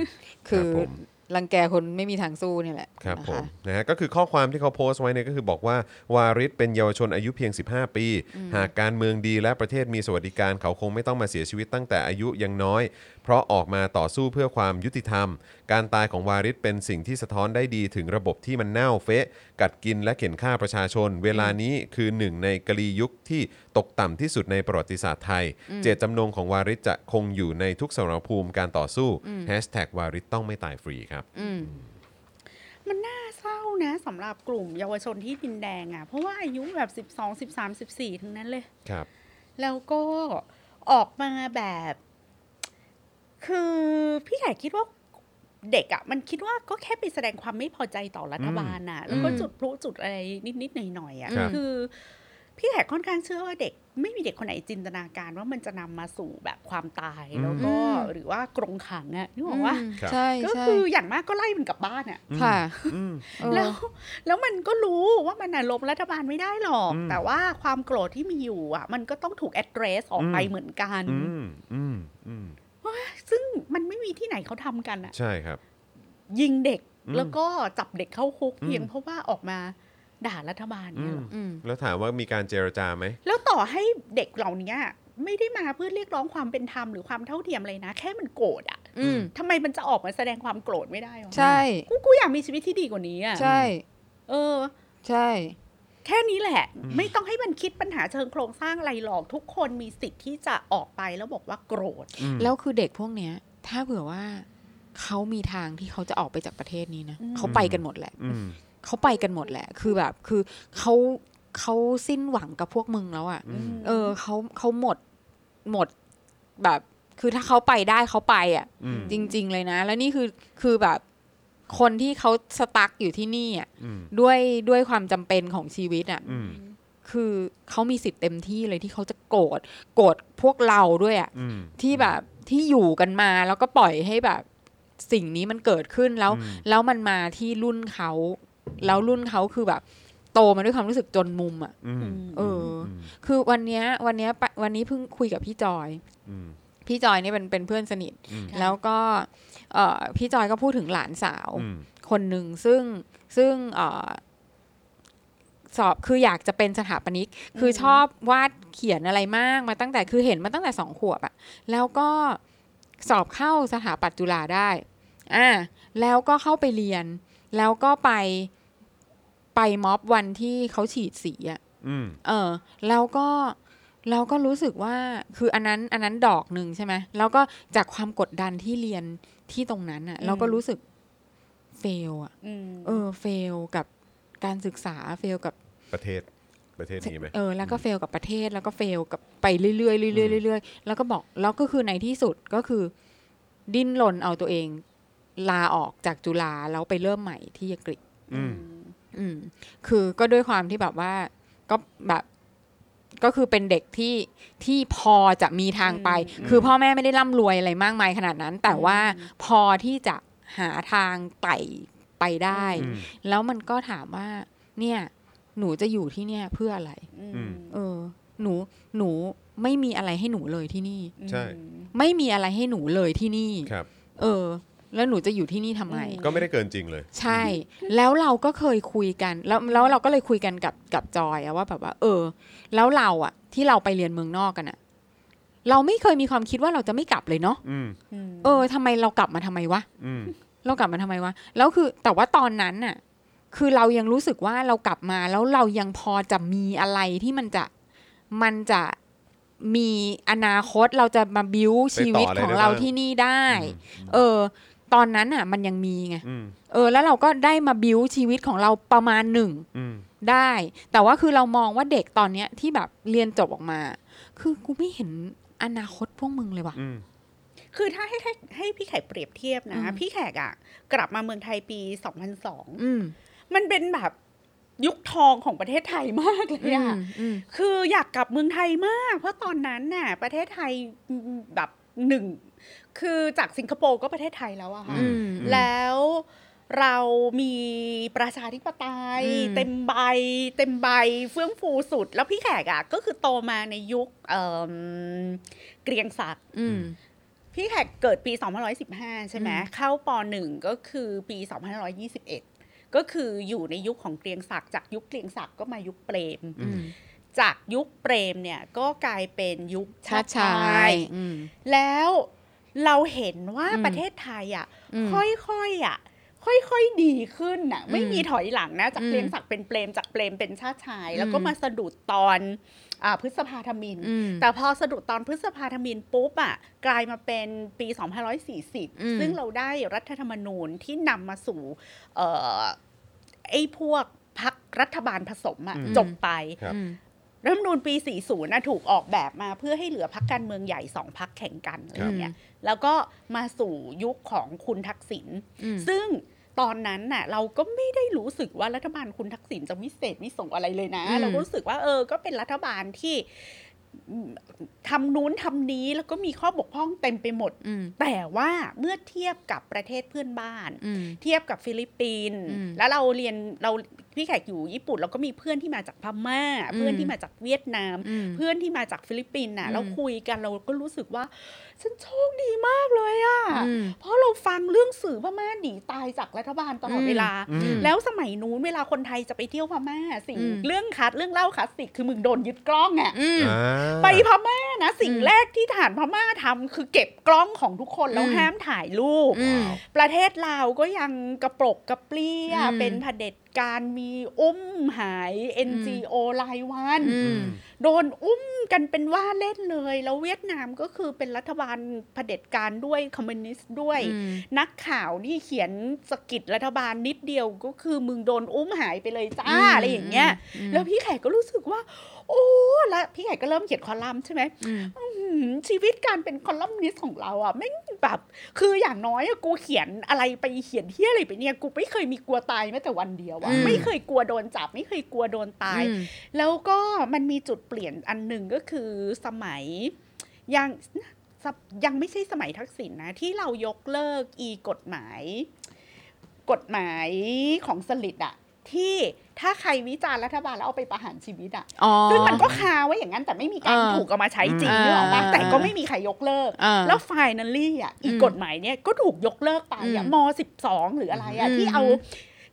D: คื
A: ค
D: อ
A: รับผม
D: รังแกคนไม่มีทางสู้เนี่ยแหละ
A: ครับ
D: นะ
A: ผม
D: คะ
A: นะฮะก็คือข้อความที่เขาโพสต์ไว้เนี่ยก็คือบอกว่า วาริศเป็นเยาวชนอายุเพียง 15 ปี หากการเมืองดีและประเทศมีสวัสดิการเขาคงไม่ต้องมาเสียชีวิตตั้งแต่อายุยังน้อย เพราะออกมาต่อสู้เพื่อความยุติธรรม การตายของวาริศเป็นสิ่งที่สะท้อนได้ดีถึงระบบที่มันเน่าเฟะ กัดกินและเข็นฆ่าประชาชน เวลานี้คือหนึ่งในกลียุคที่ตกต่ำที่สุดในประวัติศาสตร์ไทย เจตจำนงของวาริศจะคงอยู่ในทุกสมรภูมิการต่อสู้แฮชแท็กวาริศต้องไม่ตายฟรีครับ
D: อืม
C: มันน่าเศร้านะสำหรับกลุ่มเยาวชนที่ดินแดงอะ่ะ เพราะว่าอายุแบบ 12 13 14 ทั้งนั้นเลย
A: ครับ
C: แล้วก็ออกมาแบบ คือพี่ใหญ่คิดว่าเด็กอะ่ะ มันคิดว่าก็แค่ไปแสดงความไม่พอใจต่อรัฐบาลน่ะ แล้วก็
D: อืม
C: จุดพลุจุดอะไรนิด ๆ หน่อย ๆ
A: ครั่
C: อะะ
A: บ
C: คือ พี่แขกค่อนข้างเชื่อว่าเด็ก ไม่มีเด็กคนไหนจินตนาการว่ามันจะนำมาสู่แบบความตายแล้วก็หรือว่ากรงขังอะ่ะนึกออกว่า
D: ม
A: ครับ
D: ใช่
C: ก็
D: ใช่
C: คืออย่างมากก็ไล่มันกลับบ้านอ่ะ
D: ค่ะ
A: อืม
D: เออ
C: แล้ว แล้วมันก็รู้ว่ามันน่ะล้มรัฐบาลไม่ได้หรอก
A: อืม
C: แต่ว่าความโกรธที่มีอยู่อ่ะ มันก็ต้องถูก address ออกไป
A: อืม
C: เหมือนกัน
A: อืมอืมอืม
C: ซึ่งมันไม่มีที่ไหนเขาทำกันอ่ะ
A: ใช่ครับ
C: ยิงเด็ก
A: อืม
C: แล้วก็จับเด็กเข้าคุก
A: อืม
C: เพียงเพราะว่าออกมาด่ารัฐบาลเนี่ยหรอ
D: อืม
A: แล้วถามว่ามีการเจรจาไหม
C: แล้วต่อให้เด็กเหล่านี้ไม่ได้มาเพื่อเรียกร้องความเป็นธรรมหรือความเท่าเทียมเลยนะ แค่มันโกรธอ่ะ
D: อืม
C: ทำไมมันจะออกมาแสดงความโกรธไม่ได้หรอ
D: ใช่
C: กูกูอยากมีชีวิตที่ดีกว่านี้อ่ะ
D: ใช่
C: เออ
D: ใช่
C: แค่นี้แหละ
A: อืม
C: ไม่ต้องให้มันคิดปัญหาเชิงโครงสร้างอะไรหรอก ทุกคนมีสิทธิ์ที่จะออกไปแล้วบอกว่าโกรธ
D: แล้วคือเด็กพวกเนี้ย ถ้าเผื่อว่าเขามีทางที่เขาจะออกไปจากประเทศนี้นะ
C: อืม
D: เขาไปกันหมดแหละ
A: อืม
D: เขาไปกันหมดแหละ คือแบบ คือเขาเขาสิ้นหวังกับพวกมึงแล้วอะ่ะ
A: อืม
D: เออเขาเขาหมดหมดแบบ คือถ้าเขาไปได้เขาไปอะ่ะ
A: อืม
D: จริง ๆ เลยนะ แล้วนี่คือคือแบบคนที่เขาสตั๊กอยู่ที่นี่อ่ะ
A: อืม
D: ด้วยด้วยความจำเป็นของชีวิตอ่ะ
A: อืม
D: คือเขามีสิทธิ์เต็มที่เลยที่เขาจะโกรธโกรธพวกเราด้วยอะ
A: อืม
D: ที่แบบที่อยู่กันมาแล้วก็ปล่อยให้แบบสิ่งนี้มันเกิดขึ้นแล้ว
A: อืม
D: แล้วมันมาที่รุ่นเขา แล้วรุ่นเขาคือแบบ โตมาด้วยความรู้สึกจนมุมอะ
A: อืม
D: เอออ คือวันเนี้ยวันเนี้ยไปวันนี้เพิ่งคุยกับพี่จอย
A: อืม
D: พี่จอยเนี่ยเป็นเป็นเพื่อนสนิท
A: อืม
D: แล้วก็เอ่อพี่จอยก็พูดถึงหลานสาว
A: อืม
D: คนหนึ่งซึ่งซึ่งเอ่อสอบคืออยากจะเป็นสถาปนิก คือชอบวาดเขียนอะไรมากมาตั้งแต่คือเห็นมาตั้งแต่สองขวบอะแล้วก็สอบเข้าสถาปัตย์จุฬาได้อ่าแล้วก็เข้าไปเรียน แล้วก็ไปไปม็อบวันที่เขาฉีดสีอะ
A: อืม
D: เออแล้วก็เราก็รู้สึกว่าคืออันนั้นอันนั้นดอกหนึ่งใช่ไหมแล้วก็จากความกดดันที่เรียนที่ตรงนั้นอะ่ะ
C: อืม
D: เราก็รู้สึกเฟลอ่ะ
C: ม
D: เออเฟลกับการศึกษาเฟลกับ
A: ประเทศ ประเทศนี้ไหม
D: เออแล้วก็เฟลกับประเทศแล้วก็เฟลกับไปเรื่อยๆเรื่อยๆเรื่อยๆแล้วก็บอกแล้วก็คือในที่สุดก็คือ ดิ้นรนเอาตัวเอง ลาออกจากจุฬาแล้วไปเริ่มใหม่ที่อังกฤษ
A: อืม
D: อืมคือก็ด้วยความที่แบบว่าก็แบบก็คือเป็นเด็กที่ที่พอจะมีทางไป คือพ่อแม่ไม่ได้ร่ำรวยอะไรมากมายขนาดนั้น แต่ว่าพอที่จะหาทางไต่ไปได้
A: อืม
D: แล้วมันก็ถามว่า เนี่ย หนูจะอยู่ที่เนี่ยเพื่ออะไร
A: อืม
D: เออ หนูหนูไม่มีอะไรให้หนูเลยที่นี่
A: ใช่
D: ไม่มีอะไรให้หนูเลยที่นี่
A: ครับ
D: เออ แล้วหนูจะอยู่ที่นี่ทำไม
A: ก็ไม่ได้เกินจริงเลย
D: ใช่ แล้วเราก็เคยคุยกัน แล้วแล้วเราก็เลยคุยกันกับกับจอยอะว่าแบบว่า เออ แล้วเราอะที่เราไปเรียนเมืองนอกกันอะเราไม่เคยมีความคิดว่าเราจะไม่กลับเลยเนาะ
A: อืม
C: ม
D: เออทำไมเรากลับมาทำไมวะ
A: อืม
D: เรากลับมาทำไมวะ แล้วคือแต่ว่าตอนนั้นน่ะ คือเรายังรู้สึกว่าเรากลับมาแล้วเรายังพอจะมีอะไรที่มันจะมันจะมีอนาคตเราจะมาบิวชีวิตของเราที่นี่ได้ เออ ตอนนั้นน่ะ มันยังมีไง
A: อืม
D: เออ แล้วเราก็ได้มาบิวชีวิตของเราประมาณหนึ่ง
A: อืม
D: ได้ แต่ว่าคือเรามองว่าเด็กตอนเนี้ยที่แบบเรียนจบออกมา คือกูไม่เห็นอนาคตพวกมึงเลยว่ะ
A: อืม
C: คือถ้าให้ให้ให้พี่แขกเปรียบเทียบนะ
D: อืม
C: พี่แขกอ่ะ กลับมาเมืองไทยปี 2002
D: อืม
C: มันเป็นแบบยุคทองของประเทศไทยมากเลย
D: อื
C: อะ
D: มอืม
C: คืออยากกลับเมืองไทยมาก เพราะตอนนั้นน่ะประเทศไทยแบบหนึ่ง คือจากสิงคโปร์ก็ประเทศไทยแล้วอะค่ะ
D: อืม
C: แล้วเรามีประชาธิปไตย
D: อืม
C: เต็มใบ เต็มใบเฟื่องฟูสุด แล้วพี่แขกอะก็คือโตมาในยุคเอิ่มเกรียงศักดิ์
D: อืม
C: พี่แขกเกิดปี 2515 ใช่ไหม
D: อืม
C: เข้าป .1 ก็คือปี 2521 ก็คืออยู่ในยุคของเกรียงศักดิ์จากยุคเกรียงศักดิ์ก็มายุคเปรม
D: อืม
C: จากยุคเปรมเนี่ยก็กลายเป็นยุคชา
D: ชา
C: ติ
D: ติ
C: ช
D: ชา
C: าย
D: ยอืม
C: แล้วเราเห็นว่า
D: อืม
C: ประเทศไทยอ่ะ
D: อืม
C: ค่อยๆอ่ะค่อยๆดีขึ้นน่ะ
D: อืม
C: ไม่มีถอยหลังนะ จาก
D: อืม
C: เปรมศักดิ์เป็นเปรมจากเปรมเป็นชาติชาย แล้ว
D: อืม
C: ก็มาสะดุดตอนอาพฤษภาธมิน
D: อืม
C: แต่พอสะดุดตอนพฤษภาธมินปุ๊บอ่ะกลายมาเป็นปี
D: อืม
C: 2540 ซึ่งเราได้รัฐธรรมนูญที่นำมาสู่เอ่อไอ้พวกพักรัฐบาลผสมอ่ะ
A: อืม
C: จบไป
A: ครับ
D: อืม
C: รัฐธรรมนูญปี 40นะถูกออกแบบมาเพื่อให้เหลือพักการเมืองใหญ่สองพักแข่งกันอะไรอย่างเงี้ย แล้วก็มาสู่ยุคของคุณทักษิณ
D: อืม
C: ซึ่งตอนนั้นน่ะเราก็ไม่ได้รู้สึกว่ารัฐบาลคุณทักษิณจะวิเศษวิสงอะไรเลยนะ
D: อืม
C: เราก็รู้สึกว่าเออ ก็เป็นรัฐบาลที่อืมทำนู้นทำนี้แล้วก็มีข้อบกพร่องเต็มไปหมด
D: อืม
C: แต่ว่าเมื่อเทียบกับประเทศเพื่อนบ้าน
D: อืม
C: เทียบกับฟิลิปปินส์
D: อืม
C: แล้วเราเรียนเราพี่แขกอยู่ญี่ปุ่นเราก็มีเพื่อนที่มาจากพม่า
D: อืม
C: เพื่อนที่มาจากเวียดนาม
D: อืม
C: เพื่อนที่มาจากฟิลิปปินส์น่ะ
D: อืม
C: เราคุยกันเราก็รู้สึกว่า ฉันโชคดีมากเลยอะ
D: อืม
C: เพราะเราฟังเรื่องสื่อพม่าหนีตายจากรัฐบาลตลอด
D: อืม
C: เวลา
A: อืม
C: แล้วสมัยนู้นเวลาคนไทยจะไปเที่ยวพม่าสิ่ง
D: อืม
C: เรื่องคัดเรื่องเล่าคลาสสิกคือมึงโดนยึดกล้องอะ
D: อืม
A: อ่า
C: ไปพม่านะสิ่ง
D: อืม
C: แรกที่ฐานพม่าทำคือเก็บกล้องของทุกคนแล้ว
D: อืม
C: ห้ามถ่ายรูป
D: อืม
C: ประเทศลาวก็ยังกระปรกกระเปรี้ย
D: อืม
C: เป็นเผด็จการมีอุ้มหาย NGO รายวัน
D: อืม
C: โดนอุ้มกันเป็นว่าเล่นเลย แล้วเวียดนามก็คือเป็นรัฐบาลเผด็จการด้วยคอมมิวนิสต์ด้วย
D: อืม
C: นักข่าวนี่เขียนสะกิดรัฐบาลนิดเดียวก็คือมึงโดนอุ้มหายไปเลยจ้า
D: อืม
C: อะไรอย่างเงี้ย
D: อืม
C: แล้วพี่แขกก็รู้สึกว่า โอ้แล้วพี่แขกก็เริ่มเขียนคอลัมน์ใช่ไหม
D: อืม
C: อืมชีวิตการเป็นคอลัมนิสต์ของเราอ่ะไม่งแบบคืออย่างน้อยอะกูเขียนอะไรไปเขียนเที่ยอะไรไปเนี่ยกูไม่เคยมีกลัวตายแม้แต่วันเดียวอะ
D: อืม
C: ไม่เคยกลัวโดนจับ ไม่เคยกลัวโดนตาย
D: อืม
C: แล้วก็มันมีจุดเปลี่ยนอันหนึ่งก็คือสมัยยังสับยังไม่ใช่สมัยทักษิณนะ ที่เรายกเลิกอีกฎหมาย กฎหมายของสลิดอะที่ถ้าใครวิจารณ์รัฐบาลแล้วเอาไปประหารชีวิตอะ
D: อ๋อ
C: ซึ่งมันก็คาไว้อย่างนั้นแต่ไม่มีการ
D: เออ
C: ถูกเอามาใช้จริง
D: เออ
C: หรอกปะแต่ก็
D: เออ
C: ไม่มีใครยกเลิก
D: เออ
C: แล้วไฟนัลลี่อ่ะอีก
D: อืม
C: กฎหมายเนี่ยก็ถูกยกเลิกไปอ่ะ
D: อืม
C: ม .12 หรืออะไรอ่ะ
D: อืม
C: ที่เอา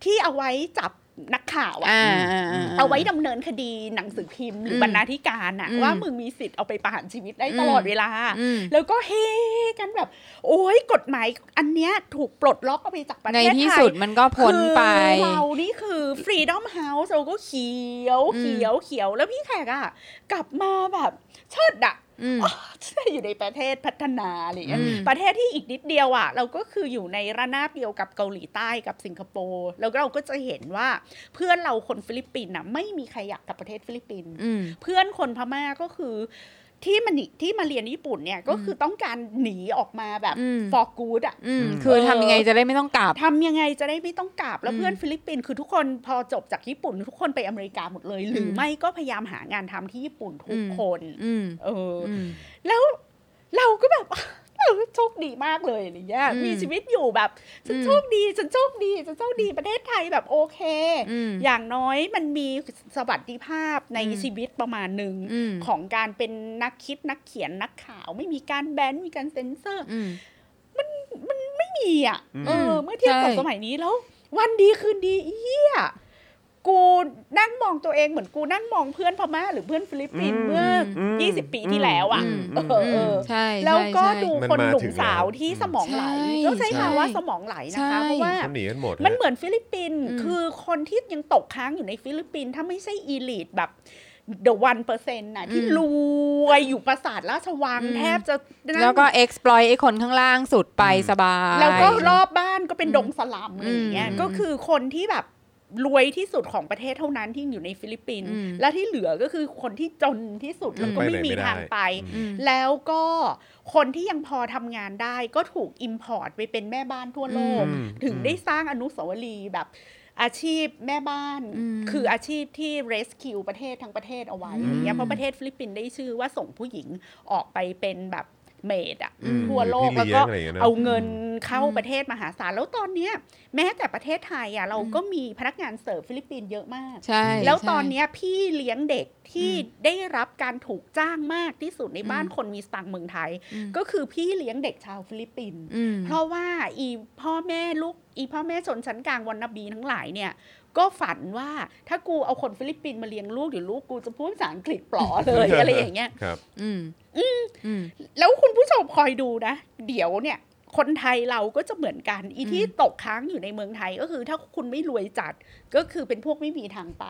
C: ที่เอาไว้จับนักข่าวอ่ะ
D: อ่าอ่าอ่า
C: เอาไว้ดำเนินคดีหนังสือพิมพ์หรืออ
D: ม
C: บรรณาธิการอ่ะ
D: อืม
C: ว่ามึงมีสิทธิ์เอาไปประหารชีวิตได้
D: อืม
C: ตลอดเวลา
D: อืม
C: แล้วก็เฮกันแบบ โอ้ยกฎหมายอันเนี้ยถูกปลดล็อกเอาไปจากประ
D: ใน
C: เทศไทย
D: ที่สุดมันก็พ้นไป
C: คือเรานี่คือ Freedom House เราก็เขียว
D: อืม
C: เขียวเขียวแล้วพี่แขกอะกลับมาแบบเชิดอะ
D: อืม
C: อยู่ในประเทศพัฒนาอะไรอย่างเงี้ย
D: อืม
C: ประเทศที่อีกนิดเดียวอะเราก็คืออยู่ในระนาบเดียวกับเกาหลีใต้กับสิงคโปร์แล้วเราก็จะเห็นว่าเพื่อนเราคนฟิลิปปินส์นะไม่มีใครอยากกลับประเทศฟิลิปปินส์
D: อืม
C: เพื่อนคนพม่าก็คือที่มันหนีที่มาเรียนญี่ปุ่นเนี่ยก็คือต้องการหนีออกมาแบบ
D: อืม
C: for good อะ
D: อืม คือทำยังไงจะได้ไม่ต้องกลับ
C: ทำยังไงจะได้ไม่ต้องกลับ แล้ว
D: อืม
C: เพื่อนฟิลิปปินส์คือทุกคนพอจบจากญี่ปุ่น ทุกคนไปอเมริกาหมดเลย หรืออ
D: ม
C: ไม่ก็พยายามหางานทำที่ญี่ปุ่นทุ
D: อื
C: ก
D: ม
C: คน
D: อืม
C: เอออ
D: อืม
C: แล้วเราก็แบบ โชคดีมากเลยอะไรเงี้ย
D: อืม
C: มีชีวิตอยู่แบบฉัน
D: อืม
C: โชคดีฉันโชคดีฉันโชคดีประเทศไทยแบบโอเค
D: อืม
C: อย่างน้อยมันมีสวัสดิภาพใน
D: อืม
C: ชีวิตประมาณหนึ่ง
D: อืม
C: ของการเป็นนักคิดนักเขียนนักข่าว ไม่มีการแบนมีการเซ็นเซอร์
D: อืม
C: ไม่มีอ่ะ
A: อืม
C: เออ เมื่อเทียบกับ
D: ใช่
C: สมัยนี้แล้ว วันดีคืนดีเยี่ยกูนั่งมองตัวเองเหมือนกูนั่งมองเพื่อนพม่าหรือเพื่อนฟิลิปปินส์เมื่ออ
A: ม
C: 20 ปีที่แล้วอ่ะ
A: อืม
C: เออเออ
D: ใช่ใช่
C: แล้วก็
D: ใช่
C: ดู
A: มัน
C: คน
A: มา
C: หนุ่
A: ถึ
C: ม
A: ง
C: สาว
A: แล้ว
C: ที่
A: อืม
C: สมองไหล
D: ใช่
C: ต้องใช้
D: ใช่
C: คำว่าสมองไหลนะคะ
D: ใช่
C: เพราะว่า
A: เขาหนีกันหมด
C: มัน
A: ฮะ
C: เหมือนฟิลิปปินส์
D: อืม
C: คือคนที่ยังตกค้างอยู่ในฟิลิปปินส์ถ้าไม่ใช่อีลิทแบบ the one percent นะที่รวยอยู่ปราสาทราชวังแทบจะนั่ง
D: แล้วก็ exploit ไอ้คนข้างล่างสุดไป
A: อืม
D: สบาย
C: แล้วก็รอบบ้านก็เป็น
D: อืม
C: ดงสลัมอะไรอย่างเงี้ย
D: อืม
C: ก็คือคนที่แบบรวยที่สุดของประเทศเท่านั้นที่อยู่ในฟิลิปปินส์
D: อืม
C: และที่เหลือก็คือคนที่จนที่สุด
D: อืม
C: แล้วก็ไม่มีทางไป
D: อืม
C: แล้วก็คนที่ยังพอทำงานได้ก็ถูกอิมพอร์ตไปเป็นแม่บ้านทั่วโลก
A: อืม
C: ถึง
A: อืม
C: ได้สร้างอนุสาวรีย์แบบอาชีพแม่บ้าน
D: อืม
C: คืออาชีพที่ rescue ประเทศทั้งประเทศเอาไว้อะไรเงี้ยเพราะประเทศฟิลิปปินส์ได้ชื่อว่าส่งผู้หญิงออกไปเป็นแบบเมดอะ
D: อืม
C: ทั่วโลก
A: พี่
C: แล้ว
A: เย
C: ก็
A: งะไรย่ยนะ
C: เอาเงินเข้า
D: อืม
C: ประเทศมหาศาล แล้วตอนเนี้ยแม้แต่ประเทศไทยอ่ะเรา
D: อืม
C: ก็มีพนักงานเสิร์ฟฟิลิปปินส์เยอะมาก
D: ใช่
C: แล้ว
D: ใช่
C: ตอนเนี้ยพี่เลี้ยงเด็กที่
D: อืม
C: ได้รับการถูกจ้างมากที่สุดในบ้าน
D: อืม
C: คนมีสตังค์เมืองไทย
D: อืม
C: ก็คือพี่เลี้ยงเด็กชาวฟิลิปปินส์
D: อืม
C: เพราะว่าอีพ่อแม่ลูกอีพ่อแม่ชนชั้นกลางวันนบีทั้งหลายเนี่ย ก็ฝันว่าถ้ากูเอาคนฟิลิปปินส์มาเลี้ยงลูกเดี๋ยวลูกกูจะพูดภาษาอังกฤษปลอเลย อะไรอย่างเงี้ย
A: ครับ
D: อืมอืม
C: แล้วคุณผู้ชมคอยดูนะ เดี๋ยวเนี่ย คนไทยเราก็จะเหมือนกัน อีที่
D: อืม
C: ตกค้างอยู่ในเมืองไทยก็คือถ้าคุณไม่รวยจัดก็คือเป็นพวกไม่มีทางไป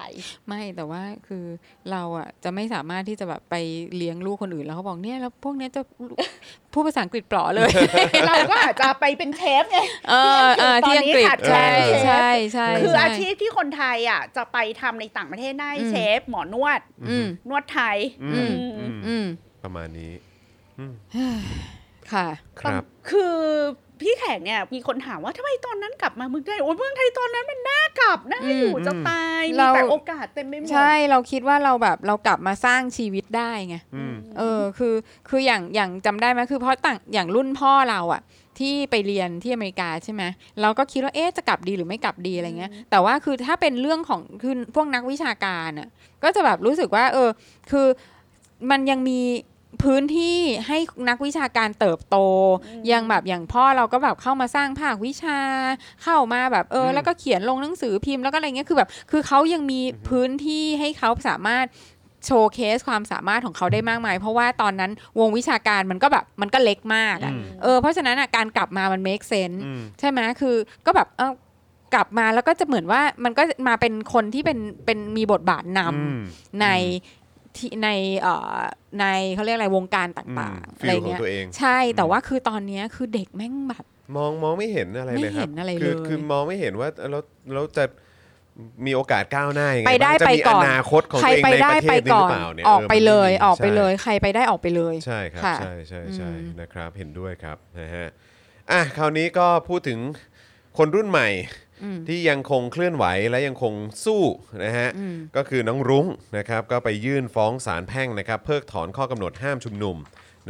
D: ไม่แต่ว่าคือเราอ่ะจะไม่สามารถที่จะแบบไปเลี้ยงลูกคนอื่นแล้วเขาบอกเนี่ยแล้วพวกเนี้ยจะพูดภาษาอังกฤษเปลอเลย
C: เราก็อาจจะไปเป็นเชฟไง
D: เออเออที่อังกฤษ
C: ตอนนี้ขาดแคลนเชฟ
D: ใช่ใช่ใช่
C: คือ
D: ใ
C: อาชีพที่คนไทยอ่ะจะไปทำในต่างประเทศได้
D: อืม
C: เชฟ หมอนวด
D: อืม
C: นวดไทย
A: อื
D: อื
A: ม
D: ม
A: อืม
D: อืม
A: ประมาณนี้อืม
D: ค่ะ
A: ครับ
C: คือพี่แขกเนี่ยมีคนถามว่าทำไมตอนนั้นกลับมาเมืองไทยโอ้ยเมืองไทยตอนนั้นมันน่ากลับน่าอยู่
A: อืม
C: จะตายมี
D: เรา
C: แต่โอกาสเต็มไปหมด
D: ใช่เราคิดว่าเราแบบเรากลับมาสร้างชีวิตได้ไง
A: อืม
D: เออคือคืออย่างอย่างจำได้ไหมคือเพราะต่างอย่างรุ่นพ่อเราอะที่ไปเรียนที่อเมริกาใช่ไหมเราก็คิดว่าเอ๊ะจะกลับดีหรือไม่กลับดีอะไรเงี้ย แต่ว่าคือถ้าเป็นเรื่องของคือพวกนักวิชาการอะก็จะแบบรู้สึกว่า เออ คือมันยังมีพื้นที่ให้นักวิชาการเติบโต
C: อืม
D: ยังแบบอย่างพ่อเราก็แบบเข้ามาสร้างภาควิชา เข้ามาแบบเอออ
A: ม
D: แล้วก็เขียนลงหนังสือพิมพ์แล้วก็อะไรเงี้ยคือแบบคือเขายังมีพื้นที่ให้เขาสามารถ โชว์เคสความสามารถของเขาได้มากมาย เพราะว่าตอนนั้นวงวิชาการมันก็แบบมันก็เล็กมากอะ
A: อืม
D: เออเพราะฉะนั้นอะการกลับมามัน make sense
A: อืม
D: ใช่ไหมคือก็แบบเออกลับมาแล้วก็จะเหมือนว่ามันก็มาเป็นคนที่เป็นเป็นมีบทบาทนำในที่ในเอ่อในเขาเรียกอะไรวงการต่างๆ
A: ฟิ
D: อะไร
A: ลของ
D: เงี้ย
A: ตัวเอง
D: ใช่แต่
A: อืม
D: ว่าคือตอนเนี้ยคือเด็กแม่งแบบ
A: มองมองไม่เห็นอะไรเลยครับ
D: ไม่เห็นอะไร
A: คื
D: เลย
A: คือมองไม่เห็นว่าเราเราจะมีโอกาสก้าวหน้ายังไง
D: ไปได้
A: บ้างจะมี
D: ไปก่อน
A: อนาคตของ
D: ใคร
A: ตัวเอง
D: ไป
A: ใน
D: ได้
A: ประเท
D: ไป
A: ศนี้หรือ อน เป
D: ก่
A: ล่าเนี่ย
D: ออกไปเลยออกไปเลย
A: ย
D: ใครไปได้ออกไปเลย
A: ใช่ครับ
D: ค่ะ
A: ใช่ใช่ใช่
D: อืม
A: นะครับเห็นด้วยครับนะฮะอ่ะคราวนี้ก็พูดถึงคนรุ่นใหม่
D: อืม
A: ที่ยังคงเคลื่อนไหวและยังคงสู้นะฮะ
D: อืม
A: ก็คือน้องรุ้งนะครับก็ไปยื่นฟ้องศาลแพ่งนะครับ เพิกถอนข้อกำหนดห้ามชุมนุม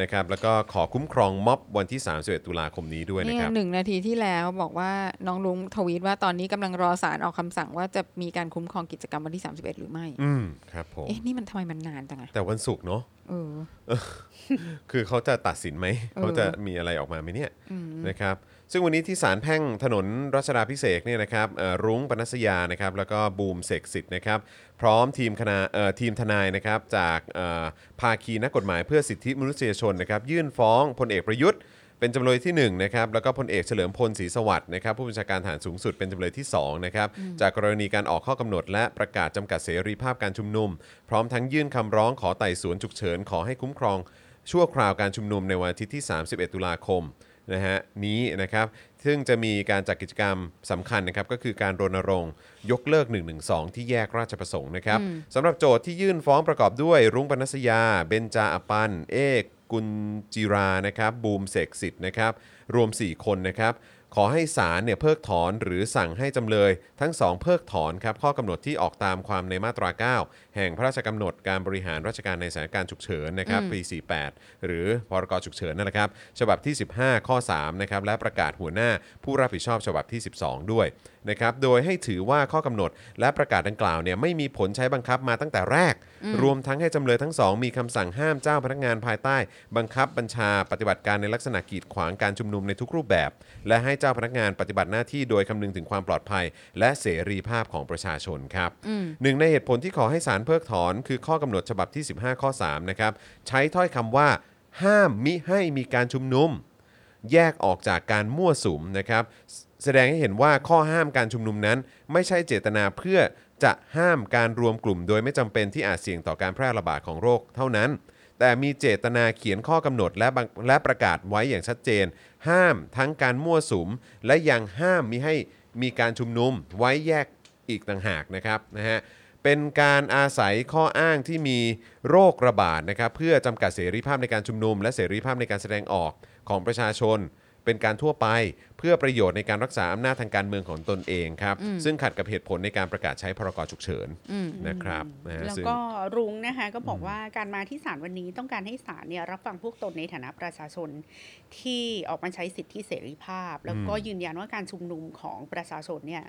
A: นะครับแล้วก็ขอคุ้มครองม็อบวันที่ 31 ตุลาคมนี้ด้วยนะ
D: เนี่
A: ครั
D: ย
A: บ
D: หนึ่งนาทีที่แล้วบอกว่าน้องลุงทวีตว่าตอนนี้กำลังรอศาลออกคำสั่งว่าจะมีการคุ้มครองกิจกรรมวันที่ 31 หรือไม่
A: อืมครับผม
D: เอ๊ะ นี่มันทำไมมันนานจังอะ
A: แต่วันศุกร์เนาะ
D: เออ
A: คือเขาจะตัดสินไหม
D: เออ
A: เขาจะมีอะไรออกมาไหมเนี่ย
D: อืม
A: นะครับซึ่งวันนี้ที่ศาลแพ่งถนนรัชดาพิเศษกเนี่ยนะครับเอ่อรุ้งปนัสยานะครับแล้วก็บูมเสกสิทธิ์นะครับพร้อมทีมคณะเอ่อทีมทนายนะครับจากเอ่อภาคีนักกฎหมายเพื่อสิทธิมนุษยชนนะครับยื่นฟ้องพลเอกประยุทธ์ เป็นจำเลยที่1นะครับแล้วก็พลเอกเฉลิมพลศรีสวัสดิ์นะครับผู้บัญชาการฐานสูงสุดเป็นจำเลยที่2นะครับจากกรณีการออกข้อกำหนด และประกาศจำกัดเสรีภาพการชุมนุม พร้อมทั้งยื่นคำร้องขอไต่สวนฉุกเฉิน ขอให้คุ้มครองชั่วคราวการชุมนุมในวันอาทิตย์ที่ 31 ตุลาคมนะฮะนี้นะครับซึ่งจะมีการจัดกิจกรรมสำคัญนะครับก็คือการรณรงค์ยกเลิก 112 ที่แยกราชประสงค์นะครับสำหรับโจทย์ที่ยื่นฟ้องประกอบด้วย รุ้งปนัสยา เบนจาอปันเอก กุลจิรา นะครับ บูมเสกสิทธิ์ นะครับ รวม 4 คนนะครับ ขอให้ศาลเนี่ยเพิกถอนหรือสั่งให้จำเลย ทั้ง 2 เพิกถอนครับข้อกำหนดที่ออกตามความในมาตรา 9 แห่งพระราชกำหนดการบริหารราชการในสถานการณ์ฉุกเฉินนะครับ
D: อืม
A: ปี 48 หรือพรกฉุกเฉินนั่นแหละครับ ฉบับที่ 15 ข้อ3นะครับและประกาศหัวหน้าผู้รับผิดชอบฉบับที่ 12 ด้วยนะครับโดยให้ถือว่าข้อกำหนดและประกาศดังกล่าวเนี่ยไม่มีผลใช้บังคับมาตั้งแต่แรก รวมทั้งให้จำเลยทั้งสองมีคำสั่งห้ามเจ้าพนักงานภายใต้ บังคับบัญชาปฏิบัติการในลักษณะกีดขวางการชุมนุมในทุกรูปแบบ และให้เจ้าพนักงานปฏิบัติหน้าที่โดยคำนึงถึงความปลอดภัย และเสรีภาพของประชาชนครับ หนึ่งในเหตุผลที่ขอให้ศาลเพิกถอนคือข้อกำหนดฉบับที่ 15 ข้อ 3 นะครับ ใช้ถ้อยคำว่า ห้ามมิให้มีการชุมนุม แยกออกจากการมั่วสุมนะครับ แสดงให้เห็นว่าข้อห้ามการชุมนุมนั้น ไม่ใช่เจตนาเพื่อจะห้ามการรวมกลุ่ม โดยไม่จำเป็นที่อาจเสี่ยงต่อการแพร่ระบาดของโรคเท่านั้น แต่มีเจตนาเขียนข้อกำหนดและบังและประกาศไว้อย่างชัดเจน ห้ามทั้งการมั่วสุม และยังห้ามมิให้มีการชุมนุมไว้แยกอีกต่างหากนะครับนะฮะเป็นการอาศัยข้ออ้างที่มีโรคระบาดนะครับเพื่อจำกัดเสรีภาพในการชุมนุม และเสรีภาพในการแสดงออกของประชาชน เป็นการทั่วไปเพื่อประโยชน์ในการรักษาอำนาจทางการเมืองของตนเองครับ ซึ่งขัดกับเหตุผลในการประกาศใช้พรกฉุกเฉิน
D: อืม
A: นะครับนะฮะ
C: แล้ว
A: ซึ่ง
C: ก็รุ้งนะคะก็บอกว่าการมาที่ศาลวันนี้ต้องการให้ศาลเนี่ยรับฟังพวกตนในฐานะประชาชนที่ออกมาใช้สิทธิเสรีภาพ แล้วก็ยืนยันว่าการชุมนุมของประชาชนเนี่ย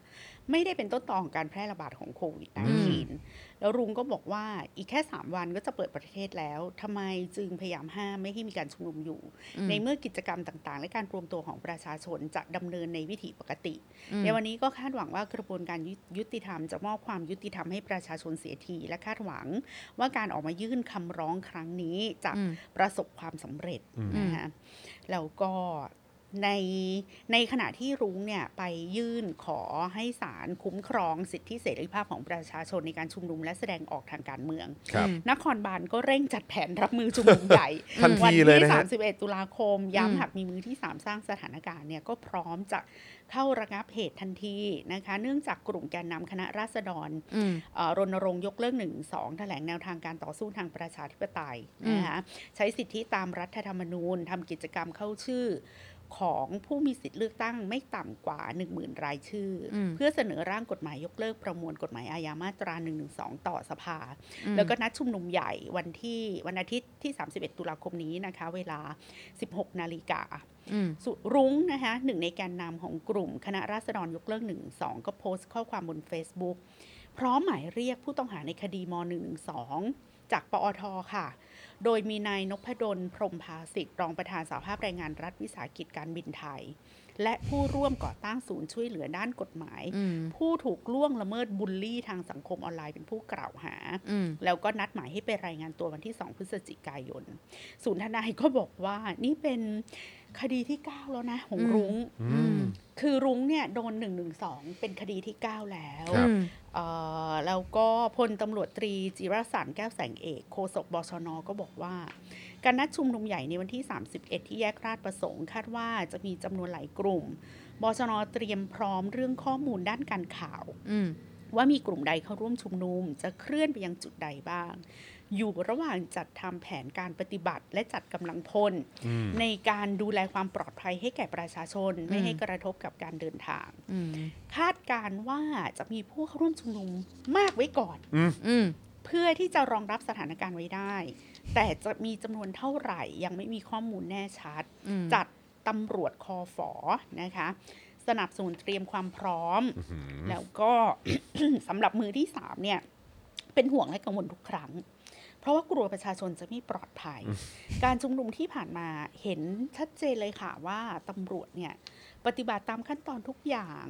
C: ไม่ได้เป็นต้นตอของการแพร่ระบาดของโควิด
A: อื
C: 19แล้วรุ้งก็บอกว่าอีกแค่ 3 วันก็จะเปิดประเทศแล้วทำไมจึงพยายามห้ามไม่ให้มีการชุมนุมอยู่
D: อืม
C: ในเมื่อกิจกรรมต่างๆ และการรวมตัวของประชาชนจะดำเนินในวิถีปกติ
D: อืม
C: ในวันนี้ก็คาดหวังว่ากระบวนการยุยุติธรรมจะมอบความยุติธรรมให้ประชาชนเสียที และคาดหวังว่าการออกมายื่นคำร้องครั้งนี้จะ
D: อืม
C: ประสบความสำเร็จ
A: อืม
C: นะคะแล้วก็ในในขณะที่รุ้งเนี่ยไปยื่นขอให้ศาลคุ้มครองสิทธิเสรีภาพของประชาชนในการชุมนุมและแสดงออกทางการเมือง
A: ครับ
C: นครบาลก็เร่งจัดแผนรับมือชุมนุมใหญ่
A: ทัน
C: วั
A: ที
C: ที่
A: เลยนะฮะ
C: 31 ตุลาคม
D: อืม
C: ย้ำหากมีมือที่ 3 สร้างสถานการณ์เนี่ยก็พร้อมจะเข้าระงับเหตุทันทีนะคะ เนื่องจากกลุ่มแกนนำคณะราษฎร
D: อืม
C: เอ่อรณรงค์ยกเลิก1นึแถลงแนวทางการต่อสู้ทางประชาธิปไตยนะคะใช้สิทธิตามรัฐธรรมนูญทำกิจกรรมเข้าชื่อของผู้มีสิทธิเลือกตั้งไม่ต่ำกว่า 10,000 รายชื่ออ
D: ม
C: เพื่อเสนอร่างกฎหมายยกเลิกประมวลกฎหมายอาญามาตรา 112 ต่อสภา
D: อืม
C: แล้วก็นัดชุมนุมใหญ่วันที่วันอาทิตย์ที่ 31 ตุลาคมนี้นะคะ เวลา 16 นาฬิกา
D: อืม
C: สุรุ้งนะคะหนึ่งในแกนนำของกลุ่มคณะราษฎรยกเลิก1 2 ก็โพสต์ข้อความบน Facebook พร้อมหมายเรียกผู้ต้องหาในคดีม .112 จากปอทค่ะ โดยมีนายนพดล พรหมภาสิทธิ์รองประธานสาภาพแรงงานรัฐวิสาหกิจการบินไทย และผู้ร่วมก่อตั้งศูนย์ช่วยเหลือด้านกฎหมาย
D: อืม
C: ผู้ถูกล่วงละเมิดบูลลี่ทางสังคมออนไลน์เป็นผู้กล่าวหา
D: อืม
C: แล้วก็นัดหมายให้ไปรายงานตัววันที่ 2 พฤศจิกายน ศูนย์ทนายก็บอกว่านี่เป็นคดีที่ 9 แล้วนะ ของ
D: อืม
C: รุง้ง
A: อืม
C: คือรุ้งเนี่ยโดน 1 1 2 เป็นคดีที่ 9 แล้ว
A: ครับ
C: เอ่อแล้วก็พลตำรวจตรีจิรสารแก้วแสงเอกโฆษกบชนก็บอกว่า การนัดชุมนุมใหญ่ในวันที่ 31 ที่แยกราชประสงค์ คาดว่าจะมีจำนวนหลายกลุ่ม บชนเตรียมพร้อมเรื่องข้อมูลด้านการข่าว
D: อืม
C: ว่ามีกลุ่มใดเข้าร่วมชุมนุม จะเคลื่อนไปยังจุดใดบ้าง อยู่ระหว่างจัดทำแผนการปฏิบัติและจัดกำลังพล
A: อืม
C: ในการดูแลความปลอดภัยให้แก่ประชาชน ไม่
D: อืม
C: ให้กระทบกับการเดินทาง
D: อืม
C: คาดการณ์ว่าจะมีผู้เข้าร่วมชุมนุมมากไว้ก่อน
D: อืม
C: เพื่อที่จะรองรับสถานการณ์ไว้ได้ แต่จะมีจำนวนเท่าไหร่ยังไม่มีข้อมูลแน่ชัด
D: อืม
C: จัดตำรวจคอฝอนะคะ สนับสนุนเตรียมความพร้อม แล้วก็ สำหรับมือที่สามเนี่ย เป็นห่วงและกังวลทุกครั้ง เพราะว่ากลัวประชาชนจะไม่ปลอดภัย การชุมนุมที่ผ่านมาเห็นชัดเจนเลยค่ะว่าตำรวจเนี่ย ปฏิบัติตามขั้นตอนทุกอย่าง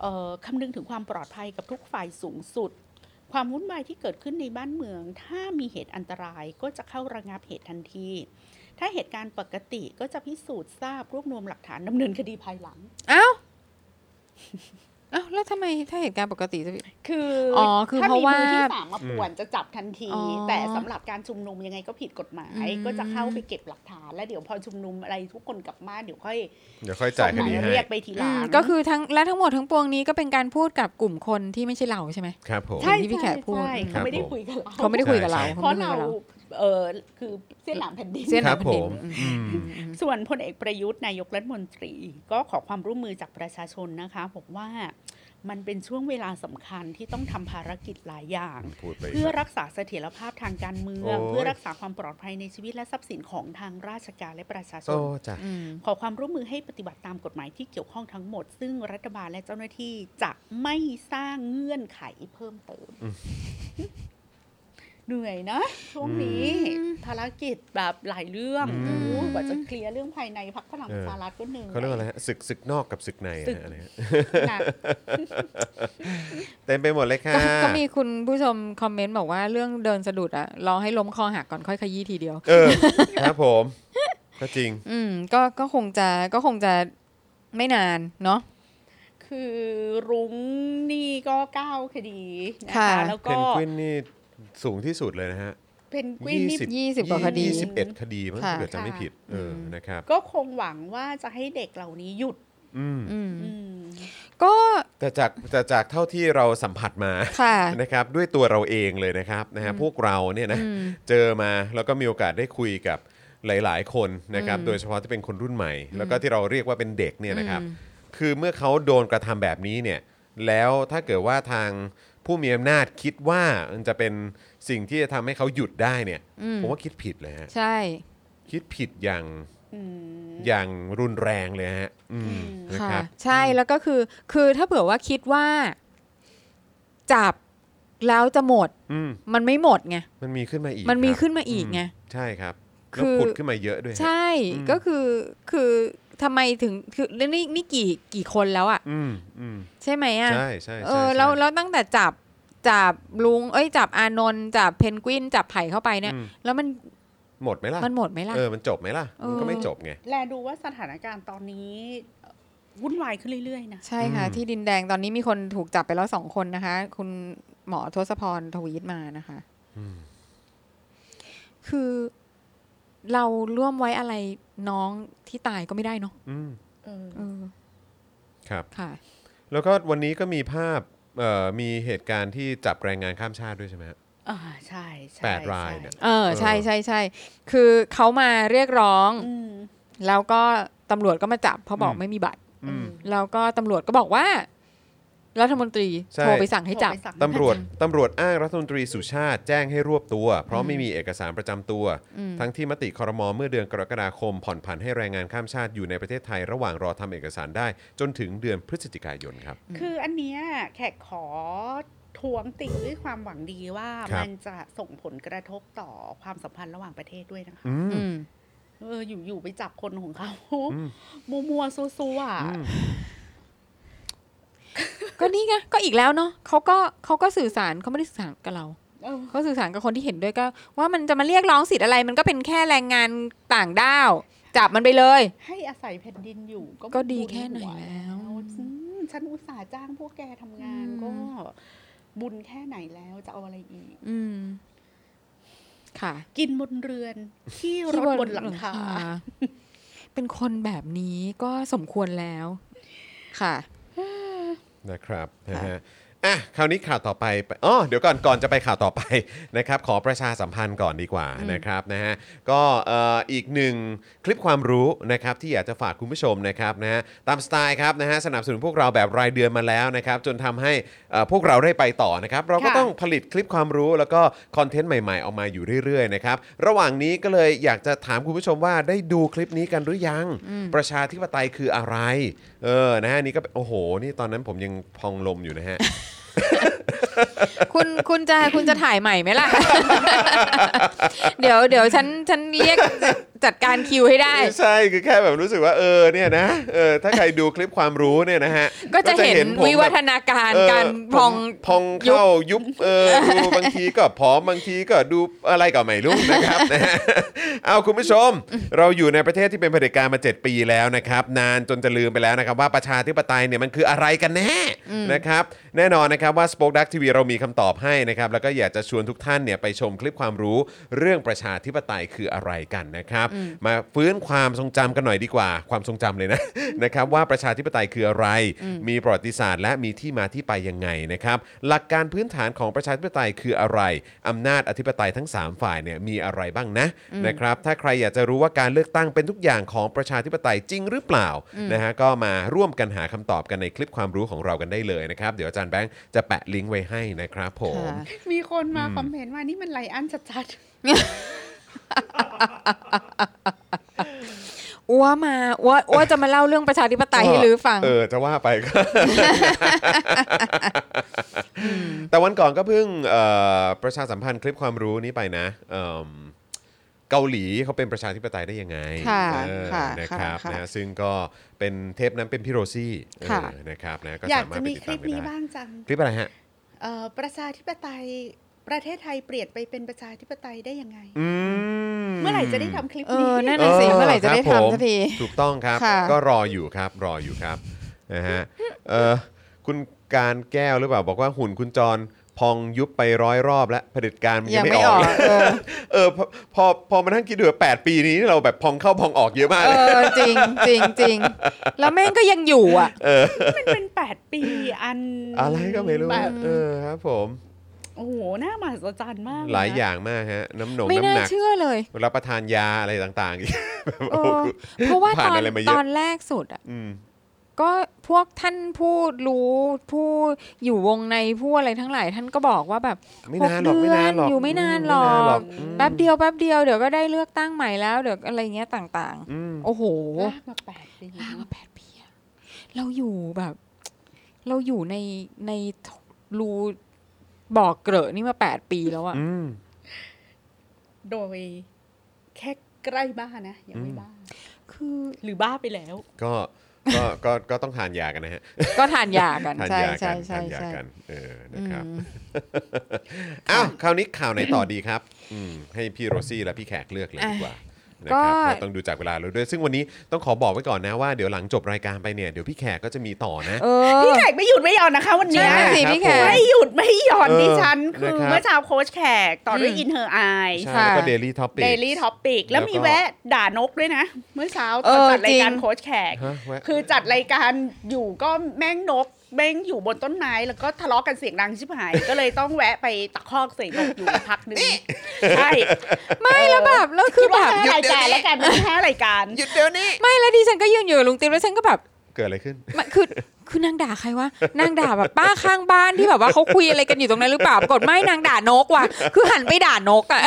C: เอ่อคำนึงถึงความปลอดภัยกับทุกฝ่ายสูงสุด ความวุ่นวายที่เกิดขึ้นในบ้านเมือง ถ้ามีเหตุอันตรายก็จะเข้าระงับเหตุทันที ถ้าเหตุการณ์ปกติก็จะพิสูจน์ทราบรวบรวมหลักฐานดำเนินคดีภายหลัง
D: เอ้า เอ้า แล้วทำไมถ้าเหตุการณ์ปกติจะ
C: คือ
D: อคือ
C: ถ้า
D: เพราะ
C: มีมือที่
D: ว่า
C: สามมาป่วนจะจับทันที
D: อ๋อ
C: แต่สำหรับการชุมนุมยังไงก็ผิดกฎหมาย
D: อืม
C: ก็จะเข้าไปเก็บหลักฐาน แล้วเดี๋ยวพอชุมนุมอะไรทุกคนกลับมาเดี๋ยวค่อย
A: เดี๋ยวค่อยจ่ายค
C: ส่งห
A: ดี
C: มาย
A: ให้
C: เรียกไปทีหลัง
D: ก็คือทั้งและทั้งหมดทั้งปวงนี้ก็เป็นการพูดกับกลุ่มคนที่ไม่ใช่เราใช่ไหม
A: ครับผม
C: ใช่
D: ที่พี่
C: ใช่
D: แขกพูด
C: ใช่
A: ครั
C: เขา
A: บ
C: ไม่ได้
A: ผม
C: คุยกับเรา
D: เขาไม่ได้คุยกับเรา
A: ใช่
D: ข
C: เพราะ
D: ไม่ได้
C: เรา
D: คุยกับ
C: เออคือเส้นหลังแผ่นดิน
D: เส้นห
A: ค
D: ลั
A: รับ
D: งแผ่
A: ผ
D: นดิน
A: ม
D: อืม
A: อืม
C: ส่วนพลเอกประยุทธ์นายกรัฐมนตรี ก็ขอความร่วมมือจากประชาชนนะคะบอกว่า มันเป็นช่วงเวลาสำคัญที่ต้องทำภารกิจหลายอย่าง
A: พูดไป
C: เพื่อรักษาเสถียรภาพทางการเมือง
A: โอ้ย
C: เพื่อรักษาความปลอดภัยในชีวิตและทรัพย์สินของทางราชการและประชาช
A: โต
C: น
A: จ้ะ
D: อืม
C: ขอความร่วมมือให้ปฏิบัติตามกฎหมายที่เกี่ยวข้องทั้งหมด ซึ่งรัฐบาลและเจ้าหน้าที่จะไม่สร้างเงื่อนไขเพิ่มเติม
A: อืม
C: เหนื่อยนะช่วงนี้
D: อืม
C: ภารกิจแบบหลายเรื่อง
A: อืม
C: โอ้โหกว่าจะเคลียร์เรื่องภายในพักพลังประชารัฐก็เหนื่อย
A: เขาเรียกว่าอะไรฮะศึกศึกนอกกับศึกใน
C: ศึก
A: นะอะไรฮะ
C: หนัก
A: เต็มไปหมดเลยค่ะ
D: ก็ ก็มีคุณผู้ชมคอมเมนต์บอกว่าเรื่องเดินสะดุดอะรอให้ล้มคอหักก่อนค่อยขยี้ทีเดียว
A: เออ ครับผม ก็จริง
D: อืมก็ก็คงจะก็คงจะไม่นานเนาะ
C: คือรุ้งนี่ก็เก้าคดีนะ
D: ค่ะ
C: คะแล้ว
A: เพ
C: ก็
A: นกวินนี่สูงที่สุดเลยนะฮะ
C: เพนกวินนี่
D: ยี่สิบกว่าคดี
A: สิบเอ็ดคดีมั้ง
D: ค่ะ
A: ถ้าเกิดจำไม่
C: ค่ะ
A: ผิด เอออ
D: ม
A: นะครับ
C: ก็คงหวังว่าจะให้เด็กเหล่านี้หยุด
A: อืม
D: อืม
C: อืม
D: ก็
A: แต่จากแต่จากเท่าที่เราสัมผัสมา
D: ค่ะ
A: นะครับ ด้วยตัวเราเองเลยนะครับนะฮะ
D: อืม
A: พวกเราเนี่ยนะ
D: อืม
A: เจอมาแล้วก็มีโอกาสได้คุยกับหลาย ๆ คนนะครับ
D: อืม
A: โดยเฉพาะที่เป็นคนรุ่นใหม่ แล้วก็ที่เราเรียกว่าเป็นเด็กเนี่ยนะครับ
D: อืม
A: คือเมื่อเขาโดนกระทำแบบนี้เนี่ย แล้วถ้าเกิดว่าทางผู้มีอำนาจคิดว่ามันจะเป็นสิ่งที่จะทำให้เขาหยุดได้เนี่ย
D: อืม
A: ผมว่าคิดผิดเลยฮะ
D: ใช่
A: คิดผิดอย่าง
C: อืม
A: อย่างรุนแรงเลยฮะ อืม
C: อืม
A: นะ
D: ค่ะ
A: ครับ
D: ใช่แล้วก็คือคือถ้าเผื่อว่าคิดว่า จับแล้วจะหมด
A: อืม
D: มันไม่หมดไง
A: มันมีขึ้นมาอีก
D: มันมี
A: ครับ
D: ขึ้นมาอีกไง
A: มใช่ครับ
D: คื
A: แล้ว
D: อ
A: ผุดขึ้นมาเยอะด้วยฮะ
D: ใช่
A: อืม
D: ก็คือคือทำไมถึงคือนี่นี่กี่กี่คนแล้วอะ
A: อืมอืม
D: ใช่ไหมอะ
A: ใช่ใช่
D: เอ
A: ใช่
D: อแล้ว
A: ใช่
D: แล้วตั้งแต่จับจับลุง เอ้ยจับอานนท์จับเพนกวินจับไผ่เข้าไปเนี่ย
A: อืม
D: แล้วมัน
A: หมดไหมล่ะ
D: มันหมดไหมล่ะ
A: เออมันจบไหมล่ะมันก็ไม่จบไง
C: แลดูว่าสถานการณ์ตอนนี้เอ่อวุ่นวายขึ้นเรื่อยๆนะ
D: ใช่ค่ะ
A: อืม
D: ที่ดินแดงตอนนี้มีคนถูกจับไปแล้วสองคนนะคะ คุณหมอทศพรทวีตมานะคะ
A: อืม
D: คือเราร่วมไว้อะไรน้องที่ตายก็ไม่ได้เนาะ
A: อืม
C: เออ
D: เออ
A: ครับ
D: ค่ะ
A: แล้วก็วันนี้ก็มีภาพเอ่อมีเหตุการณ์ที่จับแรงงานข้ามชาติด้วยใช่ไหมฮะ
C: อ่าใช่ใช่
A: แปดรายเนี่ย
C: ใช่
D: เออใช่ใช่ใช่คือเขามาเรียกร้อง
C: อืม
D: แล้วก็ตำรวจก็มาจับเพราะบอก
A: อืม
D: ไม่มีบัตร
A: อืม
D: แล้วก็ตำรวจก็บอกว่ารัฐมนตรี
A: ใช่
D: โทรไปสั่งให้จับ
A: ตำรวจตำรวจอ้างรัฐมนตรีสุชาติแจ้งให้รวบตัว เพราะไม่มีเอกสารประจำตัว
D: อืม
A: ทั้งที่มติคอรมอเมื่อเดือนกรกฎาคม ผ่อนผันให้แรงงานข้ามชาติอยู่ในประเทศไทยระหว่างรอทำเอกสารได้ จนถึงเดือนพฤศจิกายนครับ
C: คืออันเนี้ยแขกขอทวงติงด้วยความหวังดีว่า
A: ครับ
C: มันจะส่งผลกระทบต่อความสัมพันธ์ระหว่างประเทศด้วยนะคะ
A: อืม
D: อืม
C: เอออยู่อยู่ไปจับคนของเขา
A: อืม
C: มัวมัวซัวซัวๆอ่ะ
A: อืม
D: ก็นี่ไงก็อีกแล้วเนาะเขาก็เขาก็สื่อสารเขาไม่ได้สื่อสารกับเรา
C: เออ
D: เขาสื่อสารกับคนที่เห็นด้วยก็ ว่ามันจะมาเรียกร้องสิทธิ์อะไร มันก็เป็นแค่แรงงานต่างด้าว จับมันไปเลย
C: ให้อาศัยแผ่นดินอยู่ก็
D: ก็ดี
C: บุญ
D: แค่ไหน
C: ว
D: แล้ว
C: อืมฉันอุตส่าห์จ้างพวกแกทำงาน
D: อืม
C: ก็บุญแค่ไหนแล้วจะเอาอะไรอีก
D: อืม ค่ะ
C: กินบนเรือนที่รถบนหลังคา
D: เป็นคนแบบนี้ก็สมควรแล้ว ค่ะ
A: นะครับนะฮะอ่ะคราวนี้ข่าวต่อไปไปอ๋อเดี๋ยวก่อนก่อนจะไปข่าวต่อไป นะครับขอประชาสัมพันธ์ก่อนดีกว่านะครับนะฮะก็เอ่ออีกหนึ่งคลิปความรู้นะครับที่อยากจะฝากคุณผู้ชมนะครับนะฮะตามสไตล์ครับนะฮะสนับสนุนพวกเราแบบรายเดือนมาแล้วนะครับจนทำให้เอ่อพวกเราได้ไปต่อนะครับเราก็
C: ค่ะ
A: ต้องผลิตคลิปความรู้แล้วก็คอนเทนต์ใหม่ ๆ ออกมาอยู่เรื่อยๆนะครับระหว่างนี้ก็เลยอยากจะถามคุณผู้ชมว่าได้ดูคลิปนี้กันหรือยัง ประชาธิปไตยคืออะไร เออ นะฮะนี่ก็เป็นโอ้โห นี่ตอนนั้นผมยังพองลมอยู่นะฮะ
D: คุณคุณจะคุณจะถ่ายใหม่ไหมล่ะ เดี๋ยวเดี๋ยวฉันฉันเรียกจัดการคิวให้ได้
A: ใช่ คือแค่แบบรู้สึกว่า เออ เนี่ยนะ เออ ถ้าใครดูคลิปความรู้เนี่ยนะฮะ
D: ก็จะเห็น
A: ผม
D: วิวัฒนาการ
A: เออ
D: การพอง
A: พอง
D: ยุบ
A: เข้ายุบ เออ ดูบางทีก็ผอม บางทีก็ดูอะไรก็ไม่รู้นะครับ นะฮะเอาคุณผู้ชม เราอยู่ในประเทศที่เป็นเผด็จการมา 7 ปีแล้วนะครับ นานจนจะลืมไปแล้วนะครับว่าประชาธิปไตยเนี่ยมันคืออะไรกันแน่ นะครับ แน่นอนนะครับว่า Spoke Dark กทีวีเรามีคำตอบให้นะครับ แล้วก็อยากจะชวนทุกท่านเนี่ยไปชมคลิปความรู้เรื่องประชาธิปไตยคืออะไรกันนะครับ มาฟื้นความทรงจำกันหน่อยดีกว่า ความทรงจำเลยนะ นะครับว่าประชาธิปไตยคืออะไร มีประวัติศาสตร์ และมีที่มาที่ไปยังไงนะครับ หลักการพื้นฐานของประชาธิปไตยคืออะไรอำนาจอธิปไตยทั้ง 3 ฝ่ายเนี่ยมีอะไรบ้างนะนะครับ ถ้าใครอยากจะรู้ว่าการเลือกตั้งเป็นทุกอย่างของประชาธิปไตยจริงหรือเปล่านะฮะก็มาร่วมกันหาคำตอบกันในคลิปความรู้ของเรากันได้เลยนะครับ เดี๋ยวอาจารย์แบงค์จะแปะลิงก์ไว้ให้นะครับผม
D: ค่ะ
C: มีคนมาคอมเมนต์ว่านี่มันไลอันชัด
D: อ้วมาอ้วอ้วจะมาเล่าเรื่องประชาธิปไตยให้ลือฟัง
A: เออ จะว่าไปก็ แต่วันก่อนก็เพิ่งเอ่อประชาสัมพันธ์คลิปความรู้นี้ไปนะเอิ่มเกาหลีเขาเป็นประชาธิปไตยได้ยังไง
D: ค่ะ
A: เออ
D: ค่ะ
A: นะครับ
D: ค่ะ
A: นะซึ่งก็เป็นเทปนั้นเป็นพี่โรซี่เออ
D: ค่ะ
A: นะครับนะก็
C: ๆ อยาก
A: สามาร
C: จะ
A: ถไป
C: มี
A: ติด
C: ค
A: ตา
C: ลิ
A: มกันได้
C: ปนี้บ้างจัง
A: คลิปอะไรฮะ
C: เอ่อประชาธิปไตยประเทศไทยเปลี่ยนไปเป็นประชาธิปไตยได้ยังไง
A: อืม
C: เมื่อไหร่จะได้ทำคลิป
D: เอ
C: นี้
D: อนั่นน่ะสิ
A: เออ
D: เมื่อไหร่จะได้
A: คบผม
D: ทำสักที
A: ถูกต้องครับ
D: ค่ะ
A: ก็รออยู่ครับ รออยู่ครับนะฮะเออคุณการแก้วหรือเปล่า บอกว่าหุ่นคุณจรพองยุบไปร้อยรอบแล้วเผด็จการมัน
D: ยั
A: ยัง ง
D: ไม่
A: ไม่
D: อ
A: อ
D: อ
A: อก ก
D: เออ
A: เออพอพอพอมานั่งคิดดูแปดปีนี้เราแบบพองเข้าพองออกเยอะมาก
D: เอ
A: เลย
D: อจริงจริงจริงแล้วแม่งก็ยังอยู่อ่ะ
C: มันเป็น 8 ปีอัน
A: อะไรก็ไม่รู้
C: แบบ
A: เออครับผม
C: โอ้โหน่ามหัศจรรย์มาก
A: หลาย
C: นะ
A: อย่างมากฮะ น้ำหนง
D: ไม่
A: น้ำ
D: น่า
A: หนัก
D: เชื่อเลย
A: รับประทานยาอะไรต่างๆอี กแบบ
D: เอ
A: โอ้โห
D: อเพราะว่า
A: ผ่า
D: ต
A: น
D: อน
A: อะไรมาเยอะ
D: ตอนแรกสุดอ่ะ
A: อืม
D: ก็พวกท่านผู้รู้ผู้อยู่วงในผู้อะไรทั้งหลายท่านก็บอกว่าแบบ
A: ไม่
D: หก
A: นานหรอก
D: เดือน
A: ไม่านหรอก
D: อยู่ไม่นาน
A: อืม
D: หรอ
A: ไม่นานหรอก กอืม
D: แป๊บเดียวแป๊บเดียวเดี๋ยวก็ได้เลือกตั้งใหม่แล้วเดี๋ยวอะไรเงี้ยต่าง
A: อืม
D: ๆ โอ้โห
C: ลากมาแปดปี
D: ลากมาแปดปีอะเราอยู่แบบ เราอยู่ในในรูบอกเกลอะนี่มาแปดปีแล้วอะ
A: อืม
C: โดยแค่ใกล้บ้านนะยังไม่
A: อืม
C: บ้า
D: คือ
C: หรือบ้าไปแล้ว
A: ก็ก็ก็ก็ต้องทานยากันนะฮะ
D: ก็ทานยากัน
A: ทาน
D: ใช่
A: ยากั
D: ใช่
A: น
D: ใช่
A: ทานยา
D: ใช่
A: กันเออนะ
D: อื
A: ครับ
D: ม
A: อ้าวคราวนี้ข่าวไหนต่อดีครับ อืมให้พี่โรซี่และพี่แขกเลือกเลยดีกว่านะ
D: ก็
A: ครับเราต้องดูจากเวลาเราด้วยซึ่งวันนี้ต้องขอบอกไว้ก่อนนะว่าเดี๋ยวหลังจบรายการไปเนี่ยเดี๋ยวพี่แขกก็จะมีต่อนะ
D: เออ
C: พี่แขกไม่หยุดไม่หย่อนนะคะ วัน
D: ใช่
C: เนี้ย
D: ไหมสิพี่แขก
C: ไม่หยุดไม่หย่อน
A: เออ
C: ดิฉัน คือ
A: นะครับ
C: เมื่อเช้าโค้ชแขกต่อด้วย
D: อืม
C: อินเ r อร์ไอ
A: ใช่แล้วก็
D: ค่ะ
A: Daily Topic
C: เดลี่ท็อปิกแล้วมี
A: แล้วก็
C: แวะด่านกด้วยนะ เมื่อเช้า
D: เออ
C: จัดรายการ
D: จริง
C: โค้ชแขก
A: ฮะแวะ
C: คือจัดรายการอยู่ก็แม่งนกแม่งอยู่บนต้นไม้แล้วก็ทะเลาะกันเสียงดังชิบหาย ก็เลยต้องแวะไปตะคอกเสียงนกอยู่พักหนึ่งใช่
D: ไม่แล้วแบบแล้วคื
C: คิ
D: อ
C: ด
D: แบ
C: ว่า
D: บ
C: ห้ารายการแล้วกันห้ารายการ
A: หยุดเดี๋ยวนี้
D: ไม่แล้วดิฉันก็ยืนอยู่กับลุงติ๊บแล้วฉันก็แบบ
A: เกิดอะไรขึ้น
D: มันคือคือนางด่าใครวะนางด่าแบบป้าข้างบ้านที่แบบว่าเขาคุยอะไรกันอยู่ตรงนั้นหรือเปล่าปรากฏไม่นางด่านกว่ะคือหันไปด่านกอ่ะ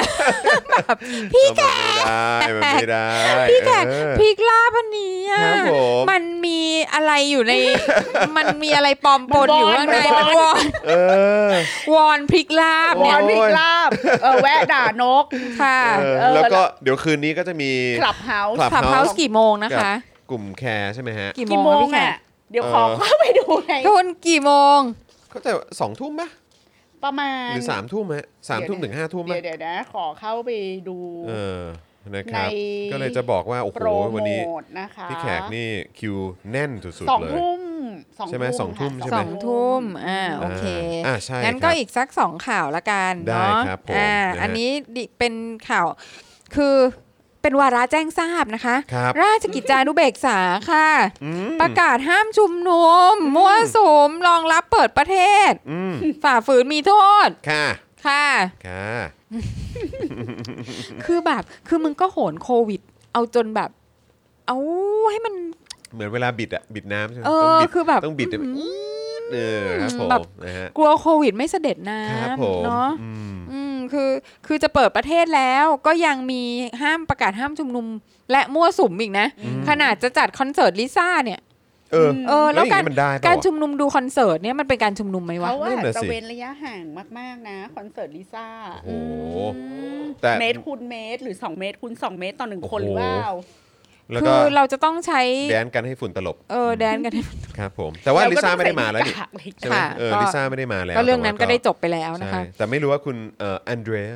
D: แบบพี่แขก
A: มันไม่ได้มันไม่ได้
D: พี่แขก
A: เออ
D: พริกลาบอันนี้
A: ค
D: อ่ะ
A: รับผม
D: มันมีอะไรอยู่ ใน มันมีอะไรปลอมปนอยู่ข้างในมันวอน
A: เออ
D: วอนพริกลาบ
C: ว
D: เนี่
C: อย นพิกลาบเออแวะด่านก
D: ค่ะ
A: เออ
C: เออ
A: แล้วก็เดี๋ยวคืนนี้ก็จะมี
C: คลับเฮาส์
A: Club
D: ขับเฮา
A: House
D: ส์กี่โมงนะคะ
A: กลุ่มแคร์ใช่ไหมฮะ
D: กี่โม
C: กี่
D: ง
C: โมง
D: พี่แข
C: อ่ะ
D: ก
C: เดี๋ยวขอ
A: เออ
C: เข้าไปดูไง
D: คุณกี่โมง
A: ก็จะสองทุ่มปะ
C: ประมาณ
A: หรือสามทุ่มฮะสามทุ่มถึงห้าทุ่มปะ
C: เดี๋ยวเดี๋ยวนะ ขอเข้าไปดู
A: เออ นะครับ
C: ใน
A: ก็เลยจะบอกว่า โอ้โห
C: โปรโม
A: วันนี้
C: ทนะคะ
A: พี่แขกนี่คิวแน่นสุด
C: สอง
A: ๆเลย
C: ทุ่มสอง
A: ใช่ไหมสองทุ่ม
C: ค่ะ
A: ใช่ไหม
D: สองทุ่มอ่าโอเค
A: อ่าใช่
D: งั้น
A: ค
D: ก็
A: รับ
D: อีกสักสองข่าวละกัน
A: ได้
D: เนาะ
A: ครับผม
D: อ่า
A: นะฮะ
D: อันนี้ดิเป็นข่าวคือเป็นวาระแจ้งทราบนะคะ
A: ครับ
D: ราชกิจจานุเบกษาค่ะ
A: อืม
D: ประกาศห้ามชุมนุมมั่วสุมรองรับเปิดประเทศ
A: อืม
D: ฝ่าฝืนมีโทษ
A: ค่ะ
D: ค่ะ
A: ค่ะ
D: คือแบบคือมึงก็โหนโควิด เอาจนแบบ เอาให้มัน
A: เหมือนเวลาบิดอะบิดน้ำใช่ไหม
D: เอ
A: ต้ง
D: อ
A: บิด
D: คือแบบ
A: ต้องบิดแบบ
D: อืม
A: เออครับผม
D: แบบ
A: นะฮะ
D: กลัวโควิดไม่เสด็จน้
A: ครับผม
D: ำเนาะ
A: อืม
D: อืมคือคือจะเปิดประเทศแล้วก็ยังมีห้ามประกาศห้ามชุมนุม และมั่วสุมอีกนะ ขนาดจะจัดคอนเสิร์ตลิซ่าเนี่ย
A: เออ
D: เออ
A: แล้
D: แล้วว
A: อย่าง
D: การ
A: นี้มันได้ปะ
D: การ
A: วะ
D: ชุมนุมดูคอนเสิร์ตเนี่ยมันเป็นการชุมนุมไหมวะ
C: เขาว่า
A: นั่นน่ะ
C: จะ
A: สิ
C: เว้นระยะห่างมาก ๆ นะ คอนเสิร์ตลิซ่า
A: โอ้โห แต่
C: เมตรคูณเมตรหรือ 2 เมตรคูณ2 เมตรต่อหนึ่งคน
A: โอ้
C: ห
A: โห
C: รือ
A: แล้ว
C: ว่า
D: คื
A: ก็
D: อเราจะต้องใช้
A: แดนกันให้ฝุ่นตลบ
D: เออแดนกัน
A: ครับผม แต่ว่าลิซ่าไม่ได้มาแล้วนี่
C: นี่
A: ใช่ไหม
D: ค่ะ
A: เออ ลิซ่าไม่ได้มาแล้ว
D: ก็เรื่อง
A: แต่ว่า
D: นั้นก็ได้จบไปแล้วนะคะ
A: ใช่แต่ไม่รู้ว่าคุณเอ่อแอนเดรีย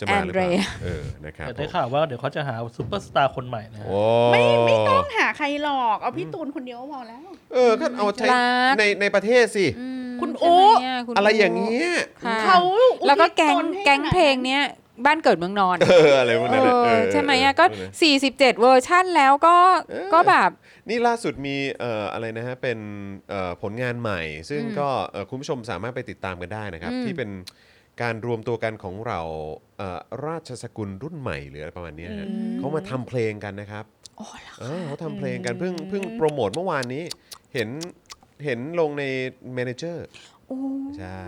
A: จะมาหรือเปล่า
D: Andrea
A: เออนะครับ
E: แต่ได้ข่าวว่าเดี๋ยวเขาจะหาซูเปอร์สตาร์คนใหม่นะ
A: โอ้
C: ไม่ไม่ต้องหาใครหรอก เอาพี่ตูนคนเดียวก็พอแล้ว
A: เออก็เอาใช้
D: รัก
A: ในในประเทศสิ
D: อืม
C: คุณ
D: ใช่ไหม
C: อุ๊
D: เนี่ยคุณ
A: อะไรอย่างเงี้ย
D: ค่ะ
C: เขา
D: แล้วก็แก๊ง
C: อุทิศตนให้
D: แก๊ง
C: ขาด
D: เพลงเนี้ยบ้านเกิดเมืองนอน
A: เอออะไรพวก
D: เอ
A: นั้นน่ะเอ
D: อ
A: อ
D: ใช่ไหมอ่ะก็
A: เออ
D: 47 เวอร์ชั่นแล้วก็
A: เออ
D: ก็แบบ
A: นี่ล่าสุดมีเอ่ออะไรนะฮะเป็นเอ่อผลงานใหม่ ซึ่งก็เอ่อคุณผู้ชมสามารถไปติดตามกันได้นะครับ ที่เป็นการรวมตัวกันของเราเอ่อราชสกุลรุ่นใหม่หรืออะไรประมาณเนี้ยฮะเขามาทำเพลงกันนะครับเออเขาทำเพลงกันเพิ่งเพิ่งโปรโมทเมื่อวานนี้ เห็นเห็นลงในเมนเจอร์
D: โอ้
A: ใช่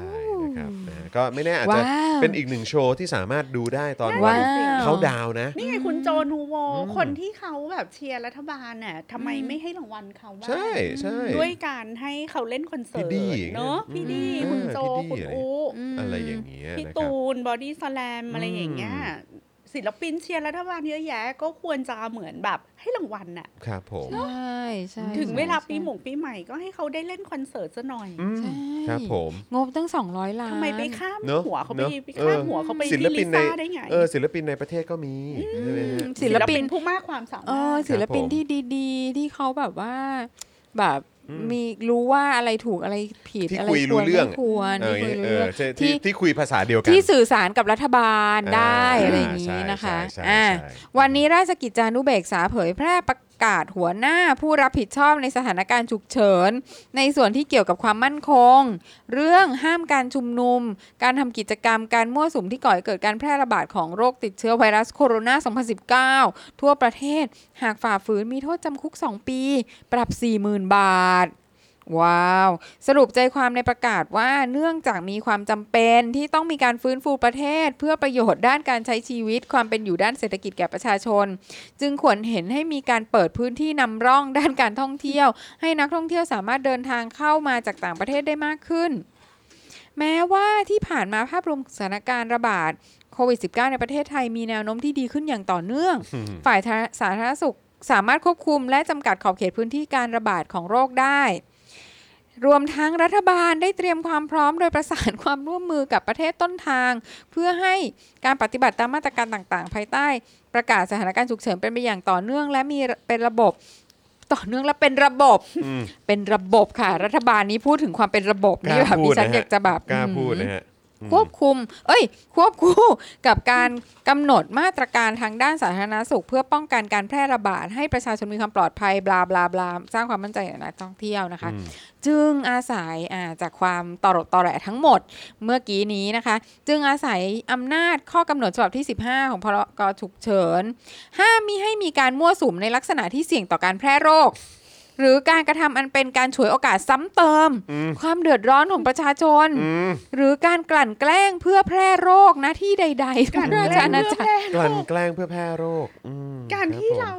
A: นะครับนะฮะก็ไม่แน่อาจจะ
D: ว้าว
A: เป็นอีกหนึ่งโชว์ที่สามารถดูได้ตอนวั
D: ว้าน ว
A: เขาดาวน์นะ
C: นี่ไงคุณโจนูโว
A: อืม
C: คนที่เขาแบบเชียร์รัฐบาลน่ะทำไมไม่ให้รางวัลเขาบ้าง
A: ใช่ใช่
C: ด้วยการให้เขาเล่นคอนเสิร์ต
A: พี่ดี้
C: เนาะพี่ดี
A: อืม
C: คุณโจ
A: พี่ดี้อะไร
C: คุณอู
D: ม
A: อะไรอย่างเงี้ย
C: พี่
A: นะครับ
C: ตูนบอดี้สแลมอะไรอย่างเงี้ยศิลปินเชียร์รัฐบาลเยอะแยะ ก็ควรจะเหมือนแบบให้รางวัลน่ะ
A: ครับผม
D: ใช่ใช่
C: ถึงเวลาปีหม
D: ใช
C: งปีใหม่ก็ให้เขาได้เล่นคอนเสิร์ตซะหน่อย
A: อืม่ ครับผม
D: งบตั้ง 200 ล้าน
C: ทำไมไปข้าม
A: เนอะ
C: หัวเขาไป
A: เนอะ
C: ไปข้าม
A: เออ
C: หัวเขาไป
A: ศิ
C: ที่
A: ล
C: ลิ
A: ปินใน
C: ซ่าได้ไง
A: เออศิลปินในประเทศก็มีใช่ไหมฮะ
D: ศิลปิน
C: ผู้มากความสา
D: เอ
C: มาร
D: อ
C: ถ
D: ศิลปิน
A: ผม
D: ที่ดีๆ ที่เขาแบบว่า แบบ
A: อืม
D: มีรู้ว่าอะไรถูกอะไรผิด
A: ที่
D: อะไร
A: คุยรู้
D: ควร
A: เรื่อง
D: ไม่ควร
A: เออเอ
D: ที่คุยรู้เรื่
A: อ
D: อง
A: ใช่
D: ที่
A: ที่ที่คุยภาษาเดียวกัน
D: ที่สื่อสารกับรัฐบาลได้
A: อ่า
D: อะไรอย่าง
A: ใช่
D: นี้นะคะ
A: ใช่ใช่
D: อ่า
A: ใช่
D: วันนี้ราชกิจจานุเบกษาเผยแพร่ประกาศหัวหน้าผู้รับผิดชอบในสถานการณ์ฉุกเฉิน ในส่วนที่เกี่ยวกับความมั่นคง เรื่องห้ามการชุมนุม การทำกิจกรรมการมั่วสุมที่ก่อให้เกิดการแพร่ระบาดของโรคติดเชื้อไวรัสโคโรนา 2019 ทั่วประเทศหากฝ่าฝืนมีโทษจำคุก 2 ปี ปรับ 40,000 บาท ว้าว สรุปใจความในประกาศว่าเนื่องจากมีความจำเป็นที่ต้องมีการฟื้นฟูประเทศ เพื่อประโยชน์ด้านการใช้ชีวิต ความเป็นอยู่ด้านเศรษฐกิจแก่ประชาชน จึงควรเห็นให้มีการเปิดพื้นที่นำร่องด้านการท่องเที่ยว ให้นักท่องเที่ยวสามารถเดินทางเข้ามาจากต่างประเทศได้มากขึ้น แม้ว่าที่ผ่านมาภาพรวมสถานการณ์ระบาดโควิด -19 ในประเทศไทยมีแนวโน้มที่ดีขึ้นอย่างต่อเนื่อง ฝ่ายสาธารณสุขสามารถควบคุมและจำกัดขอบเขตพื้นที่การระบาดของโรคได้ รวมทั้งรัฐบาลได้เตรียมความพร้อมโดยประสานความร่วมมือกับประเทศต้นทาง เพื่อให้การปฏิบัติตามมาตรการต่างๆ ภายใต้ ประกาศสถานการณ์ฉุกเฉินเป็นไปอย่างต่อเนื่อง และมีเป็นระบบ ต่อเนื่องและเป็นระบบ
A: อืม
D: เป็นระบบค่ะ รัฐบาลนี้พูดถึงความเป็นระบบ
A: กล้า
D: นี่แบบ
A: พู
D: ดิ
A: ด
D: ฉั
A: นะ
D: น
A: ฮะ
D: อยากจะแบบ
A: กล้าพูด
D: อืม
A: นะฮะอืม
D: ควบคุม เอ้ย ควบคู่ กับการกำหนดมาตรการทางด้านสาธารณสุข เพื่อป้องกันการแพร่ระบาด ให้ประชาชนมีความปลอดภัย บลาบลาบลาสร้างความมั่นใจกับนักท่องเที่ยวนะคะ
A: อืม
D: จึงอาศัยอ่าจากความตอรดตอแหลทั้งหมดเมื่อกี้นี้นะคะ จึงอาศัยอำนาจข้อกำหนดฉบับที่ 15 ของพรกฉุกเฉิน ห้ามมิให้มีการมั่วสุมในลักษณะที่เสี่ยงต่อการแพร่โรค หรือการกระทำอันเป็นการฉวยโอกาสซ้ำเติม
A: อืม
D: ความเดือดร้อนของประชาชน
A: อืม
D: หรือการกลั่นแกล้งเพื่อแพร่โรคนะที่ใดๆทั่วราชอาณาจักร
A: กลั่นแกล้งเพื่อแพร่โรคอืม
C: การ
A: คบ
C: ที่
A: ผม
C: เรา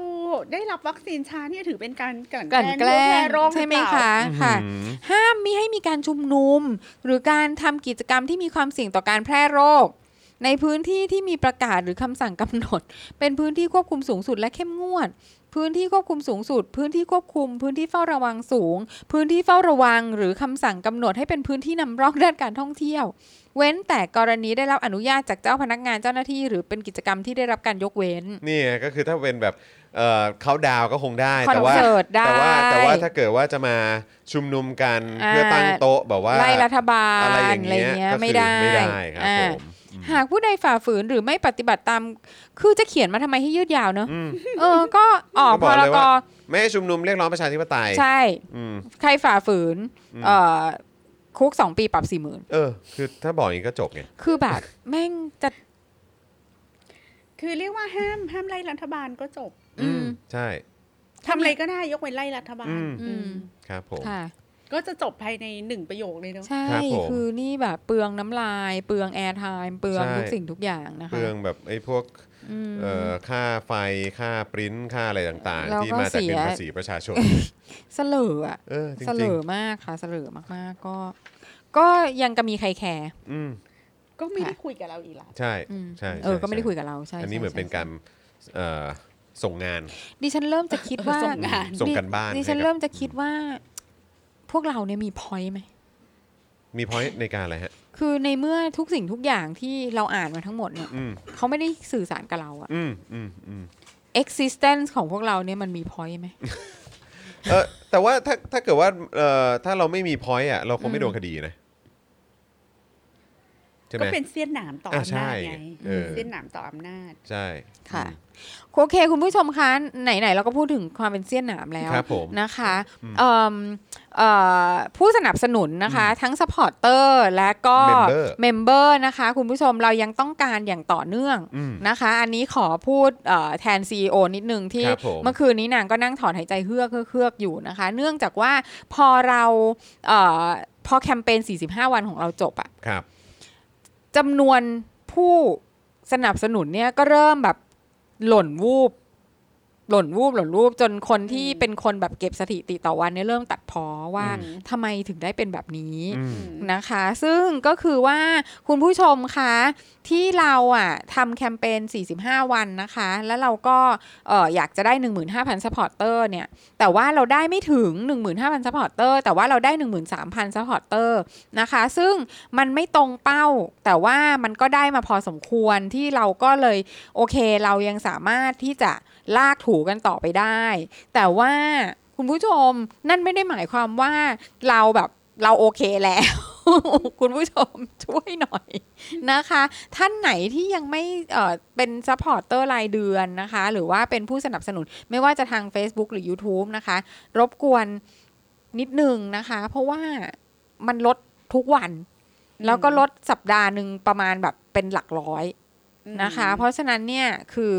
C: ได้รับวัคซีนช้าเนี่ยถือเป็นการกลั่น
D: กลั่นแกล้ง
C: เพื่อพร่โรค
D: ใช่ไหม
C: รือเปล่า
D: คะค่ะ
A: อืม
D: ห้ามมิให้มีการชุมนุม หรือการทำกิจกรรมที่มีความเสี่ยงต่อการแพร่โรค ในพื้นที่ที่มีประกาศหรือคำสั่งกำหนด เป็นพื้นที่ควบคุมสูงสุดและเข้มงวด พื้นที่ควบคุมสูงสุด พื้นที่ควบคุม พื้นที่เฝ้าระวังสูง พื้นที่เฝ้าระวัง หรือคำสั่งกำหนดให้เป็นพื้นที่นำร่องด้านการท่องเที่ยว เว้นแต่กรณีได้รับอนุญาตจากเจ้าพนักงานเจ้าหน้าที่ หรือเป็นกิจกรรมที่ได้รับการยกเว้น
A: นี่ไงก็คือถ้าเป็นแบบเขาดาวก็คงได้
D: คอน
A: แต่ว่า
D: เสิร์ตได้
A: แต่ว่าแต่ว่าถ้าเกิดว่าจะมาชุมนุมกัน
D: อ่า
A: เพื่อตั้งโต๊ะแบบว่า
D: ไล่รัฐบาล
A: อะไรอย่าง
D: อะไร
A: เงี้ย
D: เงี้ย
A: ก็คือ
D: ไม่ได้
A: ไม่ได้ครับ
D: อ่า
A: ผม
D: หากผู้ใดฝ่าฝืนหรือไม่ปฏิบัติตาม คือจะเขียนมาทำไมให้ยืดยาวเนอะ
A: อืม
D: เออ ก็ออก
A: ก็บ
D: พ
A: อก
D: ร
A: เลย
D: ก
A: ว่า ไม่ให้ชุมนุมเรียกร้องประชาธิปไตย
D: ใช่
A: อืม
D: ใครฝ่าฝืน
A: อืม
D: เอ่อ คุกสองปีปรับสี่หมื่น
A: เออ คือถ้าบอกอย่างนี้ก็จบไง
D: คือแบบ แม่งจะ
C: คือเรียกว่าห้ามห้ามไล่รัฐบาลก็จบ
D: อืม
A: ใช่
C: ทำอะไรก็ได้ยกเว้นไล่รัฐบาล
A: อืม
D: อืม
A: ครับผม
D: ค่ะ
C: ก็จะจบภายในหนึ่งประโยคเลยเนาะ
D: ใช่
A: ครับผม
D: คือนี่แบบเปลืองน้ำลาย เปลืองแอร์ไทม์ เปลือง
A: ใช่
D: ทุกสิ่งทุกอย่างนะคะ
A: เปลืองแบบไอ้พวก
D: ม
A: เอ่อค่าไฟค่าปริ้นค่าอะไรต่าง
D: เรา
A: ๆ ที่
D: ก็
A: มาจากเงิน
D: เสีย
A: ภาษีประชาชน
D: เสลออะ
A: เออจ
D: เสล
A: ริง
D: อมากค่ะ เสลอมากๆ ก็ ก็ยังก็มีใครแคร์
A: ๆอืม
C: ก็ไม่ได้
D: ค่ะ
C: คุยกับเราอีกละ
A: ใช่
D: อืม
A: ใช่
D: เออ
A: ใช่
D: ก็ไม่ได้
A: ใช่
D: คุยกับเรา ใช่
A: อันนี้
D: ใช่
A: เหมือน
D: ใช่
A: เป็นการเอ่อส่งงาน
D: ดิฉันเริ่มจะคิดว่า
C: ส่งงาน
A: ส่งกันบ้าน
D: ดิฉัน
A: ให้กับ
D: เริ่มจะคิดว่า พวกเราเนี่ยมีพอยต์ไหม
A: มีพอยต์ในการอะไรฮะ
D: คือในเมื่อทุกสิ่งทุกอย่างที่เราอ่านมาทั้งหมดเนี่ย
A: อืม
D: เขาไม่ได้สื่อสารกับเราอะ
A: อืมอืมอืม
D: existence ของพวกเราเนี่ยมันมีพอยต์ไหม
A: เออแต่ว่าถ้าถ้าเกิดว่าเอ่อถ้าเราไม่มีพอยต์อ่ะเราคงไม่โดนคดีนะ ใช่ไห
C: ก็
A: ม
C: เป็นเสี้ยนหนามต่ออำ
A: อ่ะใช่
C: นาจไง
A: เออ
C: เสี้ยนหนามต่ออำนาจ
A: ใช่
D: ค่ะ โอเค คุณผู้ชมคะ ไหน ๆ เราก็พูดถึงความเป็นเสี้ยนหนามแล้ว
A: ครับผม
D: นะคะ
A: อืม
D: เอิ่มเอ่อผู้สนับสนุนนะคะ ทั้งสปอร์เตอร์และก็
A: Member
D: เมมเบอร์นะคะ คุณผู้ชมเรายังต้องการอย่างต่อเนื่อง
A: อืม
D: นะคะ อันนี้ขอพูดเอ่อแทน CEO นิดนึงที่
A: ครับผม
D: เมื่อคืนนี้นางก็นั่งถอนหายใจเฮือกเฮือกๆอยู่นะคะ เนื่องจากว่าพอเราเออพอแคมเปญ 45 วันของเราจบอะ
A: ครับ
D: จำนวนผู้สนับสนุนเนี่ยก็เริ่มแบบหล่นวูบ หล่นวูบหล่นวูบจนคนที่
C: อืม
D: เป็นคนแบบเก็บสถิติต่อวันเนี่ยเริ่มตัดพ้อว่า
C: อืม
D: ทำไมถึงได้เป็นแบบนี้
A: อืม
D: นะคะ ซึ่งก็คือว่าคุณผู้ชมคะที่เราอ่ะทำแคมเปญ 45 วันนะคะ แล้วเราก็เอ่ออยากจะได้ 15,000 ซัพพอร์เตอร์เนี่ย แต่ว่าเราได้ไม่ถึง 15,000 ซัพพอร์เตอร์ แต่ว่าเราได้ 13,000 ซัพพอร์เตอร์นะคะ ซึ่งมันไม่ตรงเป้า แต่ว่ามันก็ได้มาพอสมควรที่เราก็เลยโอเคเรายังสามารถที่จะลากถูกันต่อไปได้ แต่ว่าคุณผู้ชมนั่นไม่ได้หมายความว่าเราแบบเราโอเคแล้ว คุณผู้ชมช่วยหน่อยนะคะ ท่านไหนที่ยังไม่เอ่อเป็นซัพพอร์ตเตอร์รายเดือนนะคะ หรือว่าเป็นผู้สนับสนุน ไม่ว่าจะทาง Facebook หรือ YouTube นะคะ รบกวนนิดนึงนะคะ เพราะว่ามันลดทุกวัน แล้วก็ลดสัปดาห์หนึ่งประมาณแบบเป็นหลักร้อย นะคะเพราะฉะนั้นเนี่ยคือ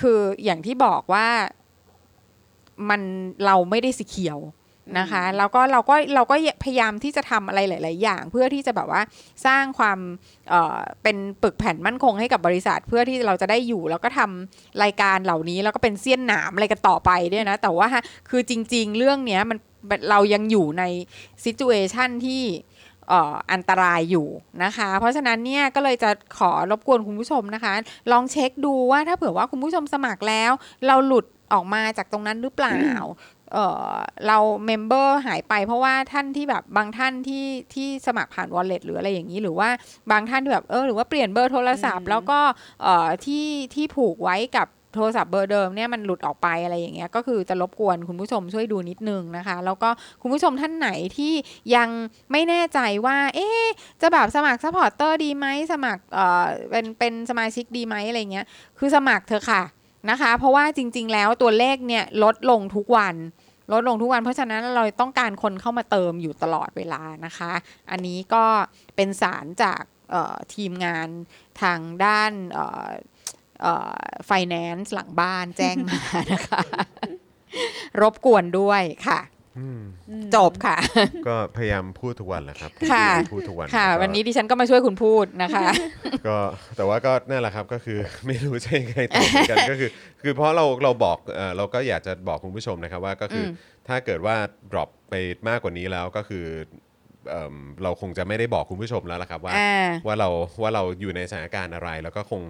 D: คืออย่างที่บอกว่ามันเราไม่ได้สีเขียวนะคะแล้วก็เราก็เราก็พยายามที่จะทำอะไรหลาย ๆ อย่าง เพื่อที่จะแบบว่าสร้างความเอ่อเป็นปึกแผ่นมั่นคงให้กับบริษัท เพื่อที่เราจะได้อยู่ แล้วก็ทำรายการเหล่านี้แล้วก็เป็นเสี้ยนหนามอะไรกันต่อไปเนี่ยนะแต่ว่าคือจริง ๆ เรื่องเนี้ยมันเรายังอยู่ในซิจูเอชันที่ เอ่ออันตรายอยู่นะคะ เพราะฉะนั้นเนี่ยก็เลยจะขอรบกวนคุณผู้ชมนะคะ ลองเช็คดูว่าถ้าเผื่อว่าคุณผู้ชมสมัครแล้ว เราหลุดออกมาจากตรงนั้นหรือเปล่า เอ่อเราเมมเบอร์หายไปเพราะว่าท่านที่แบบบางท่านที่ที่สมัครผ่านวอลเล็ตหรืออะไรอย่างนี้ หรือว่าบางท่านที่แบบเออหรือว่าเปลี่ยนเบอร์โทรศัพท์
C: อืม
D: แล้วก็เอ่อที่ที่ผูกไว้กับโทรศัพท์เบอร์เดิมเนี่ยมันหลุดออกไปอะไรอย่างเงี้ยก็คือจะรบกวนคุณผู้ชมช่วยดูนิดนึงนะคะ แล้วก็คุณผู้ชมท่านไหนที่ยังไม่แน่ใจว่าเอ๊ะจะแบบสมัครซัพพอร์เตอร์ดีไหมสมัครเอ่อเป็นเป็นสมาชิกดีไหมอะไรเงี้ยคือสมัครเถอะค่ะนะคะ เพราะว่าจริง ๆ แล้วตัวเลขเนี่ยลดลงทุกวัน ลดลงทุกวันเพราะฉะนั้นเราต้องการคนเข้ามาเติมอยู่ตลอดเวลานะคะ อันนี้ก็เป็นสารจากเอ่อทีมงานทางด้านไฟแนนซ์หลังบ้านแจ้งมานะคะ รบกวนด้วยค่ะ
A: อืม
D: จบค่ะ
A: ก็พยายามพูดทุกวันแหละครับ
D: ค่ะ
A: พยายามพูดทุกวัน
D: ค่ะ
A: แล้ก็
D: วันนี้ดิฉันก็มาช่วยคุณพูดนะคะ
A: ก็แต่ว่าก็นั่นแหละครับก็คือ ไม่รู้จะยังไงต่อเหมือนกันก็คือ คือเพราะเราเราบอกเอ่อเราก็อยากจะบอกคุณผู้ชมนะครับว่าก็คืออ
D: ม
A: ถ้าเกิดว่า drop ไปมากกว่านี้แล้วก็คือเอิ่มเราคงจะไม่ได้บอกคุณผู้ชมแล้วล่ะครับว่า
D: อ่า
A: ว่าเราว่าเราอยู่ในสถานการณ์อะไร แล้วก็คง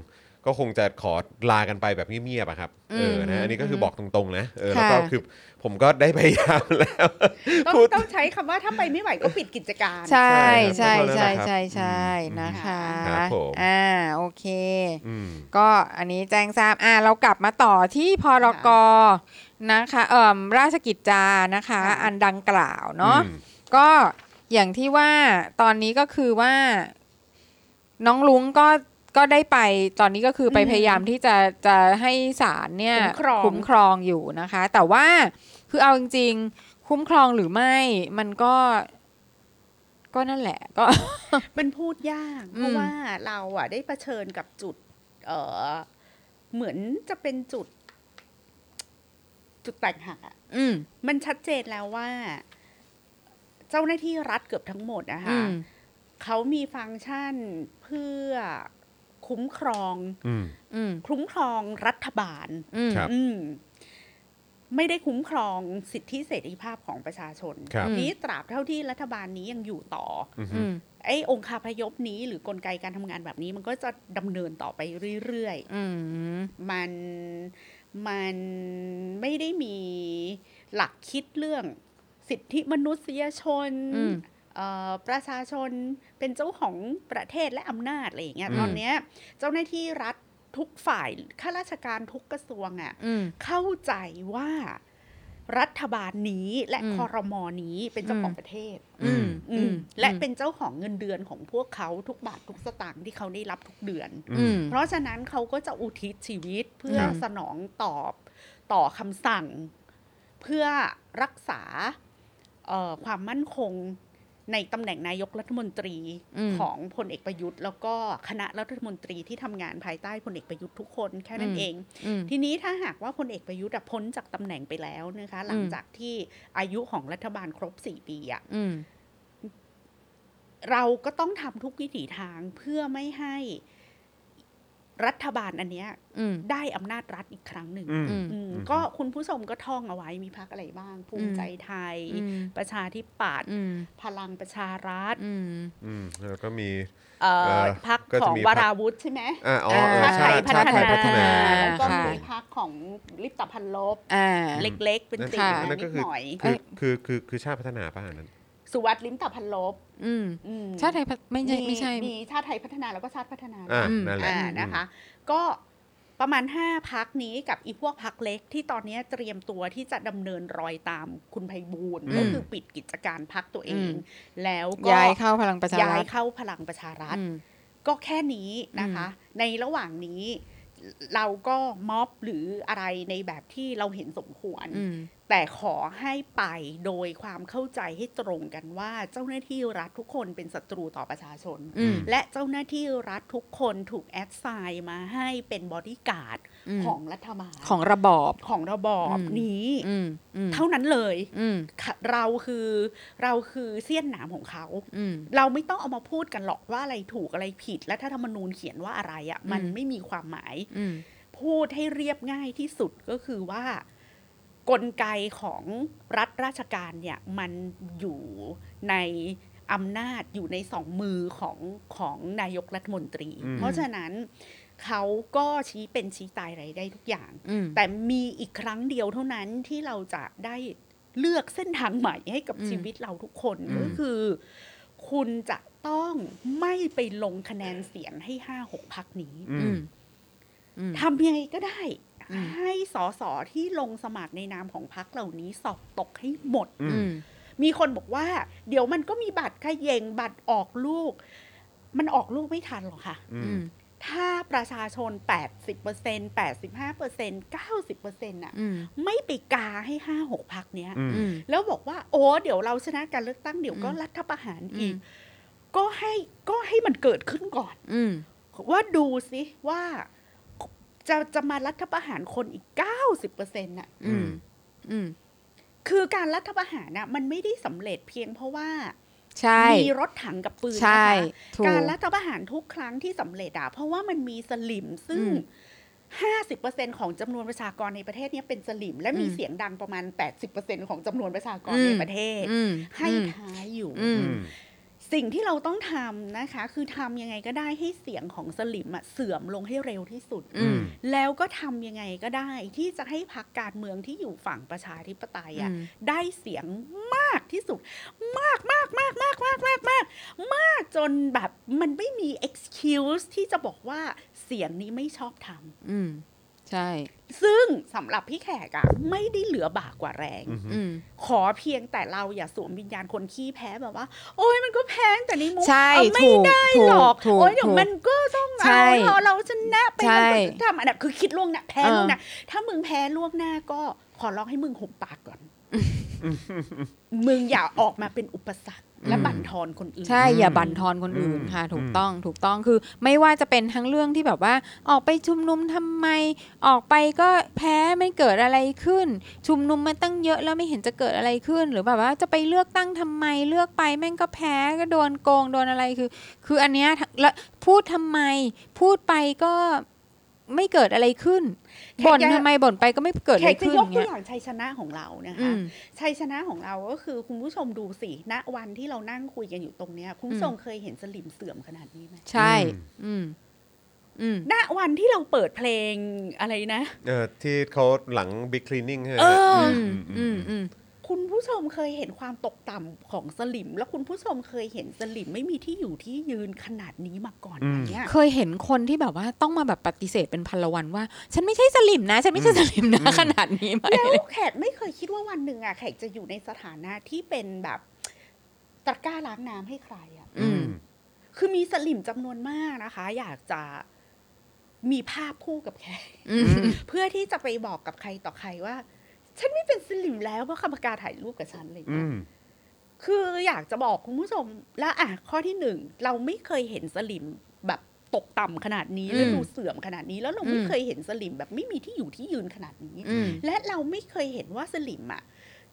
A: ก็คงจะขอลากันไปแบบเงียบๆอะครับเออ
D: อื
A: นะ
D: ม
A: อันนี้ก็คืออ
D: ม
A: บอกตรงๆนะเออแล้วก็
D: ค่ะ
A: คือผมก็ได้พยายามแล้ว
C: ต้อง
A: พูด
C: ต้องใช้คำว่าถ้าไปไม่ไหวก็ปิดกิจการ
D: ใช่
A: ใช่
D: ใช่
A: ครับ
D: ใช่ใช่ใช่
A: อืม
D: นะคะ
A: ครับผม
D: อ่าโอเค
A: อืม
D: ก็อันนี้แจ้งทราบ อ่า เรากลับมาต่อที่พรกนะคะ เอ่มราชกิจจานะคะ
C: ค่ะ
D: อันดังกล่าวเนาะ
A: อืม
D: ก็อย่างที่ว่าตอนนี้ก็คือว่า น้องลุงก็ก็ได้ไปตอนนี้ก็คือไป
C: อืม
D: พยายามที่จะจะให้ศาลเนี่ย
C: คุ้มครอง
D: มครองอยู่นะคะ แต่ว่าคือเอาจริงๆ คุ้มครองหรือไม่ มันก็ก็นั่นแหละก็
C: มันพูดยาก
D: อืม
C: เพราะว่าเราอ่ะได้เผชิญกับจุด เออเหมือนจะเป็นจุด จุดแตกหักอะ
D: อืม
C: มันชัดเจนแล้วว่า เจ้าหน้าที่รัฐเกือบทั้งหมดนะคะ
D: อืม
C: เขามีฟังก์ชันเพื่อคุ้มครอง
A: อืม
D: อืม
C: คุ้มครองรัฐบาล
D: อืม
A: ครับ
C: อืม ไม่ได้คุ้มครองสิทธิเสรีภาพของประชาชน
A: ครับ
D: อืม
C: นี้ตราบเท่าที่รัฐบาลนี้ยังอยู่ต่อ
A: อืม
D: อืม
C: ไอ้องคาพยพนี้หรือกลไกการทำงานแบบนี้ มันก็จะดำเนินต่อไปเรื่อย
D: อืม
C: ๆ มันมันไม่ได้มีหลักคิดเรื่องสิทธิมนุษยชน
D: อืม
C: เอ่อประชาชนเป็นเจ้าของประเทศและอำนาจอะไรอย่างเงี้ย
D: อืม
C: ตอนเนี้ยเจ้าหน้าที่รัฐทุกฝ่ายข้าราชการทุกกระทรวงอะ่ะ
D: อืม
C: เข้าใจว่า รัฐบาลนี้และ
D: อืม
C: คอรมอนี้เป็นเจ้าของ
D: อืม
C: ประเทศ
D: อืม
C: อื
D: อื
C: ม
D: ม
C: และเป็นเจ้าของเงินเดือนของพวกเขาทุกบาททุกสตางค์ที่เขาได้รับทุกเดือน
D: อืม
C: เพราะฉะนั้นเขาก็จะอุทิศชีวิตเพื่อ
D: ครับ
C: สนองตอบต่อคำสั่ง เพื่อรักษาเอ่อความมั่นคงในตำแหน่งนายกรัฐมนตรี
D: ม
C: ของพลเอกประยุทธ์ แล้วก็คณะรัฐมนตรีที่ทำงานภายใต้พลเอกประยุทธ์ทุกคนแค่นั้นเอง
D: อืม
C: ทีนี้ถ้าหากว่าพลเอกประยุทธ์อะพ้นจากตำแหน่งไปแล้วนะคะ หลัง
D: อืม
C: จากที่อายุของรัฐบาลครบสี่ปีอะ
D: อืม
C: เราก็ต้องทำทุกวิถีทางเพื่อไม่ให้รัฐบาลอันเนี้ย
D: อืม
C: ได้อำนาจรัฐอีกครั้งหนึ่ง
A: อืม
D: อืม
C: อืมก็คุณผู้ชมก็ท่องเอาไว้มีพักอะไรบ้าง ภูมิใจไทย
D: อืม
C: ประชาธิปัตย์
D: อืม
C: พลังประชารัฐ
D: อืม
A: อืมแล้วก็มี
C: เอ่อ
A: เอ่อ
C: พัก
A: ก็จะ
C: ของ
A: มีพ
C: ว
A: รรค
C: ราวุธใช่ไหม
A: อ่าอ๋อเออ
D: อ่า
A: ชา
C: ไทย
A: ติ
C: พั
A: ชาติ
C: ฒ
A: ไทย
C: นา
A: พัฒนา
C: แล้วก็
D: ค่ะ
C: มีพักของลิปตพันลบ
D: อ่า
C: เล็กๆ เป็น
A: นั่น
C: สี
D: ค่ะ
A: นั่น
C: นิ
A: ก็
C: ด
A: คื
C: ห
A: อ
C: น่อย
A: คือคือคือคือชาติพัฒนาป่ะอันนั้น
C: สุวัสดิ์ลิมตพันลบ
D: อืม
C: อืม
D: ชาติไทยพัฒไม่ใช่ไม่ใช่
C: มีชาติไทยพัฒนาแล้วก็ชาติพัฒนา
A: อ่า
D: อืม
A: นั่นแหละ
C: อ่านะคะ ก็ประมาณ 5พักนี้กับอีพวกพักเล็กที่ตอนนี้เตรียมตัวที่จะดำเนินรอยตามคุณไพบูลย์
D: อืม
C: ก็คือปิดกิจการพักตัวเอง
D: อืม
C: แล้วก็
D: ย้ายเข้าพลังประชา
C: ย้า
D: รั
C: ย
D: ฐ
C: เข้าพลังประชารัฐ
D: อืม
C: ก็แค่นี้นะคะ ในระหว่างนี้เราก็ม็อบหรืออะไรในแบบที่เราเห็นสมควร
D: อืม
C: แต่ขอให้ไปโดยความเข้าใจให้ตรงกันว่าเจ้าหน้าที่รัฐทุกคนเป็นศัตรูต่อประชาชน
D: อืม
C: และเจ้าหน้าที่รัฐทุกคนถูกแอดไซน์มาให้เป็นบอดี้การ์ด
D: อืม
C: ของรัฐบาล
D: ของระบอบ
C: ของระบอบ
D: อืม
C: นี้
D: อืมอืม
C: เท่านั้นเลย
D: อืม
C: ค่ะเราคือเราคือเสี้ยนหนามของเขา
D: อืม
C: เราไม่ต้องเอามาพูดกันหรอกว่าอะไรถูกอะไรผิด และถ้าธรรมนูญเขียนว่าอะไรอะ่ะมัน
D: อืม
C: ไม่มีความหมาย
D: อืม
C: พูดให้เรียบง่ายที่สุดก็คือว่ากลไกของรัฐราชการเนี่ยมันอยู่ในอำนาจอยู่ในสองมือของของนายกรัฐมนตรี
A: อืม
C: เพราะฉะนั้นเขาก็ชี้เป็นชี้ตายอะไรได้ทุกอย่าง
D: อืม
C: แต่มีอีกครั้งเดียวเท่านั้นที่เราจะได้เลือกเส้นทางใหม่ให้กับ
D: อืม
C: ชีวิตเราทุกคน
A: อืม
C: ก็คือ คุณจะต้องไม่ไปลงคะแนนเสียงให้ห้าหกพักนี้
A: อื
D: อื
A: ม
D: มอืม
C: ทำยังไงก็ได้
D: อืม
C: ให้สอสอที่ลงสมัครในนามของพรรคเหล่านี้สอบตกให้หมด
A: อื
D: อื
A: ม
D: ม
C: มีคนบอกว่า เดี๋ยวมันก็มีบัตรเขยงบัตรออกลูก มันออกลูกไม่ทันหรอกค่ะ
A: อื
D: อื
A: ม
D: ม
C: ถ้าประชาชน 80% 85% 90%น่ะ
D: อืม
C: ไม่ไปกาให้ 5 6พักเนี้ย
A: อืม
D: อืม
C: แล้วบอกว่า โอ้เดี๋ยวเราชนะการเลือกตั้งเดี๋ยวก็
D: อืม
C: รัฐประหาร
D: อื
C: อีก
D: ม
C: ก็ให้ก็ให้มันเกิดขึ้นก่อน
D: อืม
C: ว่าดูสิว่าจะจะมารัฐประหารคนอีก 90%น่ะ
D: อืม อืม
C: คือการรัฐประหารน่ะมันไม่ได้สำเร็จเพียงเพราะว่า
D: ใช่
C: มีรถถังกับปืน
D: ใช่
C: นะคะ
D: ถูก
C: การรัฐประหารทุกครั้งที่สำเร็จอะเพราะว่ามันมีสลิมซึ่ง
D: อืม
C: 50%ของจำนวนประชากรในประเทศเนี้เป็นสลิม และมี
D: อืม
C: เสียงดังประมาณ 80%ของจำนวนประชากร
D: อืม
C: ในประเทศ
D: อืม
C: ให้
D: อืม
C: ท้ายอยู่
D: อืม
A: อืม
C: สิ่งที่เราต้องทำนะคะ คือทำยังไงก็ได้ให้เสียงของสลิมอะเสื่อมลงให้เร็วที่สุด
D: อืม
C: แล้วก็ทำยังไงก็ได้ที่จะให้พักการเมืองที่อยู่ฝั่งประชาธิปไตยอะ
D: อืม
C: ได้เสียงมากที่สุด มากมากมากมากมากมากมากมากจนแบบมันไม่มี excuse ที่จะบอกว่าเสียงนี้ไม่ชอบท
D: อืม ใช่
C: ำซึ่งสำหรับพี่แขกอะไม่ได้เหลือบากกว่าแรง
A: อืม
D: อืม
C: ขอเพียงแต่เราอย่าสวมวิญญาณคนขี้แพ้แบบว่า โอ้ยมันก็แพ้แต่นี้มุก
D: ใช่
C: เอาไม่
D: ถูก
C: ได้
D: ถูก
C: หรอก
D: ถูก
C: โอ้ยเดี๋ย
D: ถู
C: ว
D: ก
C: มันก็ต้อง
D: ใช่
C: เอาพอเราชนะไปมัน
D: ใช่
C: ก็จะทำอันนั้นคือคิดล่วงหน้าแพ้
D: เออ
C: ล่วงหน้าถ้ามึงแพ้ล่วงหน้าก็ขอร้องให้มึงหุบปากก่อน มึงอย่าออกมาเป็นอุปสรรคและบั่นทอนคนอื่น
D: ใช่ อย่าบั่นทอนคนอื่น
A: อืม
D: ค่ะ ถูก
A: อืม
D: ต้องถูกต้องคือไม่ว่าจะเป็นทั้งเรื่องที่แบบว่า ออกไปชุมนุมทำไม ออกไปก็แพ้ไม่เกิดอะไรขึ้น ชุมนุมมาตั้งเยอะแล้วไม่เห็นจะเกิดอะไรขึ้น หรือแบบว่าจะไปเลือกตั้งทำไมเลือกไปแม่งก็แพ้ก็โดนโกงโดนอะไรคือ คืออันเนี้ยทั้งและพูดทำไม พูดไปก็ไม่เกิดอะไรขึ้น
C: แค่
D: บ่น
C: แค่
D: ทำไมบ่นไปก็ไม่เกิดอะ
C: แข
D: ไร
C: กจะ
D: ขึ้น
C: ยก
D: อย่า
C: ตั
D: ง
C: ว
D: เงี้ย
C: อย่างชัยชนะของเรานะ
D: อื
C: คะ
D: ม
C: ชัยชนะของเราก็คือคุณผู้ชมดูสิณวันที่เรานั่งคุยกันอยู่ตรงเนี้ยคุณผู้ชมเคยเห็นสลิมเสื่อมขนาดนี้ไหม
D: ใช่ อืม อืม
C: ณวันที่เราเปิดเพลงอะไรนะ
A: เออที่เขาหลังบิ๊กคลีนิ่งใช่ไหม
C: เออ
A: ม
D: อืม
A: ม
D: อืม อืม
C: คุณผู้ ผู้ชมเคยเห็นความตกต่ำของสลิม แล้วคุณผู้ชมเคยเห็นสลิมไม่มีที่อยู่ที่ยืนขนาดนี้มาก่อน
A: อืม
C: ไหมเนี่ย
D: เคยเห็นคนที่แบบว่าต้องมาแบบปฏิเสธเป็นพันละวันว่า ฉันไม่ใช่สลิมนะ ฉันไม่ใช่สลิมนะขนาดนี้ไหม
C: แล้วแขกไม่เคยคิดว่าวันหนึ่งอะแขกจะอยู่ในสถานะที่เป็นแบบตะกร้าล้างน้ำให้ใครอะ
D: อืม
C: คือมีสลิมจำนวนมากนะคะ อยากจะมีภาพคู่กับแข ก
D: อืม
C: เพื่อที่จะไปบอกกับใครต่อใครว่า ฉันไม่เป็นสลิมแล้วเพราะคำประกาศถ่ายรูปกับฉันอะไรอย่าง
A: อื
C: เลย
A: ม
C: คืออยากจะบอกคุณผู้ชม แล้วอ่ะข้อที่หนึ่งเราไม่เคยเห็นสลิมแบบตกต่ำขนาดนี้
D: อืม
C: แล้วดูเสื่อมขนาดนี้ แล้วเราไม่
D: อืม
C: เคยเห็นสลิมแบบไม่มีที่อยู่ที่ยืนขนาดนี้
D: อืม
C: และเราไม่เคยเห็นว่าสลิมอ่ะ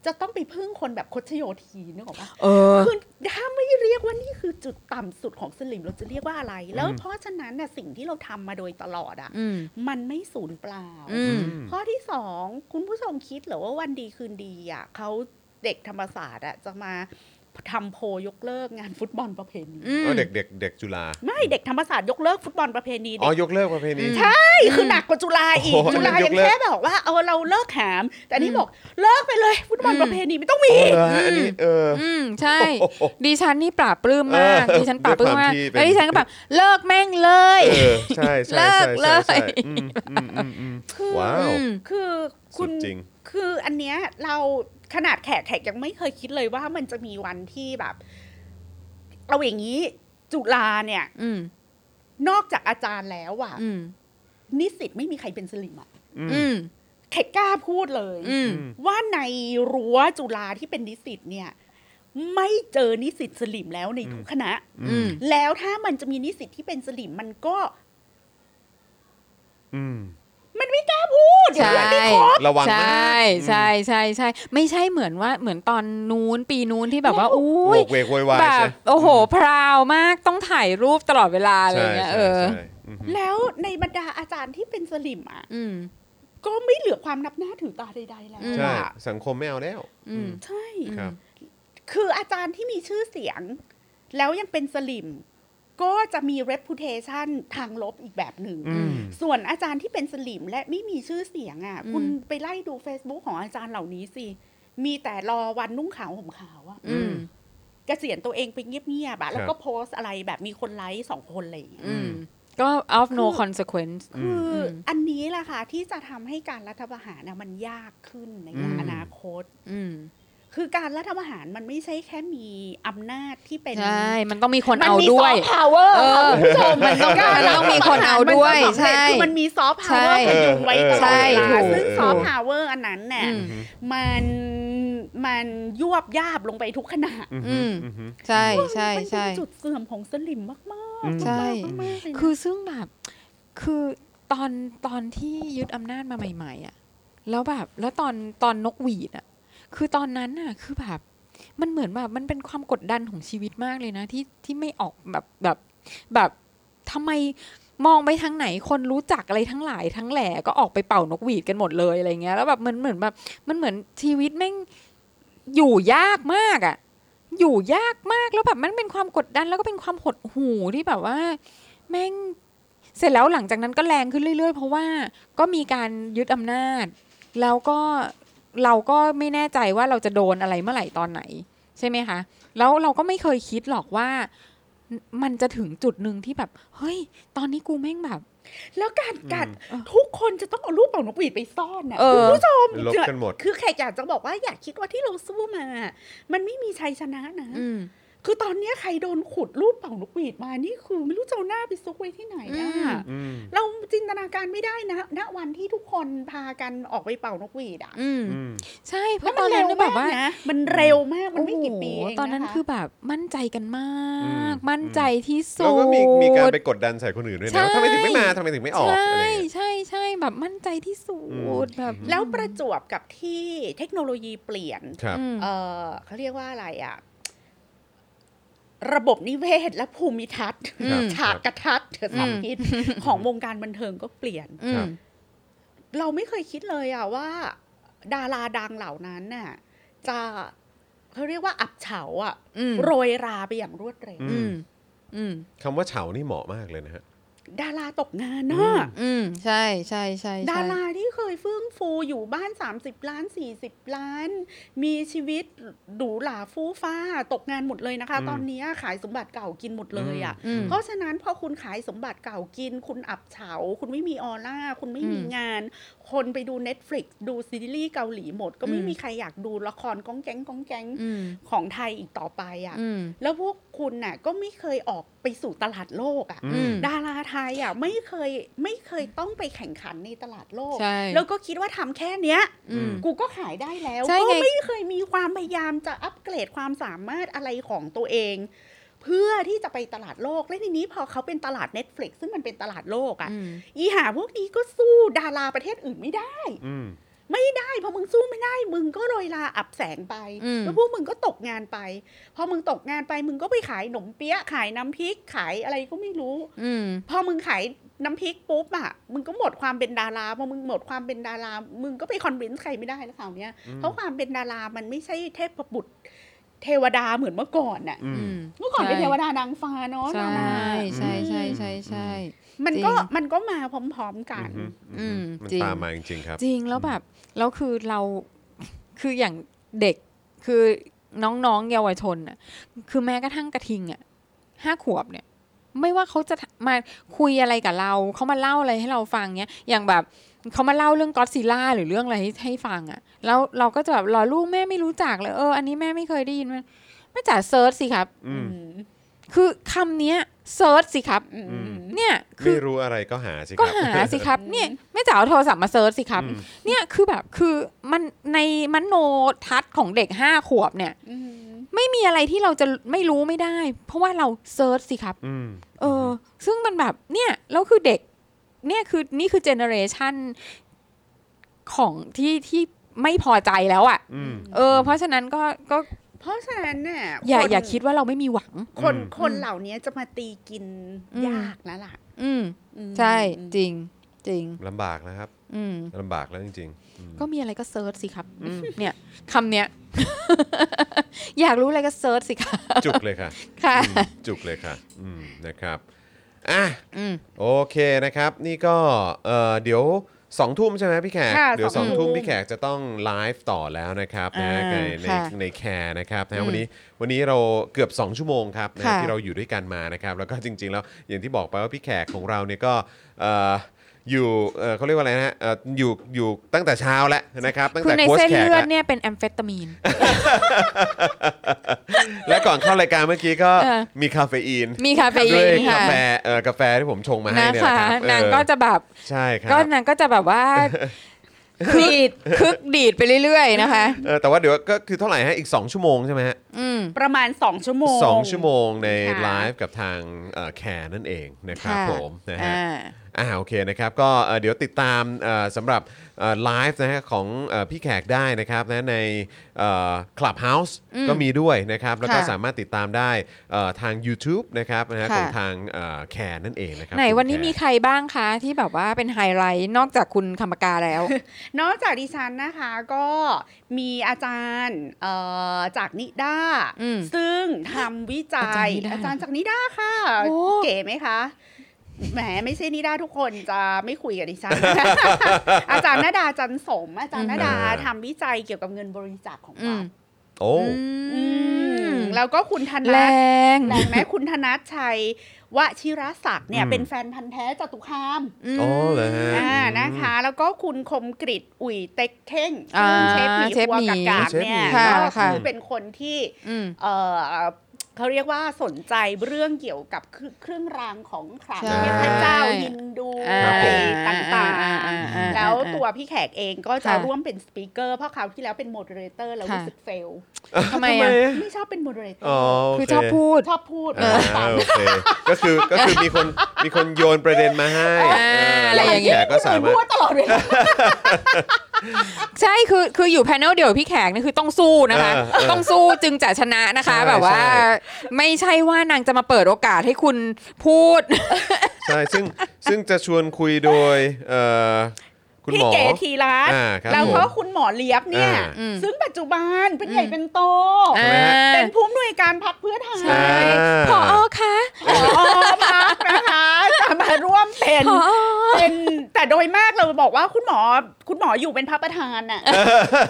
C: จะต้องไปพึ่งคนแบบคดชโยทีนึกออกปะ
D: เออ
C: คือถ้าไม่เรียกว่านี่คือจุดต่ำสุดของสลิมเราจะเรียกว่าอะไร แล้วเพราะฉะนั้นน่ะสิ่งที่เราทำมาโดยตลอดอ่ะ
D: อืม
C: มันไม่สูญเปล่า
D: อืม
C: ข้อที่สองคุณผู้ชมคิดเหรือว่าวันดีคืนดีอ่ะเขาเด็กธรรมศาสตร์อ่ะจะมาทำโพลยกเลิกงานฟุตบอลประเพณี
D: อืม
A: เออเด็กเด็กเด็กจุฬา
C: ไม่เด็กธรรมศาสตร์ยกเลิกฟุตบอลประเพณี
A: อ๋
C: เด็
A: อก ยกเลิกประเพณี
D: ใช่
C: ใช่คือหนักกว่าจุฬาอีก
A: โอ้โห
C: จุฬายั
A: ยก
C: ง
A: เลิก
C: แค่บอกว่าเออเราเลิกหาม แต่นี่
D: อืม
C: บอกเลิกไปเลยฟุตบอล
D: อืม
C: ประเพณีไม่ต้องมี
A: อ๋อเหรอฮะอันนี้เอออ
D: อืมใช่
A: โอ้โห
D: ดิฉันนี่ปราบปลื้มมาก
A: เออ
D: ดิฉันปราบปลื้มมาก
A: ด้วยความที่เป็น
D: แล้วดิฉันก็แบบเลิกแม่งเลย
A: เออใช่ใช่ใช่
D: เลิ
A: ใช่
D: ก
A: ใช่
D: เลย
A: อืมอืมอืมอืม
C: คือ
A: ว้าว
D: ม
C: คือ
A: สุ
C: คุ
A: ด
C: ณ
A: จริง
C: คืออันเนี้ยเราขนาดแขกแขกยังไม่เคยคิดเลยว่ามันจะมีวันที่แบบ เอาอย่างนี้จุฬาเนี่ย
D: อืม
C: นอกจากอาจารย์แล้วอะ
D: อืม
C: นิสิตไม่มีใครเป็นสลิมอะ
D: อืม
C: แขกกล้าพูดเลย
D: อืม
C: ว่าในรั้วจุฬาที่เป็นนิสิตเนี่ย ไม่เจอนิสิตสลิมแล้วในทุกคณะ
D: อืม
C: แล้วถ้ามันจะมีนิสิตที่เป็นสลิมมันก็
A: อืม
C: มันไม่กล้าพูด
D: ใช่
C: มันไม่ครบ
A: ระวัง
D: ใช
A: มา
D: ่
A: ก
D: ใช่ใช่ใช่ไม่ใช่เหมือนว่าเหมือนตอนนู้นปีนู้นที่แบบว่า
C: แล้ว
A: โว
D: อุ้ย
A: กเวกโวยวาย
D: แบ
A: ใช่
D: บโอ้โห พราวมากต้องถ่ายรูปตลอดเวลาอะไร
A: ใช่
D: เงี้ย
A: ใช่
D: เออ
A: ใช่อืม
C: แล้วในบรรดาอาจารย์ที่เป็นสลิมอะ
D: อืม
C: ก็ไม่เหลือความนับหน้าถือตาใด ๆ แล้ว
D: อืม
A: ใช่
C: อะ
A: สังคมไม่เอาแล้ว
D: อืม
C: ใช่
A: ครับ
C: คืออาจารย์ที่มีชื่อเสียง แล้วยังเป็นสลิม ก็จะมี reputation ทางลบอีกแบบหนึ่ง
D: อืม
C: ส่วนอาจารย์ที่เป็นสลิมและไม่มีชื่อเสียงอ่ะ
D: อืม
C: คุณไปไล่ดู Facebook ของอาจารย์เหล่านี้สิ มีแต่รอวันนุ่งขาวห่มขาวอะ
D: อืม
C: เกษียณตัวเองไปเงียบๆอะแล้ว
A: ครั
C: ก็
A: บ
C: โพสต์อะไรแบบมีคนไลค์สองคนอะไรอย่างเงี้ย
D: อืม ก็ of no
C: คือ
D: consequence
C: คืออ
D: ม
C: อันนี้แหละค่ะ ที่จะทำให้การรัฐประหารน่ะมันยากขึ้นใน
A: อืม
C: อนาคต
D: อืม
C: คือการรัฐประหารมันไม่ใช่แค่มีอำนาจที่เป็น
D: ใช่ มันต้องมีคนเอาด้วย
C: มันมีซอฟต์พาวเวอร์
D: เออ
C: ค่ะคุณผู้ชมมันต้อง
D: มันต้องมีคนเอาด้วย
C: มันจะสำเร็จ
D: ใช่
C: คือมันมีซอฟต์พาวเวอร์
D: ใช่
C: พยุงไว้ตลอดเว
D: ใช่ถู
C: ลาก ซึ่ง
D: ถูก
C: ซอฟต์พาวเวอร์อันนั้นเนี่ย
D: อืม
C: มันมันยวบยาบลงไปทุกขณะ
D: อืม
A: อืมอืม
D: ใช่ใช่
C: มันเป็น
D: ใช่
C: จุดเสื่อมของสลิมมากๆมากๆ
D: ใช่
C: มากๆเลยนะ
D: คือซึ่งแบบ คือตอนตอนที่ยึดอำนาจมาใหม่ๆอะ่ะ แล้วแบบ แล้วตอนตอนนกหวีดอะ่ะ คือตอนนั้นน่ะ คือแบบ มันเหมือนแบบมันเป็นความกดดันของชีวิตมากเลยนะ ที่ที่ไม่ออกแบบแบบแบบทำไมมองไปทางไหนคนรู้จักอะไรทั้งหลายทั้งแหล่ก็ออกไปเป่านกหวีดกันหมดเลยอะไรเงี้ย แล้วแบบมันเหมือนแบบ มันเหมือนชีวิตแม่งอยู่ยากมากอะ่ะ อยู่ยากมากแล้วแบบมันเป็นความกดดันแล้วก็เป็นความหดหู่ที่แบบว่า แม่งเสร็จแล้วหลังจากนั้นก็แรงขึ้นเรื่อย ๆ เพราะว่าก็มีการยึดอำนาจ แล้วก็เราก็ไม่แน่ใจว่าเราจะโดนอะไรเมื่อไหร่ตอนไหน ใช่ไหมคะ แล้วเราก็ไม่เคยคิดหรอกว่า มันจะถึงจุดหนึ่งที่แบบ เฮ้ย ตอนนี้กูแม่งแบบ
C: แล้วการกัด
D: อืม
C: ทุกคนจะต้องเอารูปเป่านกหวีดไปซ่อนนะ
D: เออ
C: คุณผู้ชม
A: ลบกันหมด
C: คือแขกอยากจะบอกว่าอยากคิดว่าที่เราสู้มา มันไม่มีชัยชนะนะ
D: อืม
C: คือตอนเนี้ยใครโดนขุดรูปเป่านกหวีดมา นี่คือไม่รู้จะเอาหน้าไปซุกไว้ที่ไหน
D: อื
C: อะ
D: ม
A: อืม
C: เราจินตนาการไม่ได้นะ ณ วันที่ทุกคนพากันออกไปเป่านกหวีดอะ
D: อืม
A: อืม
D: ใช่ เพ
C: แล้ว
D: ราะต
C: มั
D: อนน
C: เร็ว
D: นั้นน่ะแบ
C: มาก
D: บว่า
C: นะ มันเร็วมาก มันไม่กี่ปี
D: โอ้
C: เอ
D: โห
C: ง
D: ตอนนั้น
C: ะะ
D: คือแบบมั่นใจกันมาก
A: อืม
D: มั่นใจที่สุด
A: แล้วก็มีมีการไปกดดันใส่คนอื่นด้วย
D: ใช่
A: นะว่าทำไมถึงไม่มาทำไมถึงไม่ออก
D: ใช่
A: อะไรอย่างเงี้ย
D: ใช่ใช่แบบมั่นใจที่สุ
A: อื
D: ด
A: ม
D: แบบ
C: แล้วประจวบกับที่เทคโนโลยีเปลี่ยน
A: ครับ
D: อืม
C: เออเขาเรียกว่าอะไรอะระบบนิเวศและภูมิทัศน์
D: อืม
C: ฉากกระทัดเถอะสาม
D: อืม
C: พิษของวงการบันเทิงก็เปลี่ยน
D: อื
A: ครั
D: ม
A: บ
C: เราไม่เคยคิดเลยอะว่า ดาราดังเหล่านั้นน่ะจะเขาเรียกว่าอับเฉาอะ
D: อืม
C: โรยราไปอย่างรวดเร็ว
A: อื
D: อืมอืม
A: คำว่าเฉานี่เหมาะมากเลยนะฮะ
C: ดาราตกงานน่ะ
D: อืมใช่ใช่ใช่ใช่
C: ดาราที่เคยเฟื่องฟูอยู่บ้าน 30 ล้าน 40 ล้าน มีชีวิตหรูหราฟู่ฟ้าตกงานหมดเลยนะคะ
A: อืม
C: ตอนนี้ขายสมบัติเก่ากินหมดเลยอ่ะ
D: อืม
C: เพราะฉะนั้นพอคุณขายสมบัติเก่ากิน คุณอับเฉา คุณไม่มีออร่า คุณไม่มี
D: อืม
C: งาน คนไปดู Netflix ดูซีรีส์เกาหลีหมด ก็ไม่
D: อืม
C: มีใครอยากดูละครก้องแก๊งก้องแก๊ง
D: อืม
C: ของไทยอีกต่อไปอ่ะ
D: อืม
C: แล้วพวกคุณน่ะก็ไม่เคยออกไปสู่ตลาดโลกอ่ะ
A: อืม
D: อืม
C: ดาราไทยอ่ะไม่เคยไม่เคยต้องไปแข่งขันในตลาดโลก
D: ใช่
C: แล้วก็คิดว่าทำแค่เนี้ย
D: อืม
C: กูก็ขายได้แล้ว
D: ใช่
C: ก็
D: ไง
C: ไม่เคยมีความพยายามจะอัปเกรดความสามารถอะไรของตัวเอง เพื่อที่จะไปตลาดโลก และทีนี้พอเขาเป็นตลาด Netflix ซึ่งมันเป็นตลาดโลกอ่ะ
D: อืม
C: อีหาพวกนี้ก็สู้ดาราประเทศอื่นไม่ได้
A: อืม
C: ไม่ได้พอมึงสู้ไม่ได้ มึงก็โรยลาอับแสงไป
D: อืม
C: แล้วพวกมึงก็ตกงานไป พอมึงตกงานไปมึงก็ไปขายขนมเปี๊ยะขายน้ำพริกขายอะไรก็ไม่รู้
D: อืม
C: พอมึงขายน้ำพริกปุ๊บอะมึงก็หมดความเป็นดาราพอมึงหมดความเป็นดารา มึงก็ไปคอนวินส์ใครไม่ได้แล้วคราวเนี้ย
A: อืม
C: เพราะความเป็นดารามันไม่ใช่เทพบุตรเทวดาเหมือนเมื่อก่อนน่ะ
A: อืม
C: เมื่อก่อนเป็น
D: ใช่
C: เทวดานางฟ้าเนาะ
D: ใช่
C: ดารา
D: ใช่ใช่ใช่ใช่
C: มันก็
D: จริง
C: มันก็มาพร้อมๆกัน
D: อืม
A: มัน
D: จริง
A: ตามมาจริงๆครับ
D: จริงแล้วแบบแล้วคือเรา คืออย่างเด็กคือน้องๆเยาวชนอ่ะคือแม้กระทั่งกระทิงอ่ะห้าขวบเนี่ย ไม่ว่าเขาจะมาคุยอะไรกับเราเขามาเล่าอะไรให้เราฟังเนี้ยอย่างแบบเขามาเล่าเรื่องก็อดซิลล่าหรือเรื่องอะไรให้ให้ฟังอ่ะ แล้วเราก็จะแบบหรอลูกแม่ไม่รู้จักเลยเอออันนี้แม่ไม่เคยได้ยินมันแม่จ๋าเซิร์ชสิครับ
A: อืม
D: คือคำเนี้ยเซิร์ชสิครับ
C: อืม
A: อืม
D: เนี่ยคื
A: ไม่
D: อ
A: รู้อะไรก็หาสิครับ
D: ก็หาสิครับ เนี่ยแม่จ๋าเอาโทรศัพท์มาเซิร์ชสิครับ
A: อืม
D: เนี่ยคือแบบคือมันในมโนทัศน์ของเด็กห้าขวบเนี่ย
C: อืม
D: ไม่มีอะไรที่เราจะไม่รู้ไม่ได้ เพราะว่าเราเซิร์ชสิครับ
A: อืม
D: เออ ซึ่งมันแบบเนี่ยแล้วคือเด็ก เนี่ยคือนี่คือเจเนอเรชันของที่ที่ไม่พอใจแล้วอะ่ะ
A: อืม
D: เออ เพราะฉะนั้นก็ก็
C: เพราะฉะนั้นเนี่ย
D: อย่าน อย่าคิดว่าเราไม่มีหวัง
C: คน
A: อืม
C: คนเหล่านี้จะมาตีกิน
D: อืม
C: ยากนะล่ะ
D: อืม
C: อืม
D: ใช่จริง จริง
A: ลำบากนะครับ
D: อืม
A: ลำบากแล้วจริงๆอืม
D: ก็มีอะไรก็เซิร์ชสิครับ
A: อืม
D: เนี่ยคำเนี้ย อยากรู้อะไรก็เซิร์ชสิครับ
A: จุกเลยค่ะ
D: ค่ะ
A: อืมจุกเลยค่ะอืมนะครับอ่ะ
D: อืม
A: โอเคนะครับ นี่ก็เอ่อเดี๋ยวสองทุ่มใช่ไหมพี่แขก
C: ค่ะ
A: เดี๋ยวสอง
C: 2
A: ทุ่มพี่แขกจะต้องไลฟ์ต่อแล้วนะครับนะ
D: อ่า
A: ในใน
D: ค่ะ
A: ในแคร์นะครับ
D: อื
A: นะ
D: ม
A: วันนี้วันนี้เราเกือบ 2 ชั่วโมงครับนะ
D: ค่ะ
A: ที่เราอยู่ด้วยกันมานะครับ แล้วก็จริง ๆ แล้วอย่างที่บอกไปว่าพี่แขกของเราเนี่ยก็เอ่ออยู่เอ่อเขาเรียกว่าอะไรนะฮะเอ่ออยู่อยู่ตั้งแต่เช้าแล้วนะครับตั้ง
D: คือ
A: แต่
D: ใน
A: โค้ช
D: เส้น
A: แขก
D: เลือ
A: แล้
D: ด
A: ว
D: เนี่ยเป็นแอมเฟตามีน
A: และก่อนเข้ารายการเมื่อกี้ก็
D: เออ
A: มีคาเฟอีน
D: มีคาเฟ
A: ด้
D: อี
A: วน ยกา
D: ค่ะ
A: แฟเอ่อกาแฟที่ผมชงมาให้
D: นะ
A: เนี่ยนะ
D: คะ
A: ครับ
D: นาง
A: เออ
D: ก็จะแบบ
A: ใช่ครั
D: ก็
A: บ
D: นางก็จะแบบ ว่าดีดคึกดีดไปเรื่อยๆนะคะ
A: เออแต่ว่าเดี๋ยวก็คือเท่าไหร่ฮะอีก 2 ชั่วโมงใช่ไหมฮะ
D: อืม
C: ประมาณสองชั่วโมง
A: สองชั่วโมงใน
C: ค่ะ
A: ไลฟ์กับทางเอ่อแคร์นั่นเองนะครับ
D: ค่ะ
A: ผมนะฮะ
D: อ่า
A: อ่าโอเคนะครับก็เอ่อเดี๋ยวติดตามเอ่อสำหรับเอ่อไลฟ์นะฮะของเอ่อพี่แขกได้นะครับนะในคลับเฮาส์
D: อืม
A: ก็มีด้วยนะครับ แล้วก็
D: ค่ะ
A: สามารถติดตามได้เอ่อทาง YouTube นะครับนะฮะ
D: ค่ะ
A: ของทางแคร์นั่นเองนะครับ
D: ไหน
A: คุณ
D: วันนี้
A: แคร์
D: มีใครบ้างคะที่แบบว่าเป็นไฮไลท์นอกจากคุณคำปากาแล้ว
C: นอกจากดิฉันนะคะก็มีอาจารย์เอ่อจากนิด้า
D: อืม
C: ซึ่งทำวิจัย
D: อา
C: อา
D: จา
C: จาร ร
D: ย์
C: ย์
D: นิด้า
C: จากนิด้าค่ะ
D: โอ้
C: เก๋ไหมคะแหมไม่ใช่นิด้าทุกคนจะไม่คุยกับดิฉัน นะคะ อาจารย์นาดาจันสม อาจารย์นาดา
A: อืม
C: ทำวิจัยเกี่ยวกับเงินบริจาคของ
D: อื
C: วั
D: ม
C: ด
A: โอ้
D: อืม
C: แล้วก็คุณธ
D: แร
C: นัท
D: ง
C: แรงไหมคุณธนัทชัยวชิรศักดิ์เนี่ยเป็นแฟนพันธ์แท้จตุคาม
A: โอ้เหรอฮะ
C: อ่านะคะ แล้วก็คุณคมกริตอุ่ยเต็กเท่ง
D: อ่า
C: เชฟหมี
D: เชฟ
C: ครัว
D: หมี
C: กากาบเนี่ย
D: ค่ะ
C: ก็
D: ค่ะ
C: คือเป็นคนที่
D: อืม
C: เออเขาเรียกว่าสนใจเรื่องเกี่ยวกับเครื่องเครื่องรางของขลัง
D: ใช่
C: เนี่ยพระเจ้าฮินดู
D: อ่า
C: อะไรต่าง
D: อ่าอ่าอ่า
C: ๆ แล้วตัวพี่แขกเองก็จะ
D: ค่ะ
C: ร่วมเป็นสปีกเกอร์เพราะคราวที่แล้วเป็นโมเดเลเตอร์แล้ว
D: ค่ะ
C: รู้สึกเฟล
D: ทำไมอ่ะ
C: ไม่ชอบเป็นโมเดเลเตอ
A: อ๋อ
C: ร์
A: โเ
D: คือชอบพูด
C: ชอบพูด
A: อ่าโอเคก็คือก็คือมีคนมีคนโยนประเด็นมาให้
D: อ่าอะไรอย่างเงี้ย
A: แขกก็สา
C: เหมือน
A: มารถ
C: พูดตลอดเวลา
D: ใช่คือคืออยู่แพนเนลเดี่ยวพี่แขกนี่คือต้องสู้นะคะ
A: เออเออ
D: ต้องสู้จึงจะชนะนะคะ
A: ใช่
D: แบบว่า
A: ใช่
D: ไม่ใช่ว่านางจะมาเปิดโอกาสให้คุณพูด
A: ใช่ซึ่งซึ่งจะชวนคุยโดยเอ่อคุณ
C: พี่
A: หมอ
C: เก๋ธีรัตน์
A: อ่าครับ
C: แล้วก็
A: ผม
C: คุณหมอเลียบเนี่ย
A: อ่า
D: อืม
C: ซึ่งปัจจุบันเป็น
D: อืม
C: ใหญ่เป็นโต
A: ใช่ไหมฮะ
C: เป็นผู้อำนวยการพักเพื่อไทย
D: ใช่
A: อ่า
D: พออคะ
C: ขอพักนะคะ จะมาร่วม คุณหมอคุณหมออยู่เป็นพระประธานอ่ะ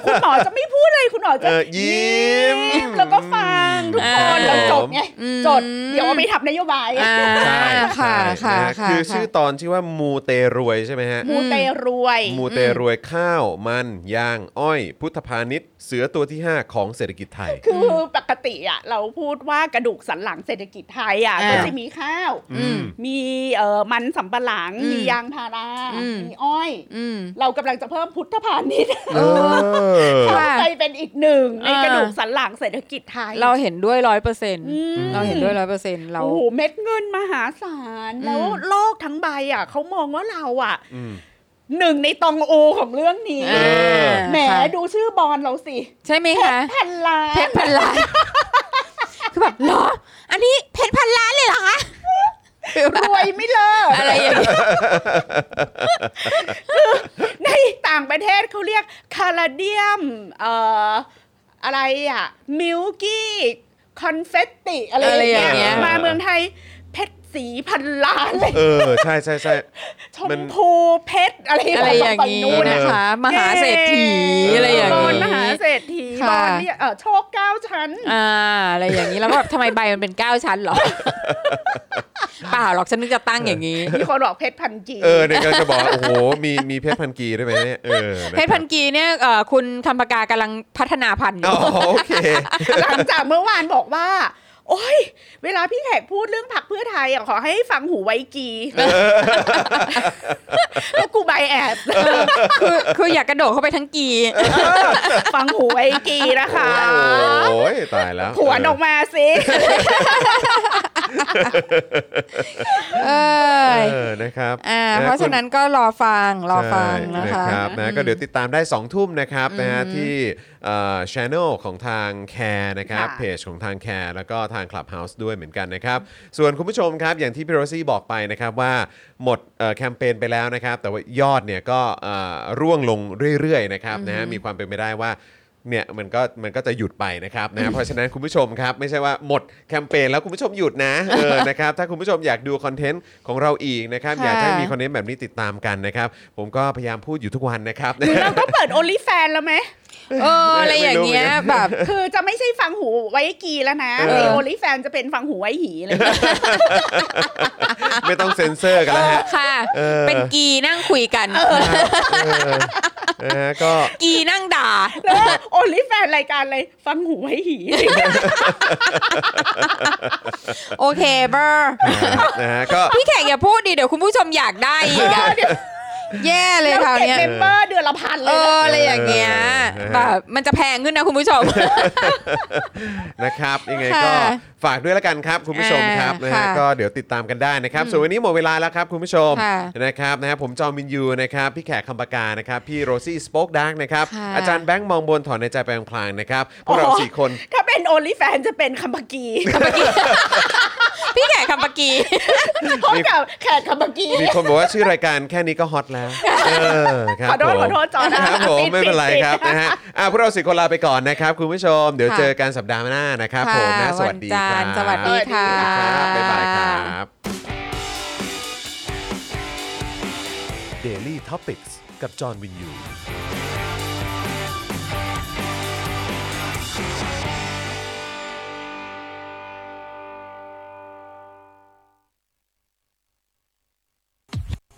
C: คุณหมอจะไม่พูดเลยคุณหมอจะ
A: เออยิ้ม
C: แล้วก็ฟังทุกคน
D: อ่า
C: แล้วจบไง
D: อืม
C: จดเดี๋ยวเอาไปทำนโยบาย
D: อ่า
A: ใช่
D: ค่ะ
A: ใช่
D: ค่ะ
A: นฮ
D: ค่ะ
A: คือชื่อตอนชื่อว่ามูเตรวยใช่ไหมฮะ
C: มูเตรวย
A: มูเตรวยข้าว มันยาง อ้อย พุทธพาณิชย์เสือตัวที่ 5 ของเศรษฐกิจไทย
C: คือปกติอ่ะเราพูดว่ากระดูกสันหลังเศรษฐกิจไทยอ่ะ
D: อ่า
C: ก็จะมีข้าว
D: อืม
C: มีเอ่อมันสำปะหลัง
D: อืม
C: มียางพารา
D: อืม
C: มีอ้อย
D: อืม
C: เรากำลังจะเพิ่มพุทธพาณิชย์
A: เออ
D: ค่ะ
C: ไปเป็นอีกหนึ่งใน
D: อ่า
C: กระดูกสันหลังเศรษฐกิจไทย
D: เราเห็นด้วยร้อยเปอร์เซ็นต์
C: อืม
D: เราเห็นด้วยร้อยเปอร์เซ็นต์เรา
C: โอ้โหเม็ดเงินมหาศาล
D: อืม
C: แล้วโลกทั้งใบอ่ะเขามองว่าเราอ่ะ
A: อืม
C: หนึ่งในตองโอของเรื่องนี้
D: อ่า
C: แหม
D: ค่ะ
C: ดูชื่อบอลเราสิ
D: ใช่ไหม
C: เพช
D: คะ
C: รพันล้าน
D: เพชรพันล้าน คือแบบเหรอ อันนี้เพชรพันล้านเลยเหรอคะ
C: รวยไม่เลิก
D: อะไรอย่างเงี้ย
C: ในต่างประเทศเขาเรียกคาราเดียม เอ่อ อะไรอ่ะ มิลกี้ คอนเฟตติ อะไรอย่า
D: อะไรอย่าง งเงี้
C: เงี้
D: ย
C: ย มาเมืองไทย เพชรสีพันล้านเลย
A: เออ ใช่ใช่ใช่
C: ช
A: มั
C: ม
A: น
C: พูเพชร อะไร
D: อะไรอย่าง
C: ฝั่
D: นี้
C: นู้น
D: นะคะ มหาเศรษฐีอะไรอย่าง
C: บอลมหา
D: นี้
C: เศรษฐี
D: ค่ะ
C: บอลเนี่ยเออโชคเก้าชั้น
D: อ่าอะไรอย่างนี้แล้วแบบทำไมใบมันเป็นเก้าชั้นเหรอ เปล่าหรอกฉันนึกจะตั้งอย่างนี้
C: มีคนบอกเพชรพันกี
A: เออเด็กก็จะบอก โอ้โห มีมีเพชรพันกีด้วยไหมเนี่ยเออ
D: เพชรพันกีเนี่ยเอ่อคุณคำปากากำลังพัฒนาพันธุ์อ
A: อ๋อยู่ โอเค
C: หลังจากเมื่อวานบอกว่า โอ้ย เวลาพี่แขกพูดเรื่องผักเพื่อไทยอ่ะขอให้ฟังหูไว้กีแล้วกูใบแอบ
D: คือคืออยากกระโดดเข้าไปทั้งกี
C: ฟังหูไว้กีนะคะ
A: โอ้ยตายแล้ว
C: ขวนออกมาสิ
D: เอ้ย
A: เออนะครับ
D: อ่า เพราะฉะนั้นก็รอฟังรอฟังนะ
A: ใช่
D: คะ
A: รับนะก็เดี๋ยวติดตามได้2ทุ่มนะครับนะฮะที่ช่องของทางแคร์นะครับเพจของทางแคร์แล้วก็ทาง Clubhouse ด้วยเหมือนกันนะครับ ส่วนคุณผู้ชมครับ อย่างที่พี่โรซี่บอกไปนะครับว่าหมดเอ่อแคมเปญไปแล้วนะครับ แต่ว่ายอดเนี่ยก็เอ่อร่วงลงเรื่อยๆนะครับนะฮะมีความเป็นไปได้ว่าเนี่ยมันก็มันก็จะหยุดไปนะครับนะ เพราะฉะนั้นคุณผู้ชมครับไม่ใช่ว่าหมดแคมเปญแล้วคุณผู้ชมหยุดนะเออนะครับถ้าคุณผู้ชมอยากดูคอนเทนต์ของเราอีกนะครับอยากให้มี คอนเทนต์แบบนี้ติดตามกันนะครับ ผมก็พยายามพูดอยู่ทุกวันนะครับ
C: หรือเราก็เปิด o อ l ิแฟนแล้วไหม
D: เอออะไรอย่างเงี้ยแบบ
C: คือจะไม่ใช่ฟังหูไว้กีแล้วนะ
A: เออ
C: ไอโอลิแฟนจะเป็นฟังหูไว้หีเลย
A: ไม่ต้องเซ็นเซอร์กันแล้วฮะ
D: ค่ะ
A: เออ
D: เป็นกีนั่งคุยกัน
A: เออนะฮะก็
D: กีนั่งด่า
C: แล้วโอลิแฟนรายการอะไรฟังหูไว้หี
D: โอเคเบอร์
A: นะฮะก็
D: พี่แขกอย่าพูดดิ เดี๋ยวคุณผู้ชมอยากได้อี กอะแย่เลยคราว
C: เก็บ
D: เนี้ย
C: เมมเบอร์เดือนละพันเล
D: เอย อ
C: นะ
D: อะไรอย่างเงี้ยแบบมันจะแพงขึ้นนะคุณผู้ชม
A: นะครับยังไงก็
D: ค่ะ
A: ฝากด้วยละกันครับ คุณผู้ชมครับ
D: อ่า
A: นะฮะ
D: ค่ะ
A: ก็เดี๋ยวติดตามกันได้นะครับ ส่วนวันนี้หมดเวลาแล้วครับคุณผู้ชม
D: ค่ะ
A: นะครับนะฮะผมจอมินยูนะครับพี่แขกคำปากานะครับพี่โรซี่สป็อกดักนะครับ
D: ค่ะ
A: อาจารย์แบงค์มองบนถอนในใจไปพลางๆนะครับพวกเราสี่คน
C: ถ้าเป็นโอลิแฟนจะเป็นคัมปากี
D: พี่แขกคำปากี
C: โทษกับแขกคัมปากี
A: มีคนบอกว่าชื่อรายการแค่นี้ก็ฮอตแล้วเออครับ
C: ขอโทษ
A: ผม
C: ขอโทษจอนะครับ
A: ผม
C: ติด
A: ไม่เป็นไร
C: ติด
A: ครับนะฮะอ่ะพวกเราสิคนลาไปก่อนนะครับ คุณผู้ชม เดี๋ยว
D: ค่ะ
A: เจอกันสัปดาห์หน้านะครับ
D: ค่ะ
A: ผมนะสวัสดี
D: วันจั
A: ครั
D: น
A: บ
D: ทร์สวัสดีค่ะ
A: ครับบ๊ายบายครับ
B: Daily t o p i c กกับจอห์นวินยู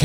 A: แค